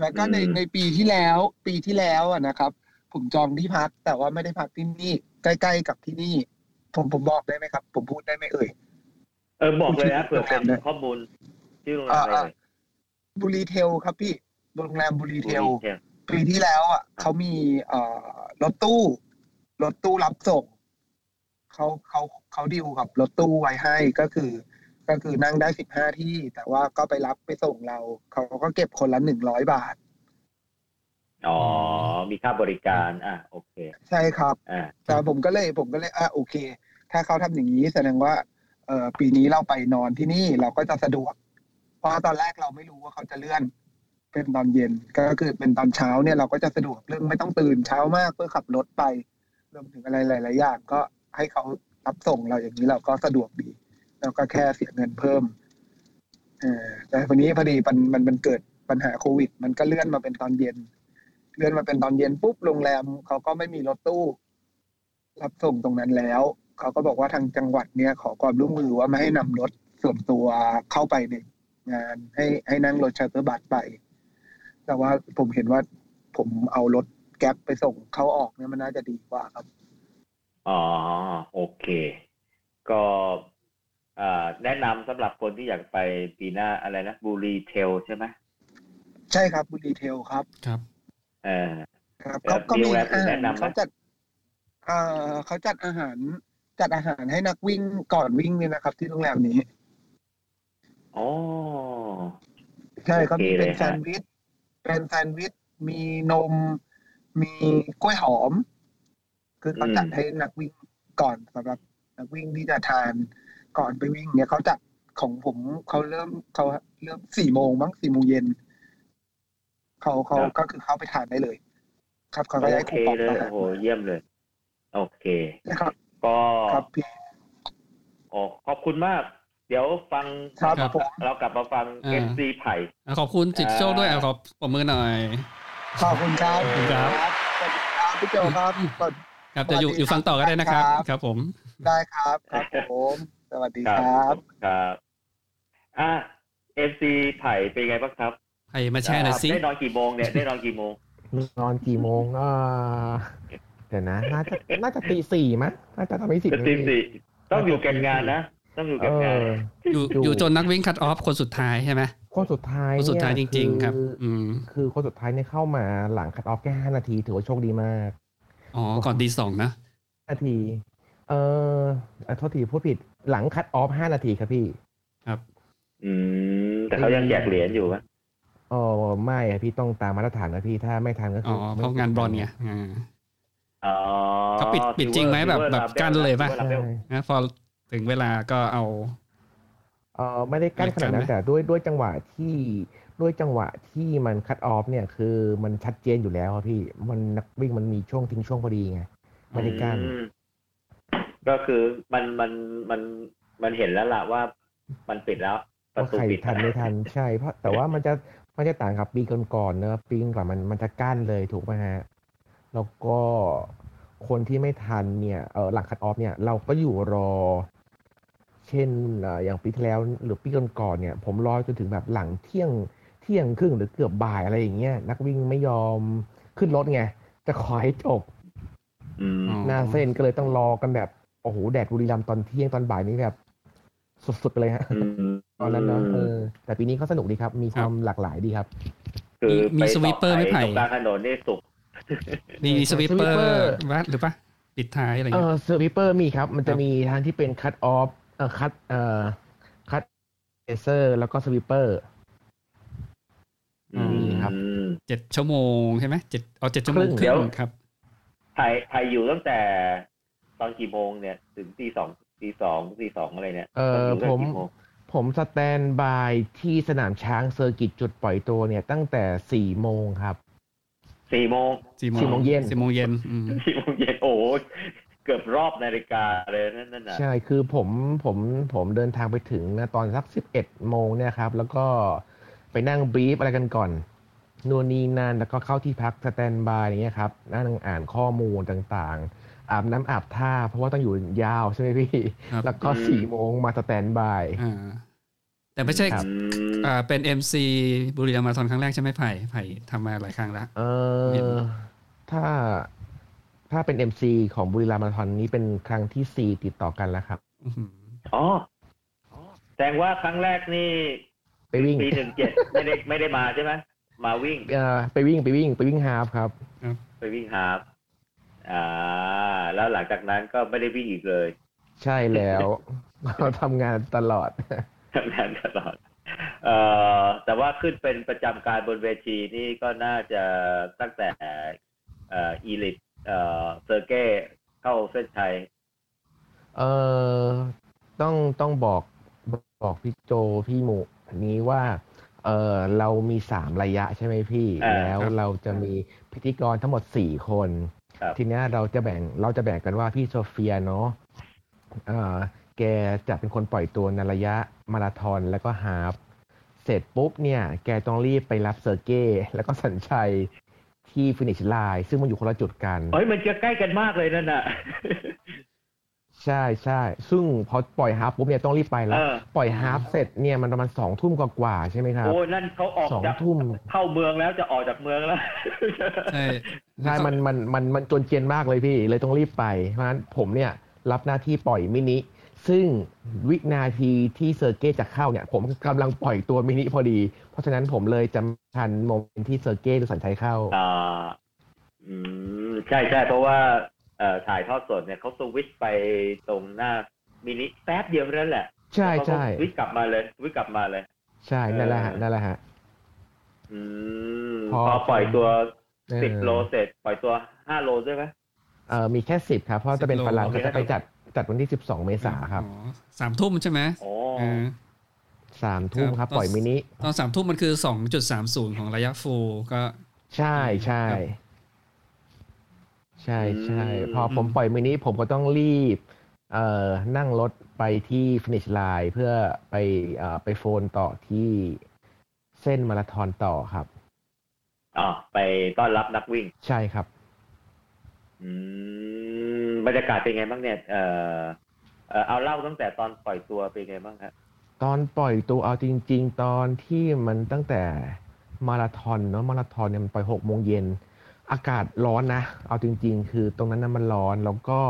แล้วก็ใน อืม ในปีที่แล้ว ปีที่แล้วอะนะครับ ผมจองที่พักแต่ว่าไม่ได้พักที่นี่ ใกล้ ๆ กับที่นี่ ผมผมบอกได้ไหมครับ ผมพูดได้ไหมเอ่ย เออบอกเลยนะ ชื่ เผื่ อ อ โรงแร เป็ ม น ด้วย ข้อมูลชื่อโรงแรม อ่า อะไร อ่าบุรีเทลครับพี่โรงแรมบุรีเทล บุรีเทล ปีที่แล้วอ่ะเขามีเอ่อรถตู้รถตู้รับส่งเขาเขาเขาดีลกับรถตู้ไว้ให้ก็คือ ก็คือนั่งได้สิบห้าที่ แต่ว่าก็ไปรับไปส่งเรา เขาก็เก็บคนละหนึ่งร้อยบาท อ๋อ มีค่าบริการ อ่ะโอเค ใช่ครับ อ่า แต่ผมก็เลยผมก็เลยอ่ะโอเค ถ้าเขาทำอย่างนี้แสดงว่าเออปีนี้เราไปนอนที่นี่เราก็จะสะดวก เพราะตอนแรกเราไม่รู้ว่าเขาจะเลื่อน เป็นตอนเย็นก็คือเป็นตอนเช้าเนี่ยเราก็จะสะดวกเรื่องไม่ต้องตื่นเช้ามากเพื่อขับรถไปรวมถึงอะไรหลายๆอย่างก็ให้เขารับส่งเราอย่างนี้เราก็สะดวกดีเราก็แค่เสียเงินเพิ่มเออแต่วันนี้พอดีมันมันมันเกิดปัญหาโควิด มันก็เลื่อนมาเป็นตอนเย็น เลื่อนมาเป็นตอนเย็นปุ๊บโรงแรมเขาก็ไม่มีรถตู้ รับส่งตรงนั้นแล้ว เขาก็บอกว่าทางจังหวัดเนี่ย ขอความร่วมมือว่าไม่ให้นำรถส่วนตัวเข้าไปในงานให้ให้นั่งรถชาร์เตอร์บัสไป แต่ว่าผมเห็นว่าผมเอารถแก๊ปไปส่งเข้าออกเนี่ยมันน่าจะดีกว่าครับ อ๋อโอเค ก็อ่าแนะนำสำหรับคนที่อยากไปปีหน้าอะไรนะบุรีเทลใช่ไหม ใช่ครับบุรีเทลครับ ครับ เออ ครับ ครั เขา บ ก็ มี มี โรงแรมอื่ อาน หาร แนะนำไหม เขาจัดเอ่อเขาจัดอาหาร จัดอาหารให้นักวิ่งก่อนวิ่งเนี่ยนะครับ ที่โรงแรมนี้ อ๋อ ใช่ครับ โอเค มี เล เป็ ย น ฮะ แซนด์วิชเป็นแซนด์วิชมีนม มีกล้วยหอม คือเขาจัดให้นักวิ่งก่อนสำหรับนักวิ่งที่จะทานก่อนไปวิ่ง เนี่ยเขาจัดของผมเขาเริ่มเขาเริ่มสี่โมงมั้งสี่โมงเย็นเขาเขา ครับ ก็คือเข้าไปทานได้เลย ครับเขา โอ ก็ได้ เค คูปอง เลย มา โอ้โหเยี่ยมเลย โอเค นะครับ ก็ ครับพี่ อ๋อขอบคุณมาก เดี๋ยวฟัง ครับ ครับ ผม เรากลับมาฟัง อ่า เอฟซีไผ่ อ่ะขอบคุณจิตโชคด้วยอ่ะขอบปรบมือหน่อย ขอบคุณครับ ขอบคุณครับ สวัสดีครับพี่โจ ครับสวัสดี ครับจะอยู่ สวัสดี อยู่ฟังต่อก็ได้นะครับ ครับ ครับผม ได้ครับครับผมสวัสดีครับ ครับอ่ะเอฟซีไผ่เป็นไงบ้างครับ ใครมาแชร์หน่อยสิ อ่าได้นอนกี่โมงเนี่ยได้นอนกี่ โมง นอนกี่โมงอ่าเดี๋ยวนะ น่าจะน่าจะตีสี่มั้ยน่าจะทำให้สิบ ก็ตีสี่ต้องอยู่แก่นงานนะ ต้องอยู่ เอ แก่นงาน อ อยู่ อยู่ อยู่จนนักวิ่งคัดออฟคนสุดท้ายใช่ไหม คนสุดท้าย คนสุดท้ายจ เนี่ ริง ๆ ครับ อ อืม คือคนสุดท้ายเนี่ยเข้ามาหลังคัดออฟแค่ห้านาทีถือว่าโชคดีมาก อ๋อก่อนดีสองนะ นาที เอออ่ะโทษทีพูดผิดหลังคัดออฟห้านาทีครับพี่ อืม แต่เขายังแจกเหรียญอยู่ปะ เออไม่อะพี่ต้องตามมาตรฐานนะพี่ถ้าไม่ทันก็ อ๋ คือ ออ เพราะงานบอลไงอ่า อ๋อ เขาปิดปิดจริงไหมแบบแบบกั้นเลยปะ ใช่ นะพอถึงเวลาก็เอา เออไม่ได้กั้นขนาดนั้ ไม่กั้น น นะ แต่ด้วยด้วยจังหวะที่ด้วยจังหวะที่มันคัดออฟเนี่ยคือมันชัดเจนอยู่แล้วครับพี่มันนักวิ่งมันมีช่วงทิ้งช่วงพอดีไงไม่ได้กั้น อืมก็คือมันมันมันมันเห็นแล้วล่ะว่ามันปิดแล้ว ประ ว่า ตู ใคร ปิด ทันไม่ทันใช่เพราะแต่ว่ามันจะมันจะต่างกับปีก่อนๆเนอะปีก่อนมันมันจะกั้นเลยถูกไหมฮะแล้วก็คนที่ไม่ทันเนี่ยเออหลังคัดออฟเนี่ยเราก็อยู่รอ เช่นเอ่ออย่างปีที่แล้วหรือปีก่อนๆเนี่ย ผมรอจนถึงแบบหลังเที่ยงเที่ยงครึ่งหรือเกือบบ่ายอะไรอย่างเงี้ยนักวิ่งไม่ยอมขึ้นรถไงจะขอให้จบ อืม อ๋อ หน้าเส้นก็เลยต้องรอกันแบบโอ้โหแดดบุรีรัมย์ตอนเที่ยงตอนบ่ายนี้แบบสุดๆไปเลยฮะ อืม ตอนนั้นเนอะเออแต่ปีนี้ก็สนุกดีครับ มีความหลากหลายดีครับ คือ มี ไป สวีปเปอร์ไหมไผ่ ตรงกลางถนนนี่สุก มีสวิปเปอร์วัดหรือปะปิดท้ายอะไร เอ เงี้ย อเซอร์วิเปอร์มีครับ มัน ค จะ รับ มีทั้งที่เป็นคัตออฟเอ่อคัตเอ่อคัตเอเซอร์ แล้วก็สวิเปอร์ อืมครับ เจ็ดชั่วโมงใช่ไหมเจ็ดเอาเจ็ดชั่วโมงค เดี๋ รึ่ ยว งครับ ไผ่ไผ่อยู่ตั้งแต่ตอนกี่โมงเนี่ย ถึงตีสองตีสองตีสองอะไรเนี่ย เออ ถึง ผม กี่โง ผมสแตนบายที่สนามช้างเซอร์กิตจุดปล่อยตัวเนี่ย ตั้งแต่สี่โมงครับ สี่โมง สี่โมง สี่โมงเย็น สี่โมงเย็นอืม สี่โมงเย็นโอ้โห เกือบรอบนาฬิกาเลยนั่นน่ะ ใช่คือผมผมผมเดินทางไปถึงนะตอนสักสิบเอ็ดโมงเนี่ยครับ แล้วก็ไปนั่งบรีฟอะไรกันก่อนนู่นนี่นั่นแล้วก็เข้าที่พักสแตนบายอย่างเงี้ยครับนั่งอ่านข้อมูลต่างๆ อาบน้ำอาบท่า เพราะว่าต้องอยู่ยาวใช่ไหมพี่ ครับ แล้วก็สี่โมงมาสแตนบาย อ่าแต่ไม่ใช่ ครับ อ่าเป็น MC บุรีรัมย์มาราธอนครั้งแรกใช่ไหมไผ่ไผ่ทำมาหลายครั้งแล้ว เอ เห็น อถ้าถ้าเป็น MC ของบุรีรัมย์มาราธอนนี้เป็นครั้งที่สี่ติดต่อกันแล้วครับ อื้อหือ อ๋อแสดงว่าครั้งแรกนี่ ไปวิ่ง ปีหนึ่งเจ็ด ไม่ได้ไม่ได้มาใช่ไหมมาวิ่ง เอ่อไปวิ่งไปวิ่งไปวิ่งฮาฟครับ ไปวิ่งฮาล์ฟอ่า แล้วหลังจากนั้นก็ไม่ได้วิ่งอีกเลย ใช่แล้ว เราทำงานตลอด ทำงานตลอดเอ่อแต่ว่าขึ้นเป็นประจำการบนเวทีนี่ก็น่าจะตั้งแต่ เอ่ออีลิทเอ่อเซอร์เก้เข้าเส้นชัย เออต้องต้องบอกบอกพี่โจพี่หมูนี้ว่า เออเรามีสามระยะใช่ไหมพี่ อ่า แล้ว ครับ เราจะมีพิธีกรทั้งหมดสี่คน ครับ ทีเนี้ยเราจะแบ่งเราจะแบ่งกันว่าพี่โซเฟียเนาะเออแกจะเป็นคนปล่อยตัวในระยะมาราธอนแล้วก็ฮาล์ฟเสร็จปุ๊บเนี่ย แกต้องรีบไปรับเซอร์เก้แล้วก็สัญชัยที่ฟินิชไลน์ซึ่งมันอยู่คนละจุดกัน เอ้ยมันจะใกล้กันมากเลยนั่นน่ะ ใช่ใช่ซึ่งพอปล่อยฮาร์ปปุ๊บเนี่ยต้องรีบไปแล้ว เออ ปล่อยฮาร์ปเสร็จเนี่ยมันประมาณสองทุ่มกว่าๆใช่ไหมครับ โอ้ยนั่นเขาออก สอง จาก ทุ่ม เข้าเมืองแล้วจะออกจากเมืองแล้ว ใช่ ใช่มันมันมันมันจนเจียนมากเลยพี่ เลยต้องรีบไป เพราะฉะนั้นผมเนี่ยรับหน้าที่ปล่อยมินิ ซึ่งวินาทีที่เซอร์เก้จะเข้าเนี่ย ผมกำลังปล่อยตัวมินิพอดี เพราะฉะนั้นผมเลยจะทันโมเมนต์ที่เซอร์เก้หรือสัญชัยเข้า อ่าอืมใช่ใช่เพราะว่าเอ่อถ่ายทอดสดเนี่ยเขาสวิตช์ไปตรงหน้ามินิแป๊บเดียวเท่านั้นแหละ ใช่ใช่ แล้วเขาก็วิ่งกลับมาเลยวิ่งกลับมาเลย ใช่นั่นแหละฮะนั่นแหละฮะ อืม พอ พอปล่อยตัว เออ สิบโลเสร็จ ปล่อยตัวห้าโลใช่ไหม เออมีแค่สิบครับเพราะจะเป็นฝรั่ง โอเค ก็จะไปจัดจัดวันที่สิบสองเมษาครับ อ๋อสามทุ่มใช่ไหม โอ้ เออ สามทุ่ม ค ค รั รับ บปล่อยมินิ ตอนสามทุ่มมันคือสองจุดสามศูนย์ของระยะฟูลก็ ใช่ใช่ ครับ ใช่ใช่ อืม พอผมปล่อยมินิผมก็ต้องรีบ เอ่อนั่งรถไปที่ฟินิชไลน์เพื่อไปเอ่อไปโฟนต่อที่เส้นมาราธอนต่อครับ อ๋อไปต้อนรับนักวิ่ง ใช่ครับ อืมบรรยากาศเป็นไงบ้างเนี่ย เอ่อเอ่อเอาเล่าตั้งแต่ตอนปล่อยตัวเป็นไงบ้างครับ ตอนปล่อยตัวเอาจริง ๆ ตอนที่มันตั้งแต่มาราธอนเนาะมาราธอนเนี่ยมันปล่อยหกโมงเย็นอากาศร้อนนะ เอาจริง ๆ คือตรงนั้นนะมันร้อนแล้วก็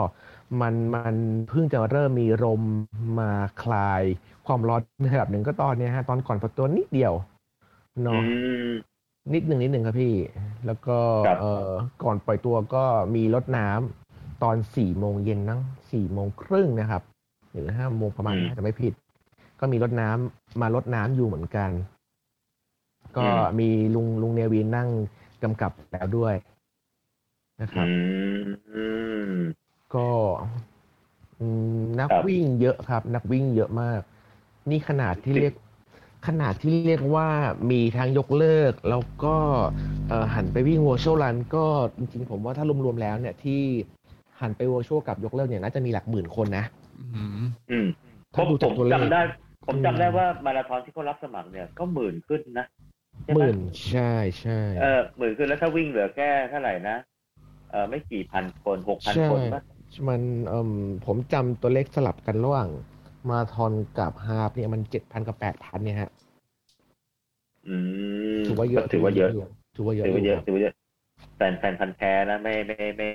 มันมันเพิ่งจะเริ่มมีลมมาคลายความร้อนในระดับหนึ่งก็ตอนเนี้ยฮะตอนก่อนปล่อยตัวนิดเดียว อื เนาะ ม นิดหนึ่งนิดหนึ่งครับพี่ แล้วก็ ครับ เออก่อนปล่อยตัวก็มีรดน้ำตอนสี่โมงเย็นนั่งสี่โมงครึ่งนะครับ หรือห้าโมงประมาณนี้จะไม่ผิด ก็มีรดน้ำมารดน้ำอยู่เหมือนกัน ก็มีลุงลุงเนวินนั่งกำกับแล้วด้วยนะครับ อืม ก็อืมนัก ครับ วิ่งเยอะครับ นักวิ่งเยอะมาก นี่ขนาดที่เรียก ขนาดที่เรียกว่ามีทั้งยกเลิก แล้วก็เอ่อหันไปวิ่งวัวชวลัน ก็จริงๆผมว่าถ้ารวมๆแล้วเนี่ยที่หันไปวัวชวกับยกเลิกเนี่ยน่าจะมีหลักหมื่นคนนะ อื้อหือ อืม ถ้าดูจากตัวเลข จำได้ ผมจำได้ อืม ว่ามาราธอนที่เขารับสมัครเนี่ย ก็หมื่นขึ้นนะใช่ไห มื่นใช่ใช่ เออหมื่นขึ้นแล้วถ้าวิ่งเหลือแค่เท่าไหร่นะเออไม่กี่พันคนหกพัน ใช่ คนปะ มันเอิ่มผมจำตัวเลขสลับกันระหว่างมาราธอนกับฮาล์ฟเนี่ยมันเจ็ดพันกับแปดพันเนี่ยฮะ อืม ถือว่าเยอะ ถือว่าเยอะ ถือว่าเยอะ ถือว่าเยอะ ครับ ถือว่าเยอะแฟนแฟนพันธุ์แท้นะไม่ไม่ไม่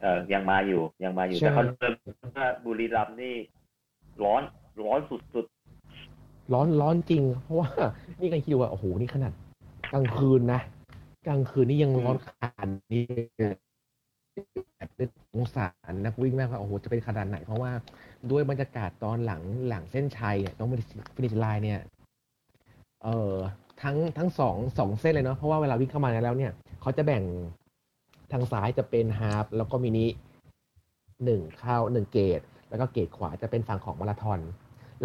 เออยังมาอยู่ยังมาอยู่ ใช่ แต่เขาเริ่มว่าบุรีรัมย์นี่ ร้อนร้อนสุด ร้อนร้อนจริง เพราะว่า นี่กันคิดดูว่าโอ้โหนี่ขนาดกลางคืนนะกลางคืนนี่ยังร้อนขนาดนี้แบบเป็นสงสารนักวิ่งมากว่าโอ้โหจะเป็นขนาดไหน เพราะว่าด้วยบรรยากาศตอนหลังหลังเส้นชัยเนี่ยต้องฟินิชไลน์เนี่ย เออทั้งทั้งสองสองเส้นเลยเนาะเพราะว่าเวลาวิ่งเข้ามาแล้วเนี่ยเขาจะแบ่งทางซ้ายจะเป็นฮาล์ฟแล้วก็มินิหนึ่งเข้าหนึ่งเกต แล้วก็เกตขวาจะเป็นฝั่งของมาราธอน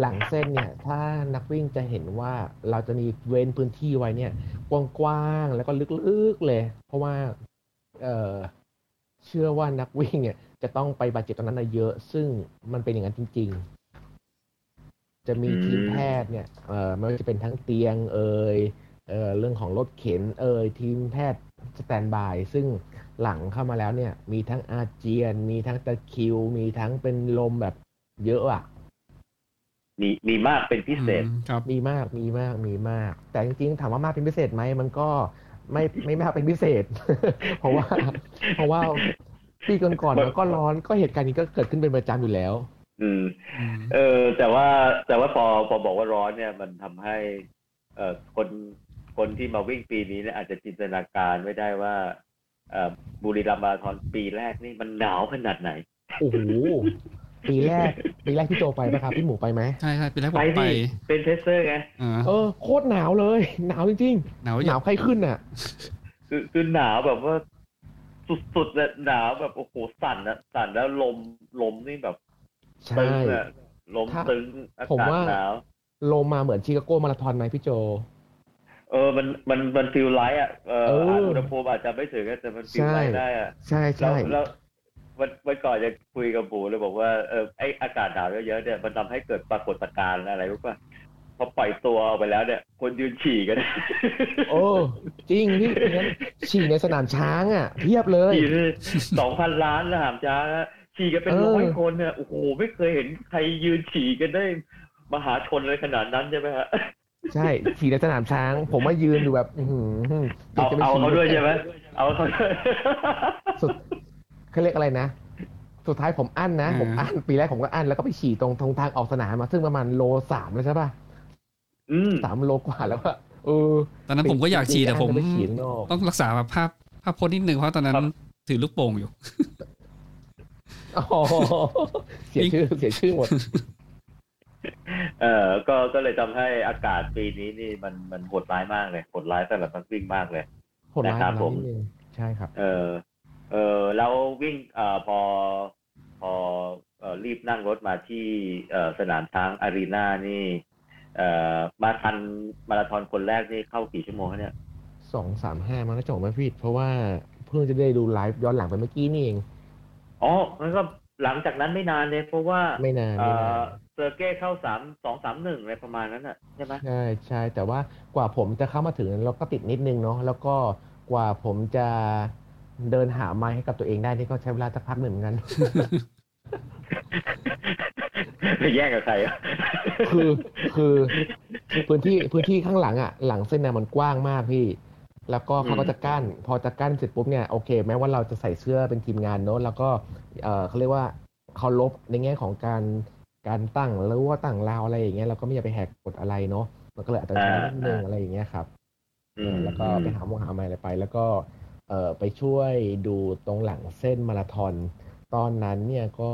หลังเส้นเนี่ย ถ้านักวิ่งจะเห็นว่าเราจะมีเว้นพื้นที่ไว้เนี่ย กว้างๆแล้วก็ลึกๆเลย เพราะว่า เออ เชื่อว่านักวิ่งเนี่ย จะต้องไปบาดเจ็บตรงนั้นน่ะเยอะ ซึ่งมันเป็นอย่างนั้นจริง ๆ จะมีทีมแพทย์เนี่ยเอ่อไม่ว่าจะเป็นทั้งเตียงเอ่ยเอ่อเรื่องของรถเข็น เอ่ยทีมแพทย์สแตนด์บาย ซึ่งหลังเข้ามาแล้วเนี่ย มีทั้งอาเจียน มีทั้งตะคริว มีทั้งเป็นลมแบบเยอะอะ มีมีมากเป็นพิเศษ มีมากมีมากมีมาก แต่จริงๆถามว่ามากเป็นพิเศษไหมมันก็ไม่ ไม่มากเป็นพิเศษ เพราะว่า เพราะว่าปีก่อนๆมันก็ร้อนก็เหตุการณ์นี้ก็เกิดขึ้นเป็นประจำอยู่แล้ว อืม เออ แต่ว่าแต่ว่าพอพอบอกว่าร้อนเนี่ย มันทำให้ เอ่อคนคนที่มาวิ่งปีนี้เนี่ยอาจจะจินตนาการไม่ได้ว่า เอ่อบุรีรัมย์มาราธอนปีแรกนี่มันหนาวขนาดไหน โอ้โหปีแรกปีแรกพี่โจไปปะครับพี่หมูไปไหม ใช่ใช่ปีแรกผ ไป มไป ดิเป็นเทสเซอร์ไง เออโคตรหนาวเลยหนาวจริง หนาว ๆหนาวใครขึ้นอ่ะ คือคือหนาวแบบว่าสุดๆเลยหนาวแบบโอ้โหสั่นนะสั่นแล้วลมลมนี่แบบ ใช่ ตึงอะลม ถ้า ตึงอา ผม กาศ ว่า หนาว ลงมาเหมือนชิคาโกมาราธอนไหมพี่โจ เออมันมันมันฟิลไลท์อ่ะเออ เออ อาจอุณหภูมิอาจจะไม่ถึงอะแต่มันฟิลไลท์ ใช่ ได้อ่ะ ใช่ แล้ ใช่ วแล้ววันวันก่อนจะคุยกับปู่เลยบอกว่าเออไออากาศหนาวเยอะๆเนี่ยมันทำให้เกิดปรากฏการณ์อะไรรู้ป่ะพอปล่อยตัวออกไปแล้วเนี่ย คนยืนฉี่กัน โอ้จริงพี่งั้นฉี่ในสนามช้างอ่ะเพียบเลย ฉี่สองพันล้านนะหามจ้านะฉี่กันเป็น เออ ร้อยคนเนี่ยโอ้โหไม่เคยเห็นใครยืนฉี่กันได้มหาชนเลยขนาดนั้นใช่ไหมฮะ ใช่ฉี่ในสนามช้าง ผมมายืนอยู่แบบ อื้อหือ เอา จะไป เอา ฉี่ เขาด้วยใช่ไหมเอาเขา ด้วย สุดเขาเรียกอะไรนะ สุดท้ายผมอั้นนะ อ่า ผมอั้นปีแรกผมก็อั้นแล้วก็ไปฉี่ตรงตรงทางออกสนามมาซึ่งประมาณโลสามแล้วใช่ป่ะ อืม สามโลกว่าแล้วอะเออ ตอนนั้นผมก็อยากฉีดแต่ผม ไปฉี่ข้างนอก ต้องรักษาแบบภาพภาพพจน์นิดนึงเพราะตอนนั้นถือลูกโป่งอยู่ อ๋อเสียชื่อเสียชื่อหมด เออก็ก็เลยทำให้อากาศปีนี้นี่มันมันโหดร้ายมากเลยโหดร้ายสำหรับนักวิ่งมากเลย โหดร้าย นะครับผม นิดนึงใช่ครับ เออเออแล้ววิ่งเอ่อพอพอเอ่อรีบนั่งรถมาที่เอ่อสนามช้างอารีนานี่เอ่อมาทันมาราธอนคนแรกนี่เข้ากี่ชั่วโมงคะเนี่ย สองสามห้ามันน่าจะออกมาผิด เพราะว่าเพิ่งจะได้ดูไลฟ์ย้อนหลังไปเมื่อกี้นี่เอง อ๋อมันก็หลังจากนั้นไม่นานเลยเพราะว่า ไม่นาน เอ่ ไม่นาน อเซอร์เก้เข้าสามสองสามหนึ่งอะไรประมาณนั้นอ่ะใช่ไหม ใช่ใช่แต่ว่ากว่าผมจะเข้ามาถึงเราก็ติดนิดนึงเนาะแล้วก็กว่าผมจะเดินหาไม้ให้กับตัวเองได้นี่ก็ใช้เวลาสักพักหนึ่งเหมือนกัน ไปแย่งกับใครอะ คือคือพื้นที่พื้นที่ข้างหลังอ่ะ หลังเส้นนะมันกว้างมากพี่ แล้วก็เขาก็จะกั้น พอจะกั้นเสร็จปุ๊บเนี่ยโอเค แม้ว่าเราจะใส่เสื้อเป็นทีมงานเนอะแล้วก็เออเขาเรียกว่าเคารพในแง่ของการการตั้งหรือว่าตั้งราวอะไรอย่างเงี้ยเราก็ไม่อยากไปแหกกฎอะไรเนอะมันก็เลยอาจจะช้านิดนึงอะไรอย่างเงี้ยครับ อืม แล้วก็ไปหาโมหาไมอะไรไป แล้วก็เออไปช่วยดูตรงหลังเส้นมาราธอน ตอนนั้นเนี่ยก็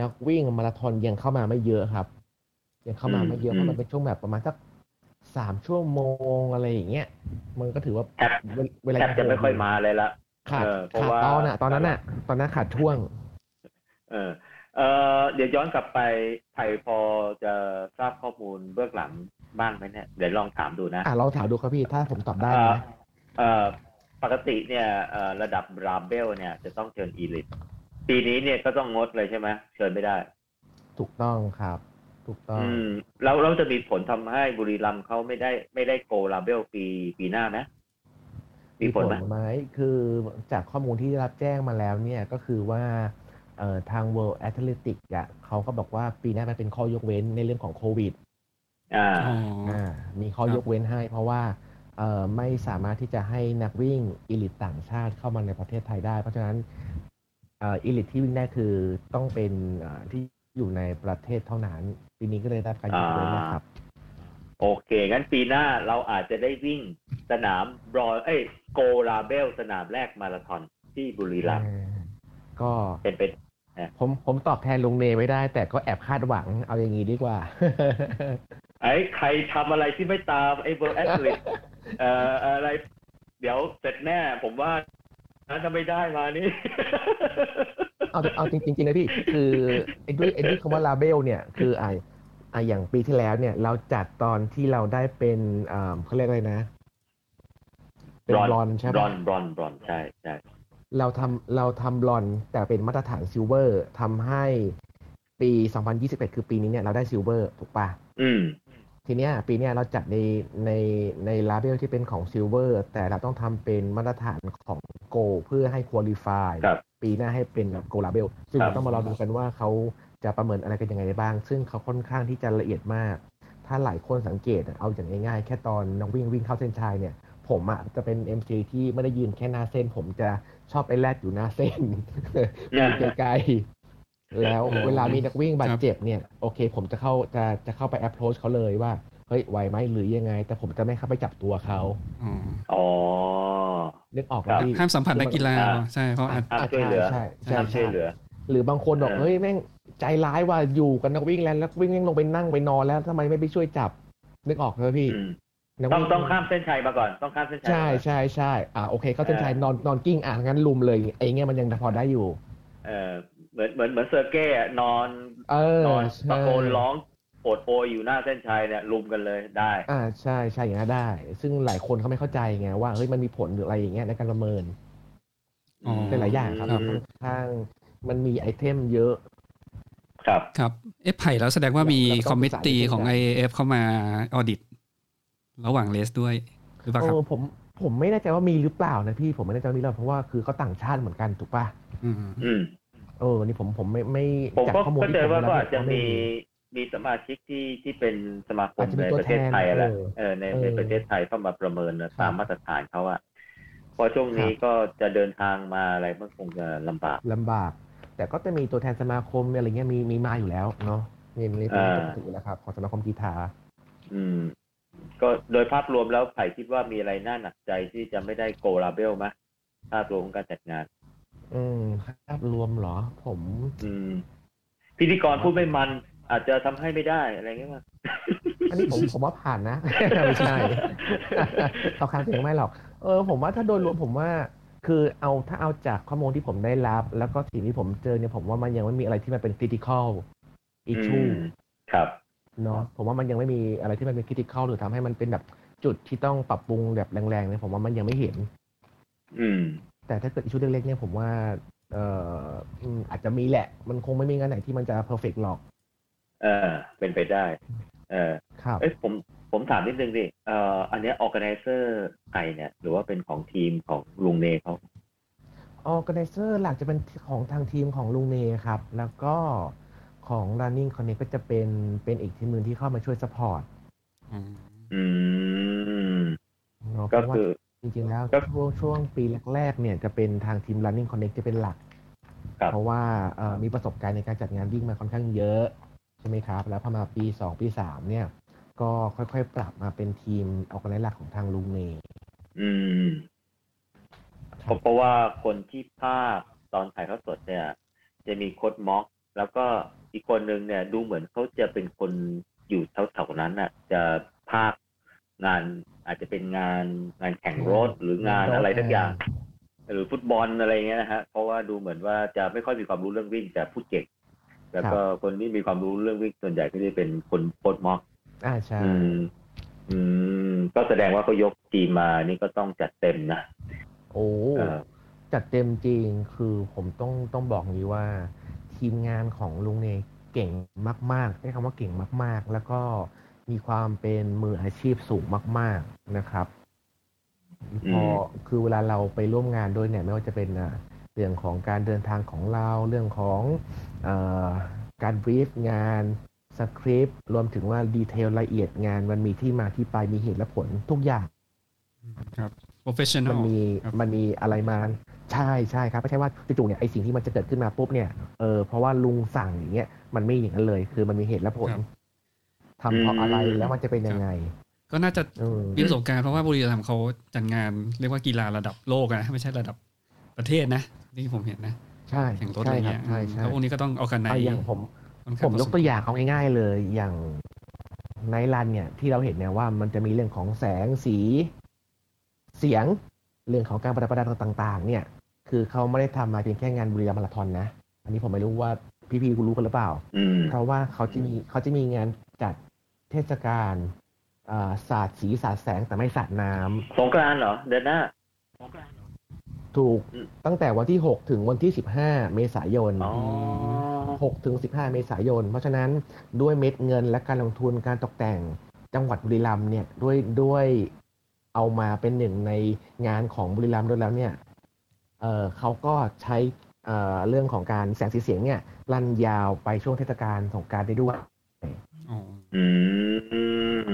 นักวิ่งมาราธอนยังเข้ามาไม่เยอะครับ ยังเข้ามาไม่เยอะเพราะมันเป็นช่วงแบบประมาณสักสามชั่วโมงอะไรอย่างเงี้ยมันก็ถือว่า แทบ เวเวลา แทบจะไม่ค่อยมาเลยละ ขาด เออเพราะ ขาด ว่า ตอนน่ะตอนนั้นน่ะ ตอนนั้นขาดช่วง เออเออเดี๋ยวย้อนกลับไปไผ่พอจะทราบข้อมูลเบื้องหลังบ้างไหมเนี่ยเดี๋ยวลองถามดูนะ อ่ะลองถามดูครับพี่ถ้าผมตอบได้เอ่อนะเอ่อปกติเนี่ยเอ่อระดับราเบลเนี่ยจะต้องเชิญอีลิตปีนี้เนี่ยก็ต้องงดเลยใช่ไหมเชิญไม่ได้ ถูกต้องครับ ถูกต้อง อืมแล้วเราจะมีผลทำให้บุรีรัมย์เขาไม่ได้ไม่ได้โกลาเบลปีปีหน้าไหมมีผลไหม ไหมคือจากข้อมูลที่ได้รับแจ้งมาแล้วเนี่ยก็คือว่าเอ่อทาง World Athletic อ่ะเขาก็บอกว่าปีหน้ามันเป็นข้อยกเว้นในเรื่องของโควิด อ่า อ๋อ อ่ามีข้อ ครับ ยกเว้นให้เพราะว่าเอ่อไม่สามารถที่จะให้นักวิ่งอ l ลิ e ต่างชาติเข้ามาในประเทศไทยได้ เพราะฉะนั้นเอ่อลิทที่วิ่งได้คือต้องเป็นเอ่อที่อยู่ในประเทศเท่านั้น ปีนี้ก็เลยได้รับการยกเว้นนะครับ โอเค งั้นปีหน้าเราอาจจะได้วิ่งสนามบรอยเอ้ยโกลาเบลสนามแรกมาราธอนที่บุรีรัมย์ อ่าก็ เป็นไป ผมผมตอบแทนลุงเนไม่ได้ แต่ก็แอบคาดหวังเอาอย่างนี้ดีกว่า ไอ้ใครทำอะไรที่ไม่ตามไอ้เบอร์แอสลิตเอ่ออะไร เดี๋ยวเสร็จแน่ ผมว่านั้นจะไม่ได้มานี่ เอาเอาจริงๆนะพี่ คือไอ้ด้วยไอ้ด้วยคำว่าลาเบลเนี่ย คืออ่าอ่าอย่างปีที่แล้วเนี่ย เราจัดตอนที่เราได้เป็นอ่าเขาเรียกอะไรนะ เป็น Bronze บอลใช่ บร ปะ อนบรอนบรอนใช่ใช่ เราทำเราทำบลอนด์แต่เป็นมาตรฐานซิลเวอร์ทำให้ปี 2021 คือปีนี้เนี่ยเราได้ซิลเวอร์ถูกปะ อืม ทีเนี้ยปีเนี้ยเราจัดในในในลาเบลที่เป็นของซิลเวอร์แต่เราต้องทำเป็นมาตรฐานของโกเพื่อให้คุริฟาย ครับ ปีหน้าให้เป็นโกลาเบลซึ่ง ครับ เราต้องมารอดูกันว่าเขาจะประเมินอะไรกันยังไงได้บ้าง ซึ่งเขาค่อนข้างที่จะละเอียดมาก ถ้าหลายคนสังเกตอะเอาอย่างง่ายๆ แค่ตอนนักวิ่งวิ่งเข้าเส้นชัยเนี่ย ผมอะจะเป็น MC ที่ไม่ได้ยืนแค่หน้าเส้น ผมจะชอบไปแลดอยู่หน้าเส้น อยู่ไกลๆแล้วเวลามีนักวิ่งบาดเจ็บเนี่ยโอเค ผมจะเข้าจะจะเข้าไป approach เขาเลยว่าเฮ้ยไหวไหมหรือยังไง แต่ผมจะไม่เข้าไปจับตัวเขา อ๋อ นึกออก ครับ พี่ ห้ามสัมผัสนักกีฬาใช่เพราะอาจ ห้ามช่วยเหลือ ใช่ใช่ ห้ามช่วยเหลือ หรือบางคนบอก เออ เฮ้ยแม่งใจร้ายว่าอยู่กันนักวิ่งแล้วนักวิ่งแม่งลงไปนั่งไปนอนแล้วทำไมไม่ไปช่วยจับ นึกออกไหมพี่นัก ต้อ วิ่ งต้องข้ามเส้นชัยมาก่อนต้องข้ามเส้นชัย ใช่ใช่ใช่อ่าโอเคเข้าเส้นชัยนอนนอนกิ้งอ่ะงั้นลุมเลยไอ้เงี้ยมันยังพอได้อยู่ เออเหมือนเหมือนเหมือนเซอร์เก้อะนอน เออน อน ใช่ ตะโกนร้องโอดโอยอยู่หน้าเส้นชัยเนี่ยลุมกันเลยได้ อ่าใช่ใช่อย่างนั้นได้ ซึ่งหลายคนเขาไม่เข้าใจไงว่าเฮ้ยมันมีผลหรืออะไรอย่างเงี้ยในการประเมิน อ๋อ เป็นหลายอย่างครับ ครับ ค่อนข้างมันมีไอเทมเยอะ ครับ ครับเอฟไผ่แล้วแสดงว่ามี แล้วก็ คอมมิตตีของ สาย IAF เข้ามาออดิต ระหว่างเลสด้วยหรือเปล่าครับ โอ้ผมผมไม่แน่ใจว่ามีหรือเปล่านะพี่ผมไม่แน่ใจว่ามีหรือเปล่าเพราะว่าคือเขาต่างชาติเหมือนกันถูกป่ะ อืม อืม เออนี่ผมผมไม่ไม่ ผม จาก ก็ ข้อมูล เข้า ที่ ใจ ผม ว่า ได้ ก็อาจจะ ไ มีมีสมาชิกที่ที่เป็นสมาค อาม จจะมี ใน ตัว ประเทศไทย แทน แหละ เออ เออใน เออ ในประเทศไทยเข้ามาประเมินนะครับ ตามมาตรฐานเขาอะเพอช่วงนี้ก็จะเดินทางมาอะไรมันคงจะลำบาก ลำบาก แต่ก็จะมีตัวแทนสมาคมอะไรเงี้ยมีมีมาอยู่แล้วเนาะมีมีเป็น อ่า ปกติอยู่แล้วครับของสมาคมกีฬา อืม ก็โดยภาพรวมแล้วไผ่คิดว่ามีอะไรน่าหนักใจที่จะไม่ได้โกลาเบลไหมภาพรวมของการจัดงาน อืมภาพรวมเหรอ ผม อืม พิธีกรพูดไม่มัน อาจจะทำให้ไม่ได้อะไรเงี้ยว่า อันนี้ผมผมว่าผ่านนะ ไม่ใช่ เอาคางเสียงไม่หรอก เออ ผมว่าถ้าโดยรวมผมว่า คือเอาถ้าเอาจากข้อมูลที่ผมได้รับ แล้วก็สิ่งที่ผมเจอเนี่ยผมว่ามันยังไม่มีอะไรที่มันเป็น critical อื issue ม ครับ เนาะผมว่ามันยังไม่มีอะไรที่มันเป็น critical หรือทำให้มันเป็นแบบจุดที่ต้องปรับปรุงแบบแรงๆเนี่ยผมว่ามันยังไม่เห็น อืม แต่ถ้าเกิด issue เล็กๆเนี่ยผมว่า เอ่ออืมอาจจะมีแหละ มันคงไม่มีงานไหนที่มันจะ perfect หรอก เออ เป็นไปได้ เออ ครับ เอ้ยผมผมถามนิดนึงดิเอ่ออันเนี้ยออแกไนเซอร์ใครเนี่ย หรือว่าเป็นของทีมของลุงเนเขา ออแก n i เซอร์หลักจะเป็นของทางทีมของลุงเนครับ แล้วก็ของ Running Connect ก็จะเป็นเป็นอีกทีมหนึ่งที่เข้ามาช่วยสปอร์ต อืม เนาะเพ ก็ ราะว่า คือ จริงๆแล้ว ก็ ช่วงช่วงปีแรกๆเนี่ยจะเป็นทางทีม Running Connect จะเป็นหลัก ครับ เพราะว่าเอ่อมีประสบการณ์ในการจัดงานวิ่งมาค่อนข้างเยอะ ใช่ไหมครับ แล้วพอมาปี 2 ปี 3 เนี่ย ก็ค่อยๆ ปรับมาเป็นทีมออกกันหลักของทางลุงเน อืมเพราะเพราะว่าคนที่ภาคตอนถ่ายทอดสดเนี่ย จะมีโค้ดม็อก แล้วก็อีกคนหนึ่งเนี่ย ดูเหมือนเขาจะเป็นคนอยู่แถวๆนั้นน่ะ จะภาคงานอาจจะเป็นงานงานแข่งรถหรืองานอะไรสักอย่าง หรือฟุตบอลอะไรเงี้ยนะฮะเพราะว่าดูเหมือนว่าจะไม่ค่อยมีความรู้เรื่องวิ่งแต่พูดเก่งแล้วก็คนที่มีความรู้เรื่องวิ่งส่วนใหญ่ก็จะเป็นคนโค้ดม็อก อ่าใช่ อืม อืม ก็แสดงว่าเขายกทีมมานี่ก็ต้องจัดเต็มนะ โอ้ เอ่อ จัดเต็มจริง คือผมต้องต้องบอกอย่างนี้ว่า ทีมงานของลุงเนเก่งมากๆใช้คำว่าเก่งมากๆ แล้วก็มีความเป็นมืออาชีพสูงมาก ๆนะครับ พอคือเวลาเราไปร่วมงานด้วยเนี่ยไม่ว่าจะเป็นอ่ะเรื่องของการเดินทางของเราเรื่องของเออการบรีฟงานสคริปต์รวมถึงว่าดีเทลละเอียดงานมันมีที่มาที่ไปมีเหตุและผลทุกอย่าง ครับ professional มันมี ครับ มันมีอะไรมา ใช่ใช่ครับไม่ใช่ว่าจู่ๆเนี่ยไอสิ่งที่มันจะเกิดขึ้นมาปุ๊บเนี่ยเออเพราะว่าลุงสั่งอย่างเงี้ยมันไม่อย่างนั้นเลย คือมันมีเหตุและผล ครับ ทำเพราะอะไรแล้วมันจะเป็นยังไง ก็น่าจะ เออ มีประสบการณ์เพราะว่าบุรีรัมย์เขาจัดงานเรียกว่ากีฬาระดับโลกนะไม่ใช่ระดับประเทศนะที่ผมเห็นนะ ใช่ แข่งรถอะ ใช่ ไร ครั เงี้ บ ย ใช่ใช่ แล้วพวกนี้ก็ต้องเอากันไหน อ่ะอย่างผม ค่อน ผ ข้างปมระ ย ส ก บ ตัวอย่างเอาง่ายๆเลยอย่างในรันเนี่ย ที่เราเห็นเนี่ยว่ามันจะมีเรื่องของแสงสี เสียงเรื่องของการประดับประดาต่าง ๆ เนี่ย คือเขาไม่ได้ทำมาเพียงแค่งานบุรีรัมย์มาราธอนนะ อันนี้ผมไม่รู้ว่าพี่ๆคุณรู้กันหรือเปล่า อืม เพราะว่าเขาจะมีเขาจะมีงานจัดเทศกาลอ่าสาดสีสาดแสงแต่ไม่สาดน้ำ สงกรานต์เหรอ เดือนหน้า ถูกตั้งแต่วันที่ 6 ถึงวันที่ 15 เมษายน6ถึง 15 เมษายน เพราะฉะนั้นด้วยเม็ดเงินและการลงทุนการตกแต่งจังหวัดบุรีรัมย์เนี่ยด้วยด้วยเอามาเป็นหนึ่งในงานของบุรีรัมย์ด้วยแล้วเนี่ยเอ่อเขาก็ใช้เอ่อเรื่องของการแสงสีเสียงเนี่ยลั่นยาวไปช่วงเทศกาลสงกรารได้ด้วย อืม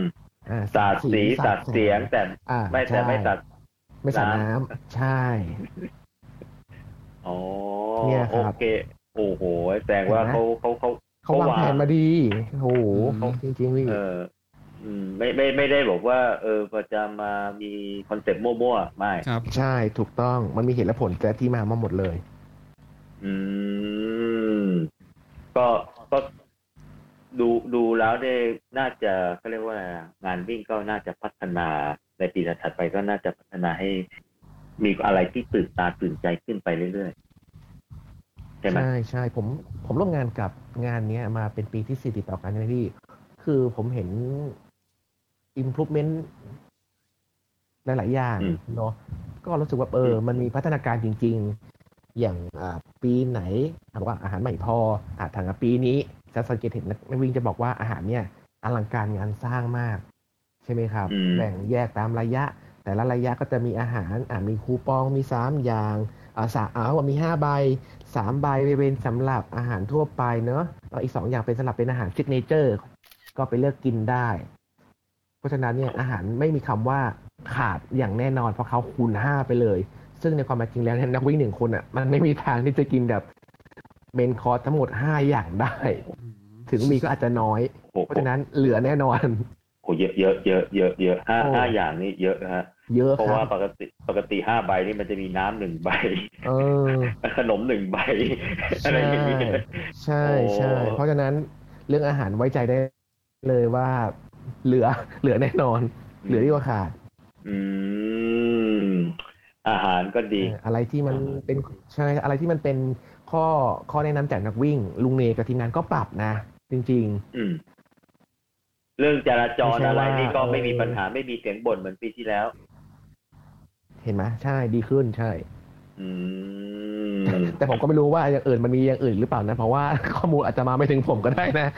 สาดสีสาดเสียงแต่ อ่า ไม่แต่ ใช่ ไม่สาด ไม่สาดน้ำใช่ โอ้ เนี่ยค โอ รับ เค โอ้โหแสดงว่า เห็นไหม เขาเขาเขา เขาวางแผนมาดีโอ้โหจริงๆพี่ เอออืมไม่ไม่ไม่ได้บอกว่า เออพอจะมามีคอนเซ็ปต์มั่วๆไม่ ใช่ถูกต้องมันมีเหตุและผลแต่ที่มามาหมดเลย อืม ก็ก็ดูดูแล้วเนี่ยน่าจะเขาเรียกว่าอะไรอะงานวิ่งก็น่าจะพัฒนาในปีถัดๆไปก็น่าจะพัฒนาให้มีอะไรที่ตื่นตาตื่นใจขึ้นไปเรื่อยๆใช่ไหม ใช่ใช่ผมผมร่วมงานกับงานเนี้ยมาเป็นปีที่สี่ติดต่อกันใช่ไหมพี่ คือผมเห็น improvement หลาย ๆ อย่างเนาะก็รู้สึกว่าเอออมันมีพัฒนาการจริง ๆ อย่างอ่าปีไหนถามว่าอาหารใหม่พออาทางปีนี้จะสังเกตเห็นนักนักวิ่งจะบอกว่าอาหารเนี่ยอลังการงานสร้างมาก ใช่ไหมครับ แบ่งแยกตามระยะ แต่ละระยะก็จะมีอาหารอ่ามีคูปองมีสามอย่างอ่าสามเอามีห้าใบสามใบเป็นสำหรับอาหารทั่วไปเนอะแล้วอีกสองอย่างเป็นสำหรับเป็นอาหารซิกเนเจอร์ ก็ไปเลือกกินได้ เพราะฉะนั้นเนี่ยอาหารไม่มีคำว่าขาดอย่างแน่นอน เพราะเขาคูณห้าไปเลย ซึ่งในความเป็นจริงแล้วเนี่ยนักวิ่งหนึ่งคนอ่ะมันไม่มีทางที่จะกินแบบเมนคอร์สทั้งหมดห้าอย่างได้ ถึงมีก็อาจจะน้อย เพราะฉะนั้นเหลือแน่นอน โหเยอะเยอะเยอะเยอะเยอะห้า โอ้ ห้าอย่างนี่เยอะนะฮะ เยอะครับ เพราะว่าปกติปกติห้าใบนี่มันจะมีน้ำหนึ่งใบ เออ ขนมหนึ่งใบอะไรอย่างนี้ ใช่ใช่ โอ้ เพราะฉะนั้นเรื่องอาหารไว้ใจได้เลยว่าเหลือเหลือแน่นอน เหลือดีกว่าขาด อืม อาหารก็ดี อะไรที่มันเป็นใช่อะไรที่มันเป็นข้อข้อแนะนำจากนักวิ่ง ลุงเนกับทีมงานก็ปรับนะ จริง อืม เรื่องจราจร ไม่ใช่ อะไร ว่า นี่ก็ไม่ เออ มีปัญหาไม่มีเสียงบ่นเหมือนปีที่แล้ว ๆ เห็นไหมใช่ดีขึ้นใช่ อืม แต่ผมก็ไม่รู้ว่าอย่างอื่นมันมีอย่างอื่นหรือเปล่านะ เพราะว่า ข้อมูลอาจจะมาไม่ถึงผมก็ได้นะ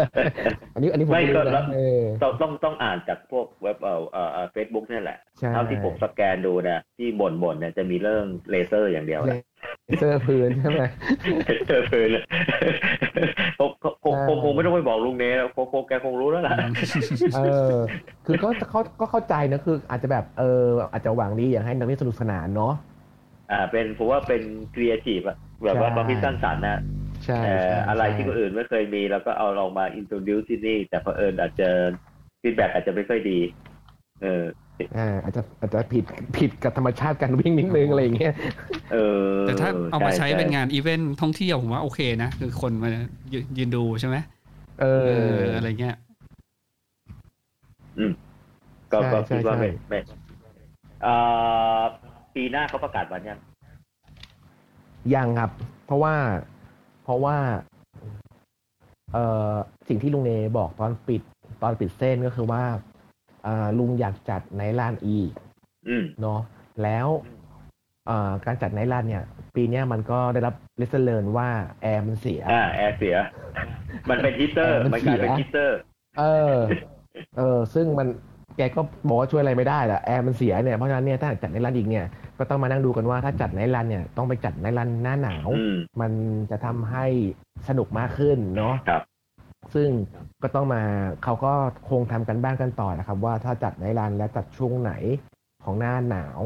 อันนี้อันนี้ผม ไม่ ไม่ ก็ รู้ แล้ นะ ว เออ ต้องต้องต้องอ่านจากพวกเว็บเอ่อเอ่อเฟซบุ๊กนี่ยแหละ ใช่ เท่าที่ผมสแกนดูนะที่บ่นบ่นเนี่ยจะมีเรื่องเลเซอร์อย่างเดียว นะ เจอพื้นใช่ไหม เจอเพลินเลยคงคงคงคงไม่ต้องไปบอกลุงเนยแล้วคงคงแกคงรู้แล้วล่ะ เออ คือก็เขาก็เข้าใจนะ คืออาจจะแบบ เออ อาจจะหวังดีอยากให้นักเรียนสนุกสนานเนาะ อ่า เป็นผมว่าเป็นครีเอทีฟอะแบบว่า ใช่ ความคิดสร้างสรรค์นะ ใช่ เอ่อ ใช่ อะไรที่คนอื่นไม่เคยมีแล้วก็เอาลองมาอิน o d ดิวที่นี่ แต่เผอิญอาจจะฟีดแบ็อาจจะไม่ค่อยดี เออ อ่าอาจจะอาจจะผิดผิดกับธรรมชาติการวิ่งนิดนึงอะไรอย่างเงี้ย เออ แต่ถ้าเอามาใช้เป็นงา ช่ นอีเวนต์ท่องเที่ยวผมว่าโอเคนะคือคนมายืนยืนดูใช่ไหม เอ เอ อ ออะไรเงี้ย ใช่ก็ก็ ใช่ คิดว่า ใช่ ไม่ไม่เอ่อปีหน้าเขาประกาศวันยัง ยังครับ เพราะว่า เพราะว่า เอ่อ สิ่งที่ลุงเนบอกตอนปิดตอนปิดเส้นก็คือว่าอ่าลุงอยากจัดในลานอีก อืม เนาะแล้วเอ่อการจัดไนท์รันเนี่ย ปีเนี้ยมันก็ได้รับเลสเลอร์ว่า แอร์มันเสีย อ่า แอร์เสีย มันเป็นฮีตเตอร์ เออมั มัน น กลายเป็น เสีย ฮีตเตอร์ เออ เออ ซึ่งมันแกก็บอกว่าช่วยอะไรไม่ได้ละแอร์มันเสียเนี่ยเพราะฉะนั้นเนี่ยถ้าจัดไนท์รันอีกเนี่ย ก็ต้องมานั่งดูกันว่าถ้าจัดไนท์รันเนี่ยต้องไปจัดไนท์รันหน้าหนาว อืม มันจะทำให้สนุกมากขึ้นเนาะ ครับ ซึ่งก็ต้องมาเขาก็คงทำกันบ้านกันต่อนะครับ ว่าถ้าจัดไนท์รันและจัดช่วงไหนของหน้าหนาว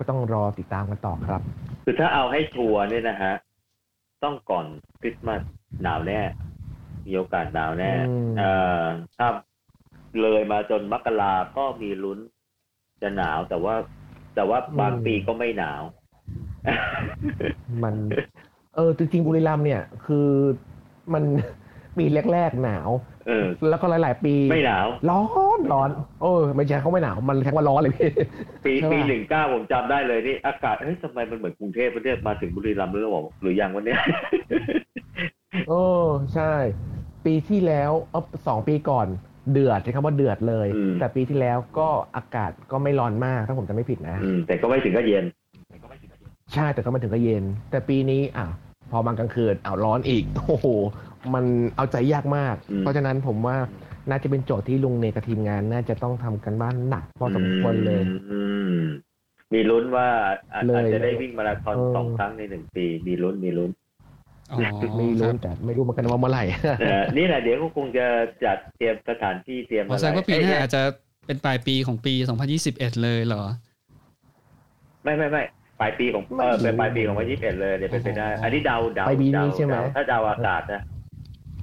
ก็ต้องรอติดตามกันต่อครับ คือถ้าเอาให้ชัวร์เนี่ยนะฮะ ต้องก่อนคริสต์มาสหนาวแน่ มีโอกาสหนาวแน่ อืม เอ่อถ้าเลยมาจนมกราก็มีลุ้นจะหนาวแต่ว่า แต่ว่าบางปีก็ไม่หนาว มัน เออจริงๆบุรีรัมย์เนี่ยคือมัน ปีแรกๆหนาว เออ แล้วก็หลาย ๆ ปี ไม่หนาว ร้อนร้อนโอ้ยไม่ใช่เขาไม่หนาวมันแค่ว่าร้อนเลยพี่ ปี ใช่ปะ ปีหนึ่งเก้าผมจำได้เลยนี่อากาศเฮ้ยทำไมมันเหมือนกรุงเทพมันเรียกมาถึงบุรีรัมย์หรือเปล่าหรือยังวันเนี้ย โอ้ใช่ ปีที่แล้วเออสองปีก่อนเดือดใช้คำว่าเดือดเลย อืม แต่ปีที่แล้วก็อากาศก็ไม่ร้อนมากถ้าผมจะไม่ผิดนะ อืมแต่ก็ไม่ถึงก็เย็น ใช่แต่ก็มาถึงก็เย็น แต่ปีนี้อ่ะพอมากลางคืนอ้าวร้อนอีก โอ้โห มันเอาใจยากมาก เพราะฉะนั้นผมว่าน่าจะเป็นโจทย์ที่ลุงเนกับทีมงาน น่าจะต้องทำกันบ้านหนักพอสมควรเลย อืมมีลุ้นว่าอาจ เลย อาจจะได้วิ่งมาราธอน เออ สองครั้งในหนึ่งปี มีลุ้นมีลุ้น ไม่รู้แต่ไม่รู้เหมือนกันว่าเมื่อ ไหร่ เอ่อนี่แหละเดี๋ยวก็คงจะจัดเตรียมสถานที่เตรียขมอ อะ แสดไรงว่าปีหน้า เอ้ย อาจจะเป็นปลายปีของปี 2021 เลยเหรอ ไม่ไม่ไม่ปลายปีของเออเป็นปลายปีของวันยี่สิบเอ็ดเลยเดี๋ยวเป็นไปได้ อันนี้เดาเดา ปลายปีนี้ เดา ใช่ไหม เดาถ้าเดาอากาศนะ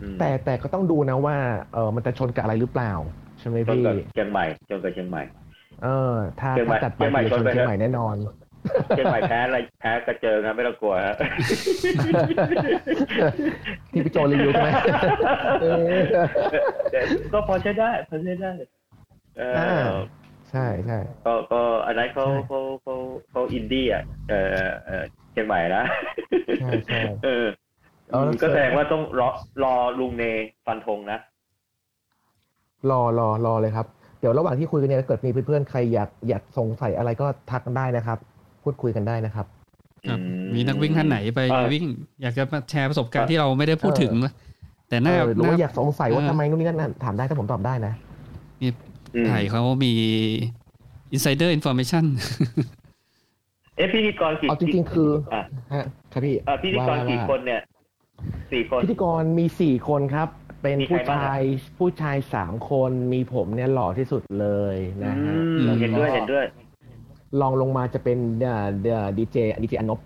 อืม แต่แต่ก็ต้องดูนะว่าเออมันจะชนกับอะไรหรือเปล่า ใช่ไหม จน พี่ กับเชียงใหม่จนกับเชี ยงใหม่ เออ ถ้า เชียงใหม่ ถ้าจัดไป เชียงใหม่ จะชชนนไป เชียงใหม่แน่นอน เชียงใหม่แพ้อะไรแพ้กระเจิงนะไม่ต้องกลัวฮะ ที่พี่โจรีวิวใช่ไหม ก็พอใช้ได้พอใช้ได้เออ อ่า ใช่ใช่ ก็ก็อันนั้นเขา ใช่ เขาเขาเขาอินดี้อ่ะเออเออเชียงใหม่นะ ใช่ใช่ เออ เอาแล้ว ก็แสดงว่าต้องรอรอลุงเนฟันธงนะ รอรอรอเลยครับ เดี๋ยวระหว่างที่คุยกันเนี่ยถ้าเกิดมีเพื่อนๆใครอยากอยากสงสัยอะไรก็ทักกันได้นะครับ พูดคุยกันได้นะครับ ครับ อื มีนักวิ่งท่านไหนไป เออ วิ่ง อยากจะมาแชร์ประสบการณ์ที่เราไม่ได้พูดถึงนะแต่หน้า เออหรืหอน้า ว่าอยากสงสัยว่า เออ ทำไมนู่นนี่นั่นนะถามได้ถ้าผมตอบได้นะ อืม ถ่ายเขามี insider information เอะพิธีกรกี่ เอาจริงๆ คือ อ่ะ ฮะครับพี่ เอ่อพิธีกร ว่า กี่คนเนี่ยสี่คน พิธีกรมีสี่คนครับ เป็น มีใคร ผู้ บ้าง ชายผู้ชายสามคนมีผมเนี่ยหล่อที่สุดเลยนะฮะ อืม แล้วก็ เห็นด้วยเห็นด้วย ลองลงมาจะเป็นเอ่อเอ่อดีเจดีเจอนบ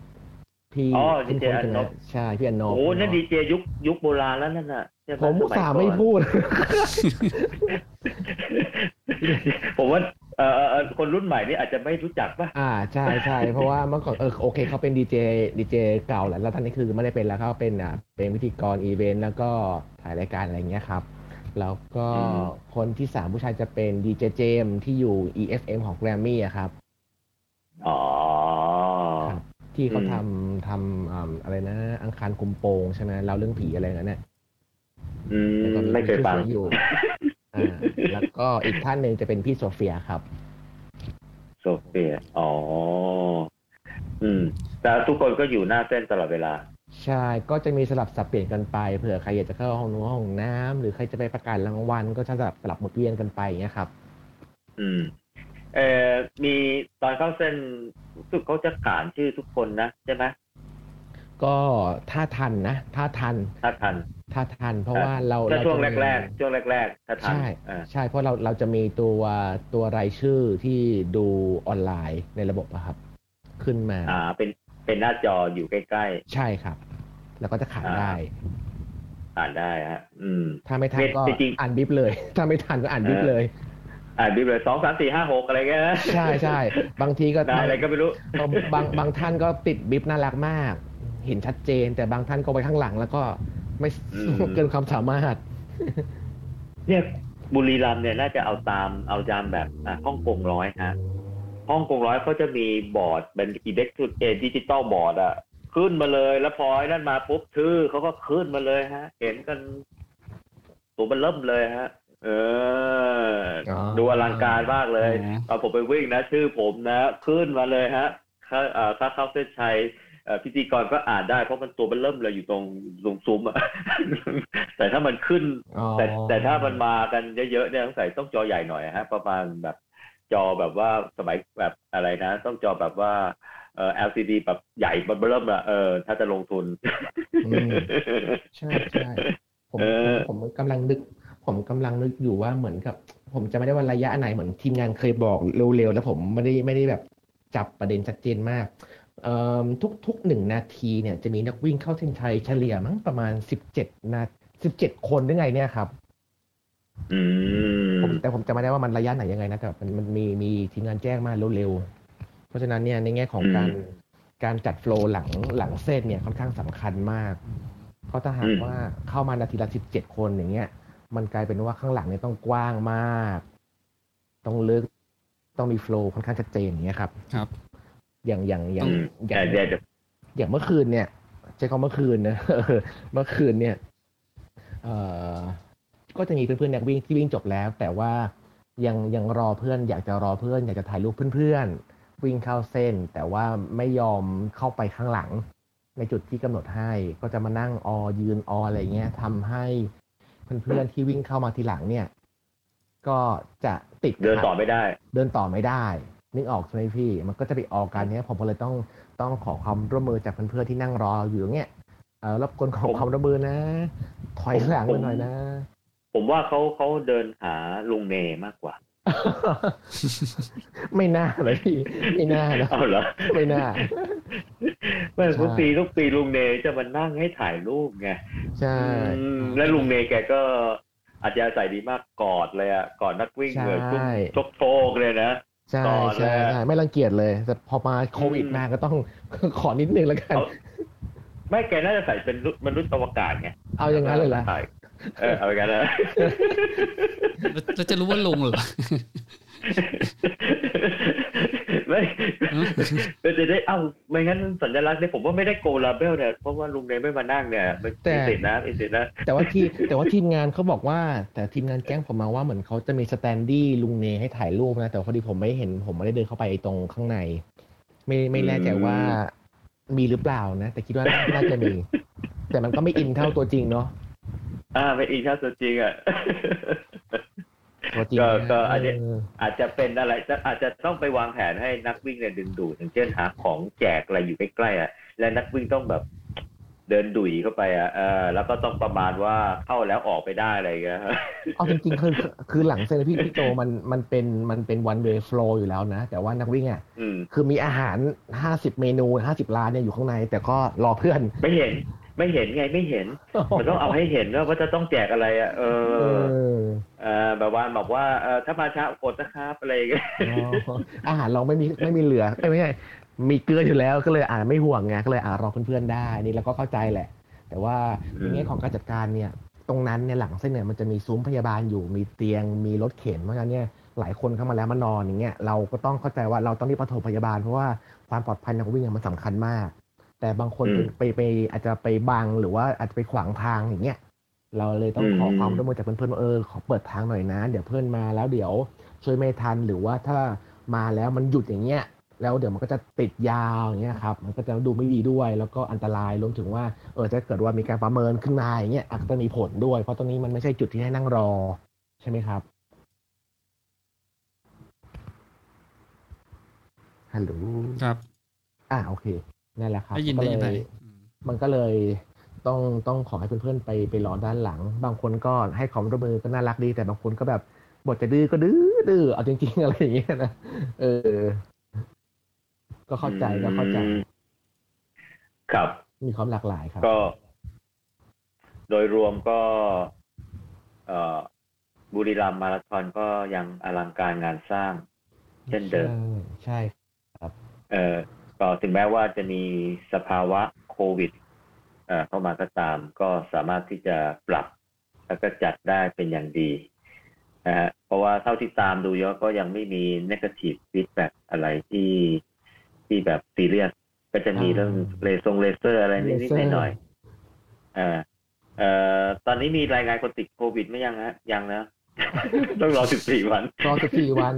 พี่ อ๋อ คุ้ๆ DJ กัะ อนบ ใช่พี่อนบ โอ้นั่นดีเจยุคยุคโบราณแล้วนั่นน่ะใช่ไห ผมอุตส่าห์ไม่ ยก่อน พูด ผมว่าเอ่อเอ่อเอ่อคนรุ่นใหม่นี่อาจจะไม่รู้จักป่ะ อ่าใช่ใช่ เพราะว่าเมื่อก่อนเออโอเคเขาเป็นดีเจดีเจเก่าแหละแล้วท่านนี้คือไม่ได้เป็นแล้วเขาเป็นอ่าเป็นพิธีกรอีเวนต์แล้วก็ถ่ายรายการอะไรอย่างเงี้ยครับ แล้วก็ อืม คนที่สามผู้ชายจะเป็นดีเจเจมส์ที่อยู่ EFM ของแกรมมี่อะครับ อ๋อ ที่เขา อืม ทำทำอ่าอะไรนะ อังคารคุมโปงใช่ไหมเราเรื่องผีอะไรนั่นน่ะ อืม แล้วก็ ไม่เคยฟัง ชื่อสีงอยู่อ่าแล้วก็อีกท่านหนึ่งจะเป็นพี่โซเฟียครับ โซเฟีย อ๋อ อืม แต่ทุกคนก็อยู่หน้าเส้นตลอดเวลา ใช่ก็จะมีสลับสับเปลี่ยนกันไปเผื่อใครอยากจะเข้าห้องนู้นห้องน้ำหรือใครจะไปประกาศรางวัลก็จะสลับสลับหมุนเวียนกันไปอย่างเงี้ยครับ อืม เอ่อ มีตอนเข้าเส้นทุกเขาจะขานชื่อทุกคนนะใช่ไหม ก็ถ้าทันนะ ถ้าทัน ถ้าทัน ถ้าทัน เพราะว่าเรา ถ้า เรา ช่วง จะมี แรกๆ ช่วงแรกๆ ถ้าทัน ใช่ อ่า ใช่เพราะเราเราจะมีตัวตัวรายชื่อที่ดูออนไลน์ในระบบอะครับ ขึ้นมา อ่า เป็น เป็นหน้าจออยู่ใกล้ ใช่ครับ แล้วก็จะขานได้ ๆ อ่านได้ฮะ อืม ถ้าไม่ทัน เว้น ก็ จริงๆ อ่านบิบเลย ถ้าไม่ทันก็อ่านบิบเลย อ่านบีบเลยสองสามสี่ห้าหกอะไรเงี้ยนะ ใช่ใช่บางทีก็ ได้อะไรก็ไม่รู้ บางบางบางท่านก็ติดบิบน่ารักมาก เห็นชัดเจน แต่บางท่านก็ไปข้างหลังแล้วก็ไม่ อืม เกินความสามารถ เนี่ยบุรีรัมย์เนี่ยน่าจะเอาตามเอาตามแบบอ่ะฮ่องกงร้อยฮะฮ่องกงร้อยเขาจะมีบอร์ดเป็นอิเล็กทรอนิกส์เอดิจิตอลบอร์ดอะขึ้นมาเลยแล้วพอไอ้นั่นมาปุ๊บชื่อเขาก็ขึ้นมาเลยฮะ เห็นกัน ตัวมันเริ่มเลยฮะ เออ อ๋อ ดูอลังการมากเลย อ๋อ ตอนผมไปวิ่งนะ ชื่อผมนะ ขึ้นมาเลยฮะถ้าเอ่อถ้าเข้าเส้นชัยเอ่อพิธีกรก็อ่านได้เพราะมันตัวมันเริ่มเลยอยู่ตรงตรงซุ้มอะ แต่ถ้ามันขึ้น อ๋อ แต่แต่ถ้ามันมากันเยอะๆเนี่ยต้องใส่ต้องจอใหญ่หน่อยฮะประมาณแบบจอแบบว่าสมัยแบบอะไรนะ ต้องจอแบบว่าเอ่อ LCD แบบใหญ่มันเริ่มละเออถ้าจะลงทุน อืม ใช่ใช่ผม เออ ผมผมกำลังนึก ผมกำลังนึกอยู่ว่าเหมือนกับ ผมจะไม่ได้ว่าระยะไหนเหมือนทีมงานเคยบอกเร็วๆแล้วผมไม่ได้ไม่ได้แบบจับประเด็นชัดเจนมากเอ่อทุกทุกหนึ่งนาทีเนี่ยจะมีนักวิ่งเข้าเส้นชัยเฉลี่ยมั้งประมาณสิบเจ็ดนาสิบเจ็ดคนหรือไงเนี่ยครับ อืม ผมแต่ผมจะไม่ได้ว่ามันระยะไหนยังไงนะแต่แบบมันมันมีมีทีมงานแจ้งมาเร็วๆเพราะฉะนั้นเนี่ยในแง่ของการการจัดโฟล์หลังหลังเส้นเนี่ยค่อนข้างสำคัญมาก เพราะถ้าหากว่าเข้ามานาทีละสิบเจ็ดคนอย่างเงี้ย มันกลายเป็นว่าข้างหลังเนี่ยต้องกว้างมาก ต้องลึก ต้องมีโฟล์ค่อนข้างชัดเจนอย่างเงี้ยครับ ครับ อย่างอย่างอย่าง อืม อ เดี๋ ย่าย ง วเดี๋ยวเดี๋ยว อย่างเมื่อคืนเนี่ยใช้คำเมื่อคืนนะ เมื่อคืนเนี่ยเอ่อก็จะมีเพื่อนๆนักวิ่งที่วิ่งจบแล้ว แต่ว่ายังยังรอเพื่อน อยากจะรอเพื่อน อยากจะถ่ายรูปเพื่อนๆ วิ่งเข้าเส้น แต่ว่าไม่ยอมเข้าไปข้างหลัง ในจุดที่กำหนดให้ก็จะมานั่งออยืนอออะไรเงี้ยทำให้เพื่อนๆที่วิ่งเข้ามาทีหลังเนี่ย ก็จะติด เดินต่อไม่ได้ เดินต่อไม่ได้ นึกออกใช่ไหมพี่ มันก็จะไปออกการเนี้ยผมก็เลยต้องต้องขอความร่วมมือจากเพื่อนๆที่นั่งรออยู่อย่างเงี้ยเออรบกวนขอความร่วมมือนะถอยหลังไปหน่อยนะ ผมว่าเขาเขาเดินหาลุงเนมากกว่า ไม่น่าเลยพี่ไม่น่านะ เอาเหรอ ไม่น่า ไม่ ใช่ ทุกปีทุกปีลุงเนจะมานั่งให้ถ่ายรูปไง ใช่ อืมและลุงเนแกก็อาจจะใส่ดีมากกอดเลยอ่ะกอดนักวิ่ง ใช่ เลยชกโชกเลยนะ ใช่ ต่อเลย ใช่ อะ ใช่ไม่รังเกียจเลย แต่พอมาโควิด อืม มาก็ต้อง ขอนิดนึงแล้วกัน ไม่แกน่าจะใส่เป็นมนุษย์อวกาศไง เอาอย่างนั้นเลยเหรอ ใช่เออเอาอย่าง นั้นเลย แล้วจะรู้ว่าลงเหรอ ไม่เราจะได้เอ้าไม่งั้นสัญลักษณ์เนี่ยผมว่าไม่ได้โกลาเบลเนี่ยเพราะว่าลุงเนไม่มานั่งเนี่ยมัน แต่ มีสิทธินะมีสิทธินะ แต่ว่าที่แต่ว่าทีมงานเขาบอกว่า แต่ทีมงานแก๊งผมมาว่าเหมือนเขาจะมีสแตนดี้ลุงเนให้ถ่ายรูปนะ แต่พอดีผมไม่เห็นผมไม่ได้เดินเข้าไปตรงข้างใน ไม่ไม่แน่ใจว่ามีหรือเปล่านะ แต่คิดว่าน่าจะมี แต่มันก็ไม่อินเท่าตัวจริงเนาะ อ่าเป็นอีกชาติตัวจริงอ่ะ ตัวจริง ก็ นะ ก็อันนี้ เออ อาจจะเป็นอะไรจะอาจจะต้องไปวางแผนให้นักวิ่งเนี่ยดึงดูดอย่างเช่นหาของแจกอะไรอยู่ใกล้ๆอ่ะและนักวิ่งต้องแบบเดินดุยเข้าไปอ่ะเออแล้วก็ต้องประมาณว่าเข้าแล้วออกไปได้อะไรอย่างเงี้ย เอาจริงๆคือคือหลังเซนพี่พี่โตมันมันเป็นมันเป็นวันเ y f ฟล w อยู่แล้วนะ แต่ว่านักวิ่งอ่ะ อืม คือมีอาหารห้าสิบเมนูห้าสิบร้านเนี่ยอยู่ข้างใน แต่ก็รอเพื่อน ไม่เห็น ไม่เห็นไงไม่เห็นมันต้องเอาให้เห็นว่าว่าจะต้องแจกอะไรอ่ะเอ เอ อ อ เออแบบว่าบอกว่าเออถ้ามาช้าอดนะครับอะไรอย่างเงี้ย อ๋ออาหารเราไม่มีไม่มีเหลือเอ้ยไม่ใช่มีเกลืออยู่แล้วก็เลยอ่าไม่ห่วงไงก็เลยอ่ารอเพื่อนๆได้นี่เราก็เข้าใจแหละ แต่ว่าในแง่ของการจัดการเนี่ย ตรงนั้นเนี่ยหลังเส้นเนี่ยมันจะมีซุ้มพยาบาลอยู่มีเตียงมีรถเข็นเพราะฉะนั้นเนี่ยหลายคนเข้ามาแล้วมานอนอย่างเงี้ยเราก็ต้องเข้าใจว่าเราต้องรีบปฐมพยาบาลเพราะว่าความปลอดภัยในการวิ่งเนี่ยมันสำคัญมาก แต่บางคน อืม ไปไปอาจจะไปบังหรือว่าอาจจะไปขวางทางอย่างเงี้ยเราเลยต้อง อืม ขอความร่วมมือจากเพื่อนๆว่าเออขอเปิดทางหน่อยนะ เดี๋ยวเพื่อนมาแล้วเดี๋ยวช่วยไม่ทันหรือว่าถ้ามาแล้วมันหยุดอย่างเงี้ย แล้วเดี๋ยวมันก็จะติดยาวอย่างเงี้ยครับ มันก็จะดูไม่ดีด้วย แล้วก็อันตรายรวมถึงว่า เออถ้าเกิดว่ามีการประเมินขึ้นมาอย่างเงี้ยอาจจะมีผลด้วย เพราะตรงนี้มันไม่ใช่จุดที่ให้นั่งรอ ใช่ไหมครับ ฮัลโหล ครับ อ่าโอเค นั่นแหละครับ ได้ยิน ก็ ได้ยิน เล ได้ มันก็เลยต้องต้องขอให้เพื่อนๆไปไปรอด้านหลัง บางคนก็ให้ความร่วมมือก็น่ารักดี แต่บางคนก็แบบบทจะดื้อก็ดื้อดื้อเอาจริงๆ อะไรอย่างเงี้ยนะ เออ ก็เข้าใจก็เข้าใจ อืมครับ มีความหลากหลายครับ ก็ โดยรวมก็เอ่อบุรีรัมย์มาราธอนก็ยังอลังการงานสร้าง เช่นเดิม ใช่ เออก็ถึงแม้ว่าจะมีสภาวะโควิดเอ่อเข้ามาก็ตาม ก็สามารถที่จะปรับแล้วก็จัดได้เป็นอย่างดีนะฮะเพราะว่าเท่าที่ตามดูเยอะก็ยังไม่มี negative feedback อะไรที่ที่แบบซีเรียสก็จะมีเรื่องเลเซอร์เลเซอร์อะไรนิดๆหน่อยๆ เอ่อเอ่อตอนนี้มีรายงานคนติดโควิดไหม่ยังฮะยัง นะ ต้องรอ 14 วัน รอสิบสี่วัน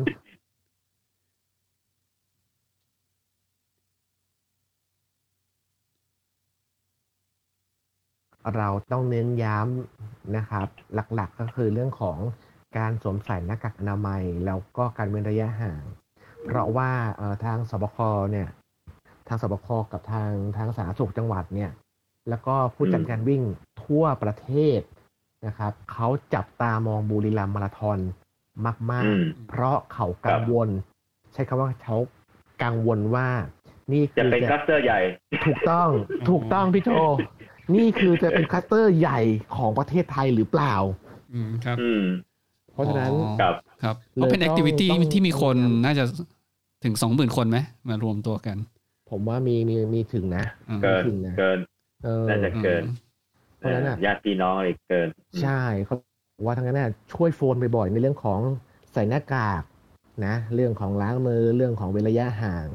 เราต้องเน้นย้ำนะครับ หลักๆก็คือเรื่องของการสวมใส่หน้ากากอนามัย แล้วก็การเว้นระยะห่าง เพราะว่าเอ่อทางสบคเนี่ย ทางสบคกับทางทางสาธารณสุขจังหวัดเนี่ย แล้วก็ผู้จัดการวิ่งทั่วประเทศนะครับเขาจับตามองบุรีรัมย์มาราธอนมาก อืม ๆ เพราะเขากังวล ใช้คำว่าเขากังวลว่า นี่คื จะ อ เป็นคลัสเตอร์ใหญ่ ถูกต้อง ถูกต้องพี่โจ นี่คือจะเป็นคลัสเตอร์ใหญ่ของประเทศไทยหรือเปล่า อืมครับ อืม เพราะฉะนั้น อ๋อ ครับ ครับ เลย เพราะเป็น ต้ แอ อง คทิวิตี้ ต้อง ที่มีคนน่าจะถึงสองหมื่นคนไหมมารวมตัวกัน ผมว่ามีมีมีถึงนะ อืม เกิน มีถึงนะ เกิน เออ น่าจะเกิน เพราะฉะนั้นอะ ญาติพี่น้องอะไรเกิน ใช่เขาบอกว่าทั้งนั้นน่ะช่วยโฟนบ่อยๆในเรื่องของใส่หน้ากากนะ เรื่องของล้างมือเรื่องของเว้นระยะห่าง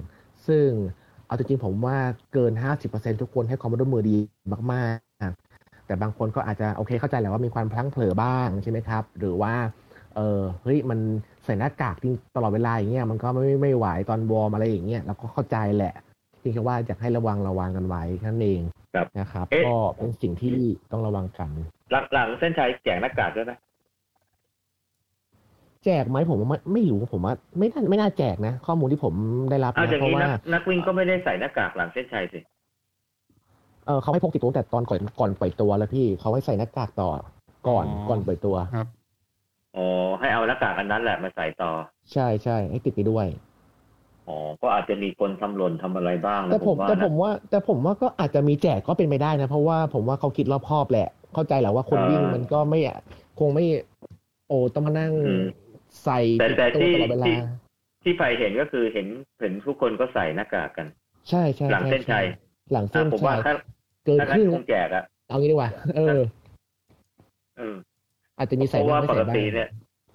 ซึ่งเอาจริงๆผมว่าเกิน 50%ทุกคนให้ความร่วมมือดีมากๆ แต่บางคนก็อาจจะโอเคเข้าใจแหละว่ามีความพลั้งเผลอบ้างใช่ไหมครับ หรือว่า เออเฮ้ยมันใส่หน้ากากทิ้งตลอดเวลาอย่างเงี้ยมันก็ไม่ไม่ไหวตอนวอร์มอะไรอย่างเงี้ยเราก็เข้าใจแหละเพียงแค่ว่าอยากให้ระวังระวังกันไว้แค่นั่นเองนะครับ เอ๊ะ ก็เป็นสิ่งที่ต้องระวังกัน หลังหลังเส้นชัยแจกหน้ากากด้วยนะ แจกไหมผมว่าไม่ไม่รู้ผมว่าไม่น่าไม่น่าแจกนะ ข้อมูลที่ผมได้รับ เอา นะ จาก เพราะ นี้นั ว่า กนักวิ่งก็ไม่ได้ใส่หน้ากากหลังเส้นชัยสิ เออเขาให้พกติดตัวตั้งแต่ตอนก่อนก่อนปล่อยตัวแล้วพี่เขาให้ใส่หน้ากากต่อก่อน อ๋อ ก่อนปล่อยตัว อ๋อให้เอาหน้ากากอันนั้นแหละมาใส่ต่อ ใช่ใช่ให้ติดไปด้วย อ๋อ ก็อาจจะมีคนทำหล่นทำอะไรบ้างนะ แต่ผม ว่า แต่ นะ ผมว่าแต่ผมว่าก็อาจจะมีแจกก็เป็นไปได้นะ เพราะว่าผมว่าเขาคิดรอบคอบแหละ เข้าใจแหละว่าคน เออ วิ่งมันก็ไม่อะคงไม่ โอ้ต้องมานั่ง อืม ใส่ แต่ ติด แต่ ตัว ที่ ตลอดเวลา ที่ที่ไปเห็นก็คือเห็นเห็นทุกคนก็ใส่หน้ากากกัน ใช่ใช่ หลัง ใช่ เส้นชัย หลังเส้น อ่ะผม ชั ว่าย ถ้า เกิน ถ้า ค งั้ รึ่ น ง คงแจกอะ เอางี้ดีกว่า เออ เออ อาจจะมี เพ ใส่ ราะ บ้า ว่าง ไม่ ป ใส่ ก บ้าง ติเนี่ย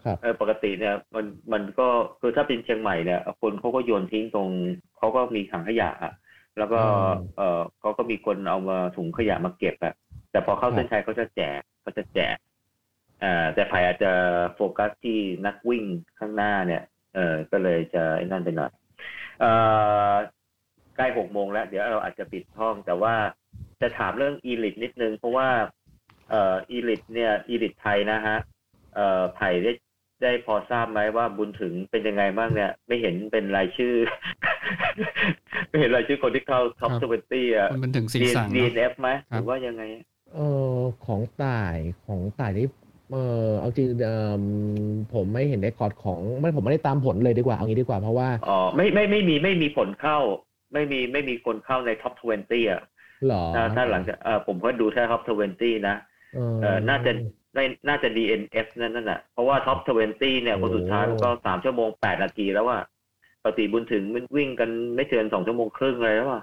ครับ เออปกติเนี่ย มันมันก็คือถ้าเป็นเชียงใหม่เนี่ยคนเขาก็โยนทิ้งตรงเขาก็มีถังขยะอะแล้วก็ อืม เออเขาก็มีคนเอามาถุงขยะมาเก็บอะแต่พอเข้าเส้นชัยเขาจะแจกเขาจะแจกเอ่อแต่ภายอาจจะโฟกัสที่นักวิ่งข้างหน้าเนี่ย เออก็เลยจะไอ้นั่นไปหน่อยเอ่อใกล้หกโมงแล้ว เดี๋ยวเราอาจจะปิดห้อง แต่ว่าจะถามเรื่องอีลิทนิดนึง เพราะว่า เอ่ออีลิทเนี่ยอีลิทไทยนะฮะ เอ่อไผ่ได้ได้พอทราบไหมว่าบุญถึงเป็นยังไงบ้างเนี่ย ไม่เห็นเป็นรายชื่อ ไม่เห็นรายชื่อคนที่เข้าท็อป ครับ ทเวนตี้อ่ะ คุณบุญถึงศรีสังเน ดี อะ เอฟไหม ค ห รับ รือว่ายังไง เออของต่ายของต่ายที่เออเอาจริงเออผมไม่เห็นเรคคอร์ดของไม่ผมไม่ได้ตามผลเลยดีกว่าเอางี้ดีกว่าเพราะว่า อ๋อไม่ไม่ไม่มีไม่มีผลเข้า ไม่มีไม่มีคนเข้าในท็อปทเวนตี้อ่ะ หรอ ถ้าถ้าหลังจากเอ่อผมก็ดูแค่ท็อปทเวนตี้นะ เออ เออน่าจะได้น่าจะ DNF นั่นนั่นน่ะ เพราะว่าท็อป 20 เนี่ย คนสุดท้ายมันก็สามชั่วโมงแปดนาทีแล้วว่าปกติบุญถึงมันวิ่งกันไม่เกินสองชั่วโมงครึ่งอะไรแล้วว่า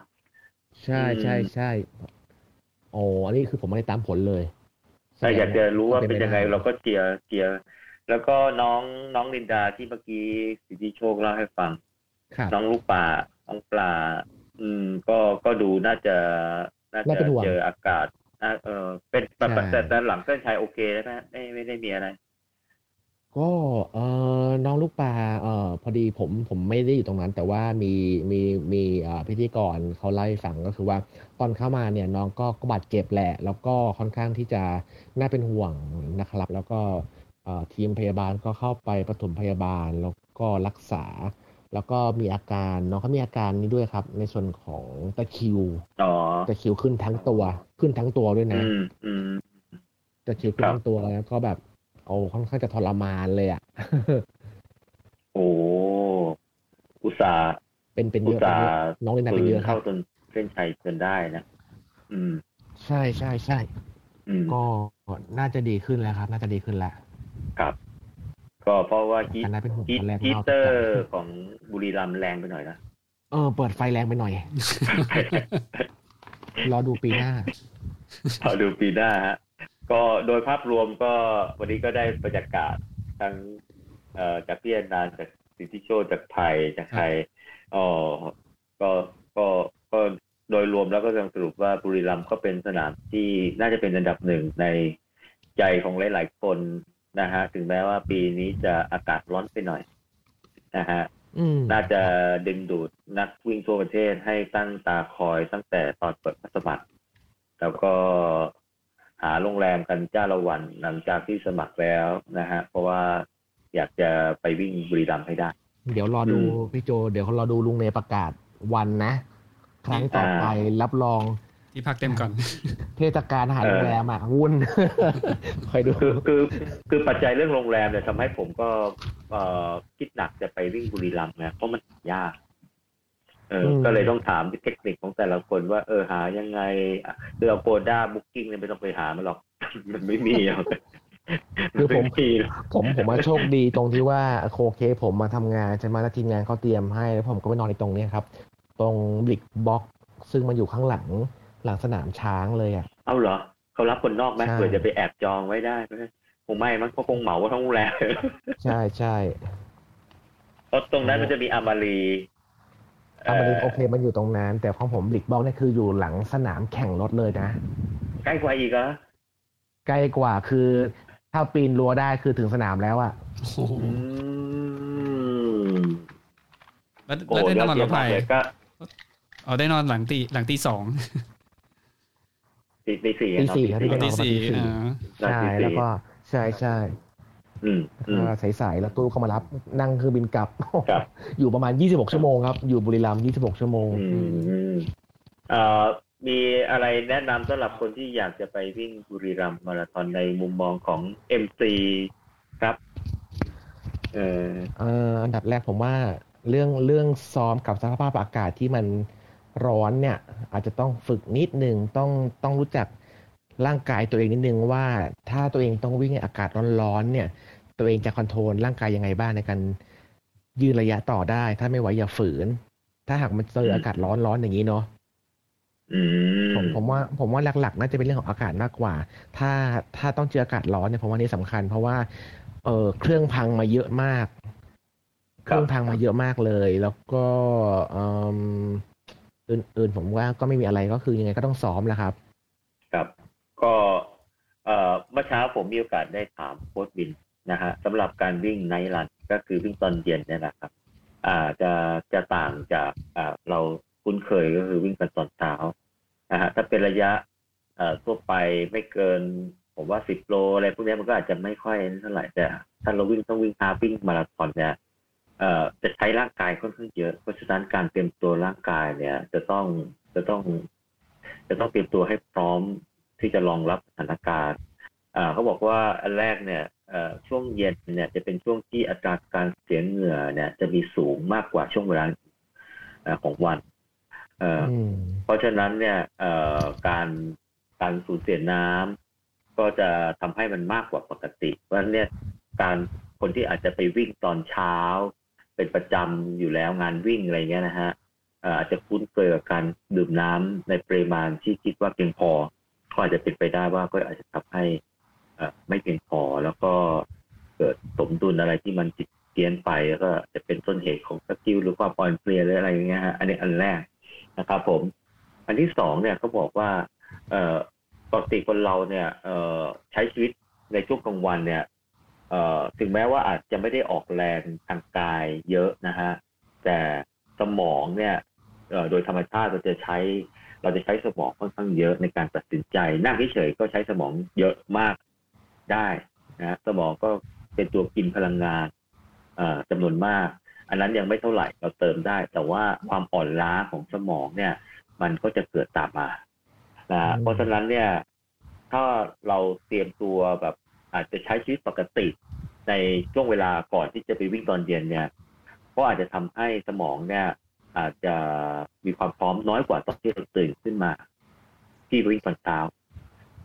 ใช่ อืม ใช่ใช่โอ้อันนี้คือผมไม่ได้ตามผลเลย ถ้าอยากจะรู้ว่าเป็นยังไง ม่ด้ เราก็เจียร์เจียร์แล้วก็น้องน้องลินดาที่เมื่อกี้สิทธิโชคเล่าให้ฟัง ครับ น้องลูกป่าน้องปลา อืม ก็ก็ดูน่าจะน่า น่าเป็ จะ นห่วง เจออากาศน่าเออเป็นแต่ ใช่ แต่แต่หลังเส้นชัยโอเคแล้วนะไม่ไม่ได้มีอะไร ก็เออน้องลูกปลาเออพอดีผมผมไม่ได้อยู่ตรงนั้น แต่ว่ามีมีมีเอ่อพิธีกรเขาเล่าให้ฟังก็คือว่าตอนเข้ามาเนี่ยน้องก็ก็บาดเจ็บแหละ แล้วก็ค่อนข้างที่จะน่าเป็นห่วงนะครับ แล้วก็เอ่อทีมพยาบาลก็เข้าไปปฐมพยาบาลแล้วก็รักษา แล้วก็มีอาการน้องเขามีอาการนี้ด้วยครับ ในส่วนของตะคริว อ๋อ ตะคริวขึ้นทั้งตัวขึ้นทั้งตัวด้วยนะ อืม อืม ตะคริวขึ้นทั้งตัวแล้วก็แบบโอ้ค่อนข้างจะทรมานเลยอ่ะ โอ้ อุตส่าห์ เป็นเป็น อุ เย ต อะ ส่าห์ เป็นเยอะน้องเลยนะเป็นเยอะครั เข้า บ จนเส้นชัยจนได้นะ อืม ใช่ใช่ใช่ อืม ก็น่าจะดีขึ้นแล้วครับ น่าจะดีขึ้นแล้ว ครับ ก็เพราะว่าฮี อันนั้นเป็นห่วง ฮี ตอนแรก ฮี เรา เตอร์ของบุรีรัมย์แรงไปหน่อยนะ เออเปิดไฟแรงไปหน่อย รอดูปีหน้า ขอดูปีหน้าฮะ ก็โดยภาพรวมก็วันนี้ก็ได้บรรยากาศทั้งเอ่อจากพี่อนันต์จากสิทธิโชติจากไผ่จากไทยอ๋อก็ก็ก็โดยรวมแล้วก็ยังสรุปว่าบุรีรัมย์ก็เป็นสนามที่น่าจะเป็นอันดับหนึ่งในใจของหลาย ๆ คนนะฮะ ถึงแม้ว่าปีนี้จะอากาศร้อนไปหน่อยนะฮะ อืม น่าจะดึงดูดนักวิ่งทั่วประเทศให้ตั้งตาคอยตั้งแต่ตอนเปิดพัสมัคร แล้วก็หาโรงแรมกันจ้าละวันหลังจากที่สมัครแล้วนะฮะ เพราะว่าอยากจะไปวิ่งบุรีรัมย์ให้ได้ เดี๋ยวรอดูพี่โจ เดี๋ยวเขารอดูลุงเนประกาศวันนะ ครั้งต่อไปรับรอง ที่พักเต็มก่อน เทศกาลอาหารโรงแรมอ่ะวุ่น คอยดู คือคือคือปัจจัยเรื่องโรงแรมเนี่ยทำให้ผมก็เอ่อคิดหนักจะไปวิ่งบุรีรัมย์นะเพราะมันหายากเอออ ม ก็เลยต้องถามเทคนิคของแต่ละคนว่าเออหายังไงอ่ะคือเอาโกด้าบุ๊กิ้งเนี่ยไม่ต้องไปหามันหรอก มันไม่มีหรอก คือผม นไหรอก ผมผมมาโชคดีตรงที่ว่าโคเคผมมาทำงานใช่ไหมแล้วทีมงานเขาเตรียมให้แล้วผมก็ไปนอนในตรงเนี้ยครับ ตรงบลิกบ็อกซึ่งมันอยู่ข้างหลังหลังสนามช้างเลยอ่ะ เอาเหรอเขารับคนนอกไหม ใช่ เผื่อจะไปแอบจองไว้ได้ไหมคงไม่มั้งเขาคงเหมาว่าทั้งโรงแรม ใช่ใช่ เพราะตรงนั้นมันจะมีอามารี อามารินโอเคมันอยู่ตรงนั้น แต่ของผมบลิกบ็อกเนี่ยคืออยู่หลังสนามแข่งรถเลยนะ ใกล้กว่าอีกเหรอ ใกล้กว่าคือถ้าปีนรั้วได้คือถึงสนามแล้วอ่ะ แล้ว โอ้ แล้วได้นอนห ย รือ ด เปล่า เยี่ยมมากเลยก็ อ๋อได้นอนหลังตีหลังตีสอง ตีตีสี่ ตี ครับ สี่ครับพี่ ตีสี่อ่า ใช่แล้วก็ใช่ใช่ อืม เอ่อสายๆแล้วตู้ก็มารับนั่งเครื่องบินกลับ อยู่ประมาณ 26 ชั่วโมงครับ อยู่บุรีรัมย์26 ชั่วโมง เอ่อมีอะไรแนะนำสำหรับคนที่อยากจะไปวิ่งบุรีรัมย์มาราธอนในมุมมองของเอ็มซีครับ เออ เอ่ออันดับแรกผมว่าเรื่องเรื่องซ้อมกับสภาพอากาศที่มันร้อนเนี่ย อาจจะต้องฝึกนิดนึงต้องต้องรู้จักร่างกายตัวเองนิดนึงว่าถ้าตัวเองต้องวิ่งในอากาศร้อนๆเนี่ย ตัวเองจะคอนโทรลร่างกายยังไงบ้างในการยืนระยะต่อได้ ถ้าไม่ไหวอย่าฝืน ถ้าหากมันเจออากาศร้อนๆอย่างนี้เนาะ ผมผมว่าผมว่าหลักๆ น่าจะเป็นเรื่องของอากาศมากกว่า ถ้าถ้าต้องเจออากาศร้อนเนี่ยผมว่านี่สำคัญ เพราะว่า เออเครื่องพังมาเยอะมาก เครื่องพังมาเยอะมากเลย แล้วก็เอิ่มอื่นๆผมว่าก็ไม่มีอะไรก็คือยังไงก็ต้องซ้อมแหละครับ ครับก็เอ่อเมื่อเช้าผมมีโอกาสได้ถามโค้ชบินนะฮะสำหรับการวิ่งไนท์รันก็คือวิ่งตอนเย็นเนี่ยนะครับ อ่าจะจะต่างจากอ่าเราคุ้นเคยก็คือวิ่งกันตอนเช้านะฮะถ้าเป็นระยะเอ่อทั่วไปไม่เกิน ผมว่าสิบโลอะไรพวกเนี้ยมันก็อาจจะไม่ค่อยเท่าไหร่แต่ถ้าเราวิ่งต้องวิ่งฮาล์ฟวิ่งมาราธอนเนี่ย เอ่อจะใช้ร่างกายค่อนข้างเยอะ เพราะฉะนั้นการเตรียมตัวร่างกายเนี่ย จะต้องจะต้อง จะต้องเตรียมตัวให้พร้อมที่จะรองรับสถานการณ์อ่าเขาบอกว่าอันแรกเนี่ยเอ่อช่วงเย็นเนี่ยจะเป็นช่วงที่อัตราการเสียเหงื่อเนี่ย จะมีสูงมากกว่าช่วงเวลาเอ่อของวันเอ่ออเพราะฉะนั้นเนี่ยเอ่อการการสูญเสียน้ำก็จะทำให้มันมากกว่าปกติ เพราะฉะนั้นเนี่ยการคนที่อาจจะไปวิ่งตอนเช้า เป็นประจำอยู่แล้วงานวิ่งอะไรเงี้ยนะฮะ เอ่ออาจจะคุ้นเคยกับการดื่มน้ำในปริมาณที่คิดว่าเพียงพอ ก็อาจจะเป็นไปได้ว่าก็อาจจะทำให้เอ่อไม่เพียงพอแล้วก็เกิดสมดุลอะไรที่มันผิดเพี้ยนไปแล้วก็จะเป็นต้นเหตุของสกิลหรือความอ่อนเพลียหรืออะไรอย่างเงี้ยฮะอันนี้อันแรกนะครับผม อันที่สองเนี่ยเขาบอกว่า เอ่อปกติคนเราเนี่ย เอ่อใช้ชีวิตในช่วงกลางวันเนี่ย เอ่อถึงแม้ว่าอาจจะไม่ได้ออกแรงทางกายเยอะนะฮะ แต่สมองเนี่ยเอ่อโดยธรรมชาติเราจะใช้ เราจะใช้สมองค่อนข้างเยอะในการตัดสินใจ นั่งเฉยๆก็ใช้สมองเยอะมากได้นะสมองก็เป็นตัวกินพลังงานเอ่อจำนวนมาก อันนั้นยังไม่เท่าไหร่เราเติมได้ แต่ว่าความอ่อนล้าของสมองเนี่ย มันก็จะเกิดตามมานะเพราะฉะนั้นเนี่ย ถ้าเราเตรียมตัวแบบอาจจะใช้ชีวิตปกติในช่วงเวลาก่อนที่จะไปวิ่งตอนเย็นเนี่ย ก็อาจจะทำให้สมองเนี่ย อาจจะมีความพร้อมน้อยกว่าตอนที่เราตื่นขึ้นมา ที่วิ่งตอนเช้า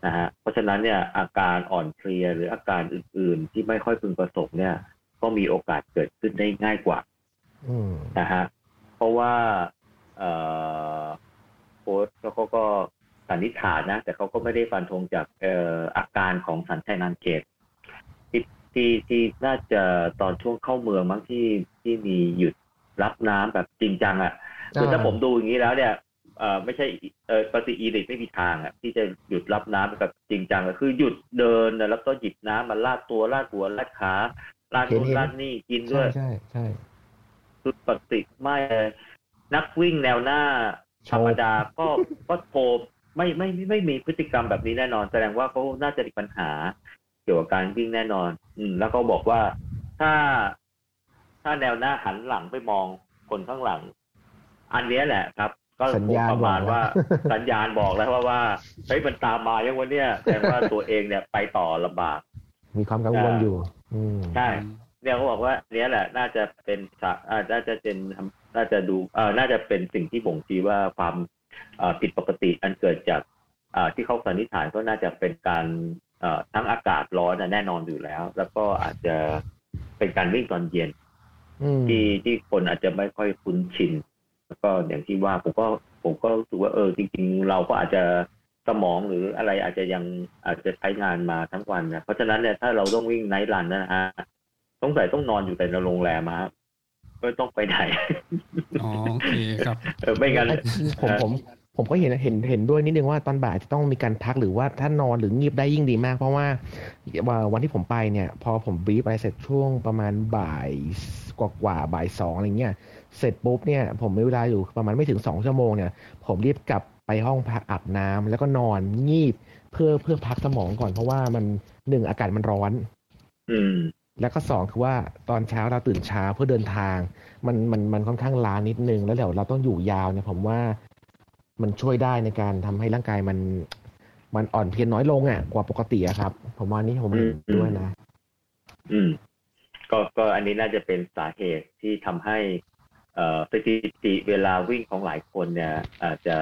นะฮะเพราะฉะนั้นเนี่ยอาการอ่อนเพลียหรืออาการอื่น ๆ ที่ไม่ค่อยพึงประสงค์เนี่ย ก็มีโอกาสเกิดขึ้นได้ง่ายกว่า อืม นะฮะเพราะว่าเอ่อโค้ชเขาก็สันนิษฐานนะ แต่เขาก็ไม่ได้ฟันธงจากเอ่ออาการของสัญชัยนันเกตที่ที่ที่น่าจะตอนช่วงเข้าเมืองมั้งที่ที่มีหยุดรับน้ำแบบจริงจังอะ่ะคือถ้าผมดูอย่างนี้แล้วเนี่ยเอ่อไม่ใช่เอ่อปฏิอีดิตไม่มีทางอะ่ะที่จะหยุดรับน้ำแบบจริงจังอะคือหยุดเดินน่ะแล้วก็หยิบน้ำมาลาดตัวลาดหัวลาดขาลาดนู่น เห็นเห็น ลาดนี่กินด้ ใช่ วย ใช่ใช่ ชุดปกติไม่เลยนักวิ่งแนวหน้า โชธว์รรมดาก็ก็โทรไม่ไม่ไม่ไม่มีพฤติกรรมแบบนี้แน่นอน แสดงว่าเขาน่าจะมีปัญหา เกี่ยวกับการวิ่งแน่นอน อืม แล้วก็บอกว่าถ้าถ้าแนวหน้าหันหลังไปมองคนข้างหลัง อันเนี้ยแหละครับ ก็ สัญญาณ ประมาณ บอกแล้ว ว่า สัญญาณบอกแล้วว่าว่าเฮ้ยมันตามมายังวันเนี้ยแสดงว่าตัวเองเนี่ยไปต่อลำบาก มีความกังวลอยู่ อืม ใช่เนี่ยเขาบอกว่าเนี้ยแหละน่าจะเป็นสาอ่าน่าจะเป็นทำน่าจะดูเอ่อน่าจะเป็นสิ่งที่บ่งชี้ว่าความเอ่อผิดปกติอันเกิดจากเอ่อที่เขาสันนิษฐานก็น่าจะเป็นการเอ่อทั้งอากาศร้อนน่ะแน่นอนอยู่แล้ว แล้วก็อาจจะเป็นการวิ่งตอนเย็น อืม ที่ที่คนอาจจะไม่ค่อยคุ้นชิน แล้วก็อย่างที่ว่าผมก็ผมก็รู้สึกว่าเออจริง ๆ เราก็อาจจะสมองหรืออะไรอาจจะยังอาจจะใช้งานมาทั้งวันนะเพราะฉะนั้นเนี่ยถ้าเราต้องวิ่งไนท์รันนะฮะต้องใส่ต้องนอนอยู่แต่ในโรงแรมฮะไม่ต้องไปไหน อ๋อโอเคครับ เออไม่งั้น ผมผม ผมก็เห็นเห็นเห็นด้วยนิดนึงว่าตอนบ่ายอาจจะต้องมีการพักหรือว่าถ้านอนหรืองีบได้ยิ่งดีมากเพราะว่าว่าวันที่ผมไปเนี่ย พอผมบรีฟไปเสร็จช่วงประมาณบ่ายกว่ากว่าบ่ายสองอะไรเงี้ยเสร็จปุ๊บเนี่ยผมมีเวลาอยู่ประมาณไม่ถึงสองชั่วโมงเนี่ย ผมรีบกลับไปห้องพักอาบน้ำแล้วก็นอนงีบเพื่อเพื่อพักสมองก่อนเพราะว่ามันหนึ่งอากาศมันร้อน อืม แล้วก็สองคือว่าตอนเช้าเราตื่นเช้าเพื่อเดินทาง มันมันมันค่อนข้างล้านิดนึง แล้วเดี๋ยวเราต้องอยู่ยาวเนี่ยผมว่ามันช่วยได้ในการทำให้ร่างกายมัน มันอ่อนเพลียน้อยลงอ่ะกว่าปกติอะครับ ผมว่านี่ผมเห็นด้วยนะ อืมก็ก็อันนี้น่าจะเป็นสาเหตุที่ทำให้ เอ่อสถิติเวลาวิ่งของหลายคนเนี่ย อาจจะ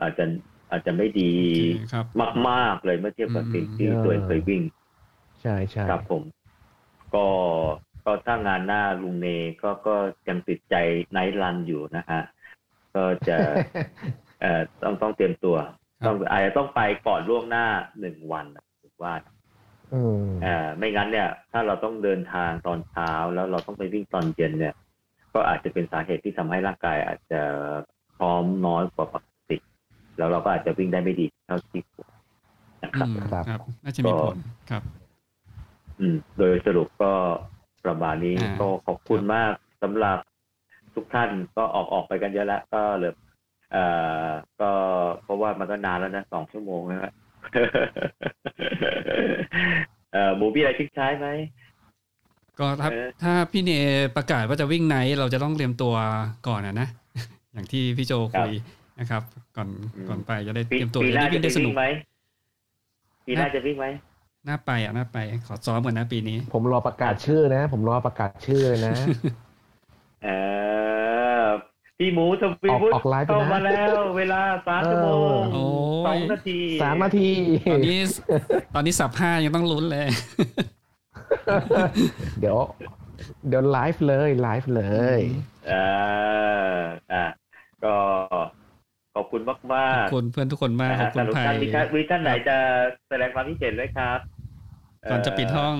อาจจะอาจจะไม่ดีมากๆเลยเมื่อเทียบกับสิ่งที่ อืม ตัวเองเคยวิ่ง ใช่ใช่ ครับผมก็ก็ถ้างานหน้าลุงเนก็ก็ยังติดใจไนท์รันอยู่นะฮะก็จะ เอ่อต้องต้องเตรียมตัว ต้องอาจจะต้องไปก่อนล่วงหน้าหนึ่งวันนะผมว่า อืม เอ่อไม่งั้นเนี่ย ถ้าเราต้องเดินทางตอนเช้าแล้วเราต้องไปวิ่งตอนเย็นเนี่ย ก็อาจจะเป็นสาเหตุที่ทำให้ร่างกาย อาจจะพร้อมน้อยกว่าปกติ แล้วเราก็อาจจะวิ่งได้ไม่ดีเท่าที่ควร อืมครับ น่าจะมีผลครับ อืมโดยสรุปก็ประมาณนี้ อ่า ก็ขอบคุณมากสำหรับทุกท่านก็ออกออกไปกันเยอะแล้ว ก็เหลยเอ่อก็เพราะว่ามันก็นานแล้วนะสองชั่วโมงนะครับ เอ่อหมูพี่อะไรทิ้งท้ายไหม ก็ถ้า เออ ถ้าพี่เนประกาศว่าจะวิ่งไหน เราจะต้องเตรียมตัวก่อนอะนะ อย่างที่พี่โจคุยนะครับ ก่อนก่อนไปจะได้เตรียมตัว ปีหน้า ได้วิ่ จะ ง ไป ได้สนุ วิ่ ก งไหมปีหน้าจะวิ่งไหม น่าไปอ่ะน่าไป ขอซ้อมก่อนนะปีนี้ ผมรอประกาศชื่อนะ ผมรอประกาศชื่อเลยนะ เออพี่หมูทวีวุฒิ ออกออกไลฟ์ไปนะ เข้ามาแล้ว เวลาสามชั่วโมง โอ้ย สองนาที สามนาที ตอนนี้ตอนนี้สับห้ายังต้องลุ้นเลย เดี๋ยว เดี๋ยวไลฟ์เลยไลฟ์เลย เอออ่ะก็ขอบคุณมากมาขกอบคุณเพื่อนทุกคนมากขอบคุณ ทุก ไทย ท่านมีท่านมีท่านไหนจะแสดงความคิดเห็นไหมครับ ก่อนจะปิดห้อง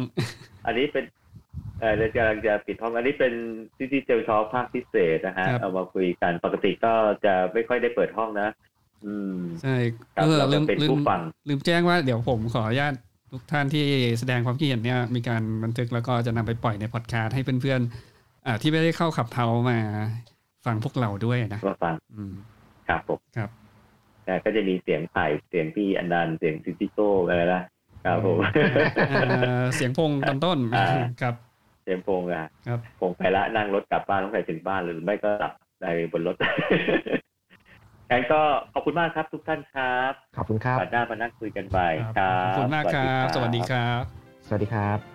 อันนี้เป็น เออเดี๋ยวกำลังจะปิดห้อง อันนี้เป็นซีซีเจลชอภาคพิเศษนะฮะ ครับ เอามาคุยกันปกติก็จะไม่ค่อยได้เปิดห้องนะ อืม ใช่ ครับ เออ เราก็ ลืม เป็น ลื ผู้ ม ฟัง ลืมแจ้งว่าเดี๋ยวผมขออนุญาตทุกท่านที่แสดงความคิดเห็นเนี่ยมีการบันทึกแล้วก็จะนำไปปล่อยในพอดคาสต์ให้เพื่อนๆอ่าที่ไม่ได้เข้าขับเทามาฟังพวกเราด้วยนะ มาฟัง อืม ครับผม ครับ แต่ก็จะมีเสียงไผ่เสียงพี่อันดันต์เสียงซิซิโก้อะไรนะครับผม อ่าเสียงพงตอนต้น อ่า ครับ เจมส์พงษ์อะ ครับ พงษ์ไปละนั่งรถกลับบ้านต้องไปถึงบ้านหรือไม่ก็หลับในบนรถ งั้นก็ขอบคุณมากครับทุกท่านครับ ขอบคุณครับ ปัดหน้ามานั่งคุยกันไปครั ขอบบคุณมากครับ สวัสดีครับ สวัสดีครับ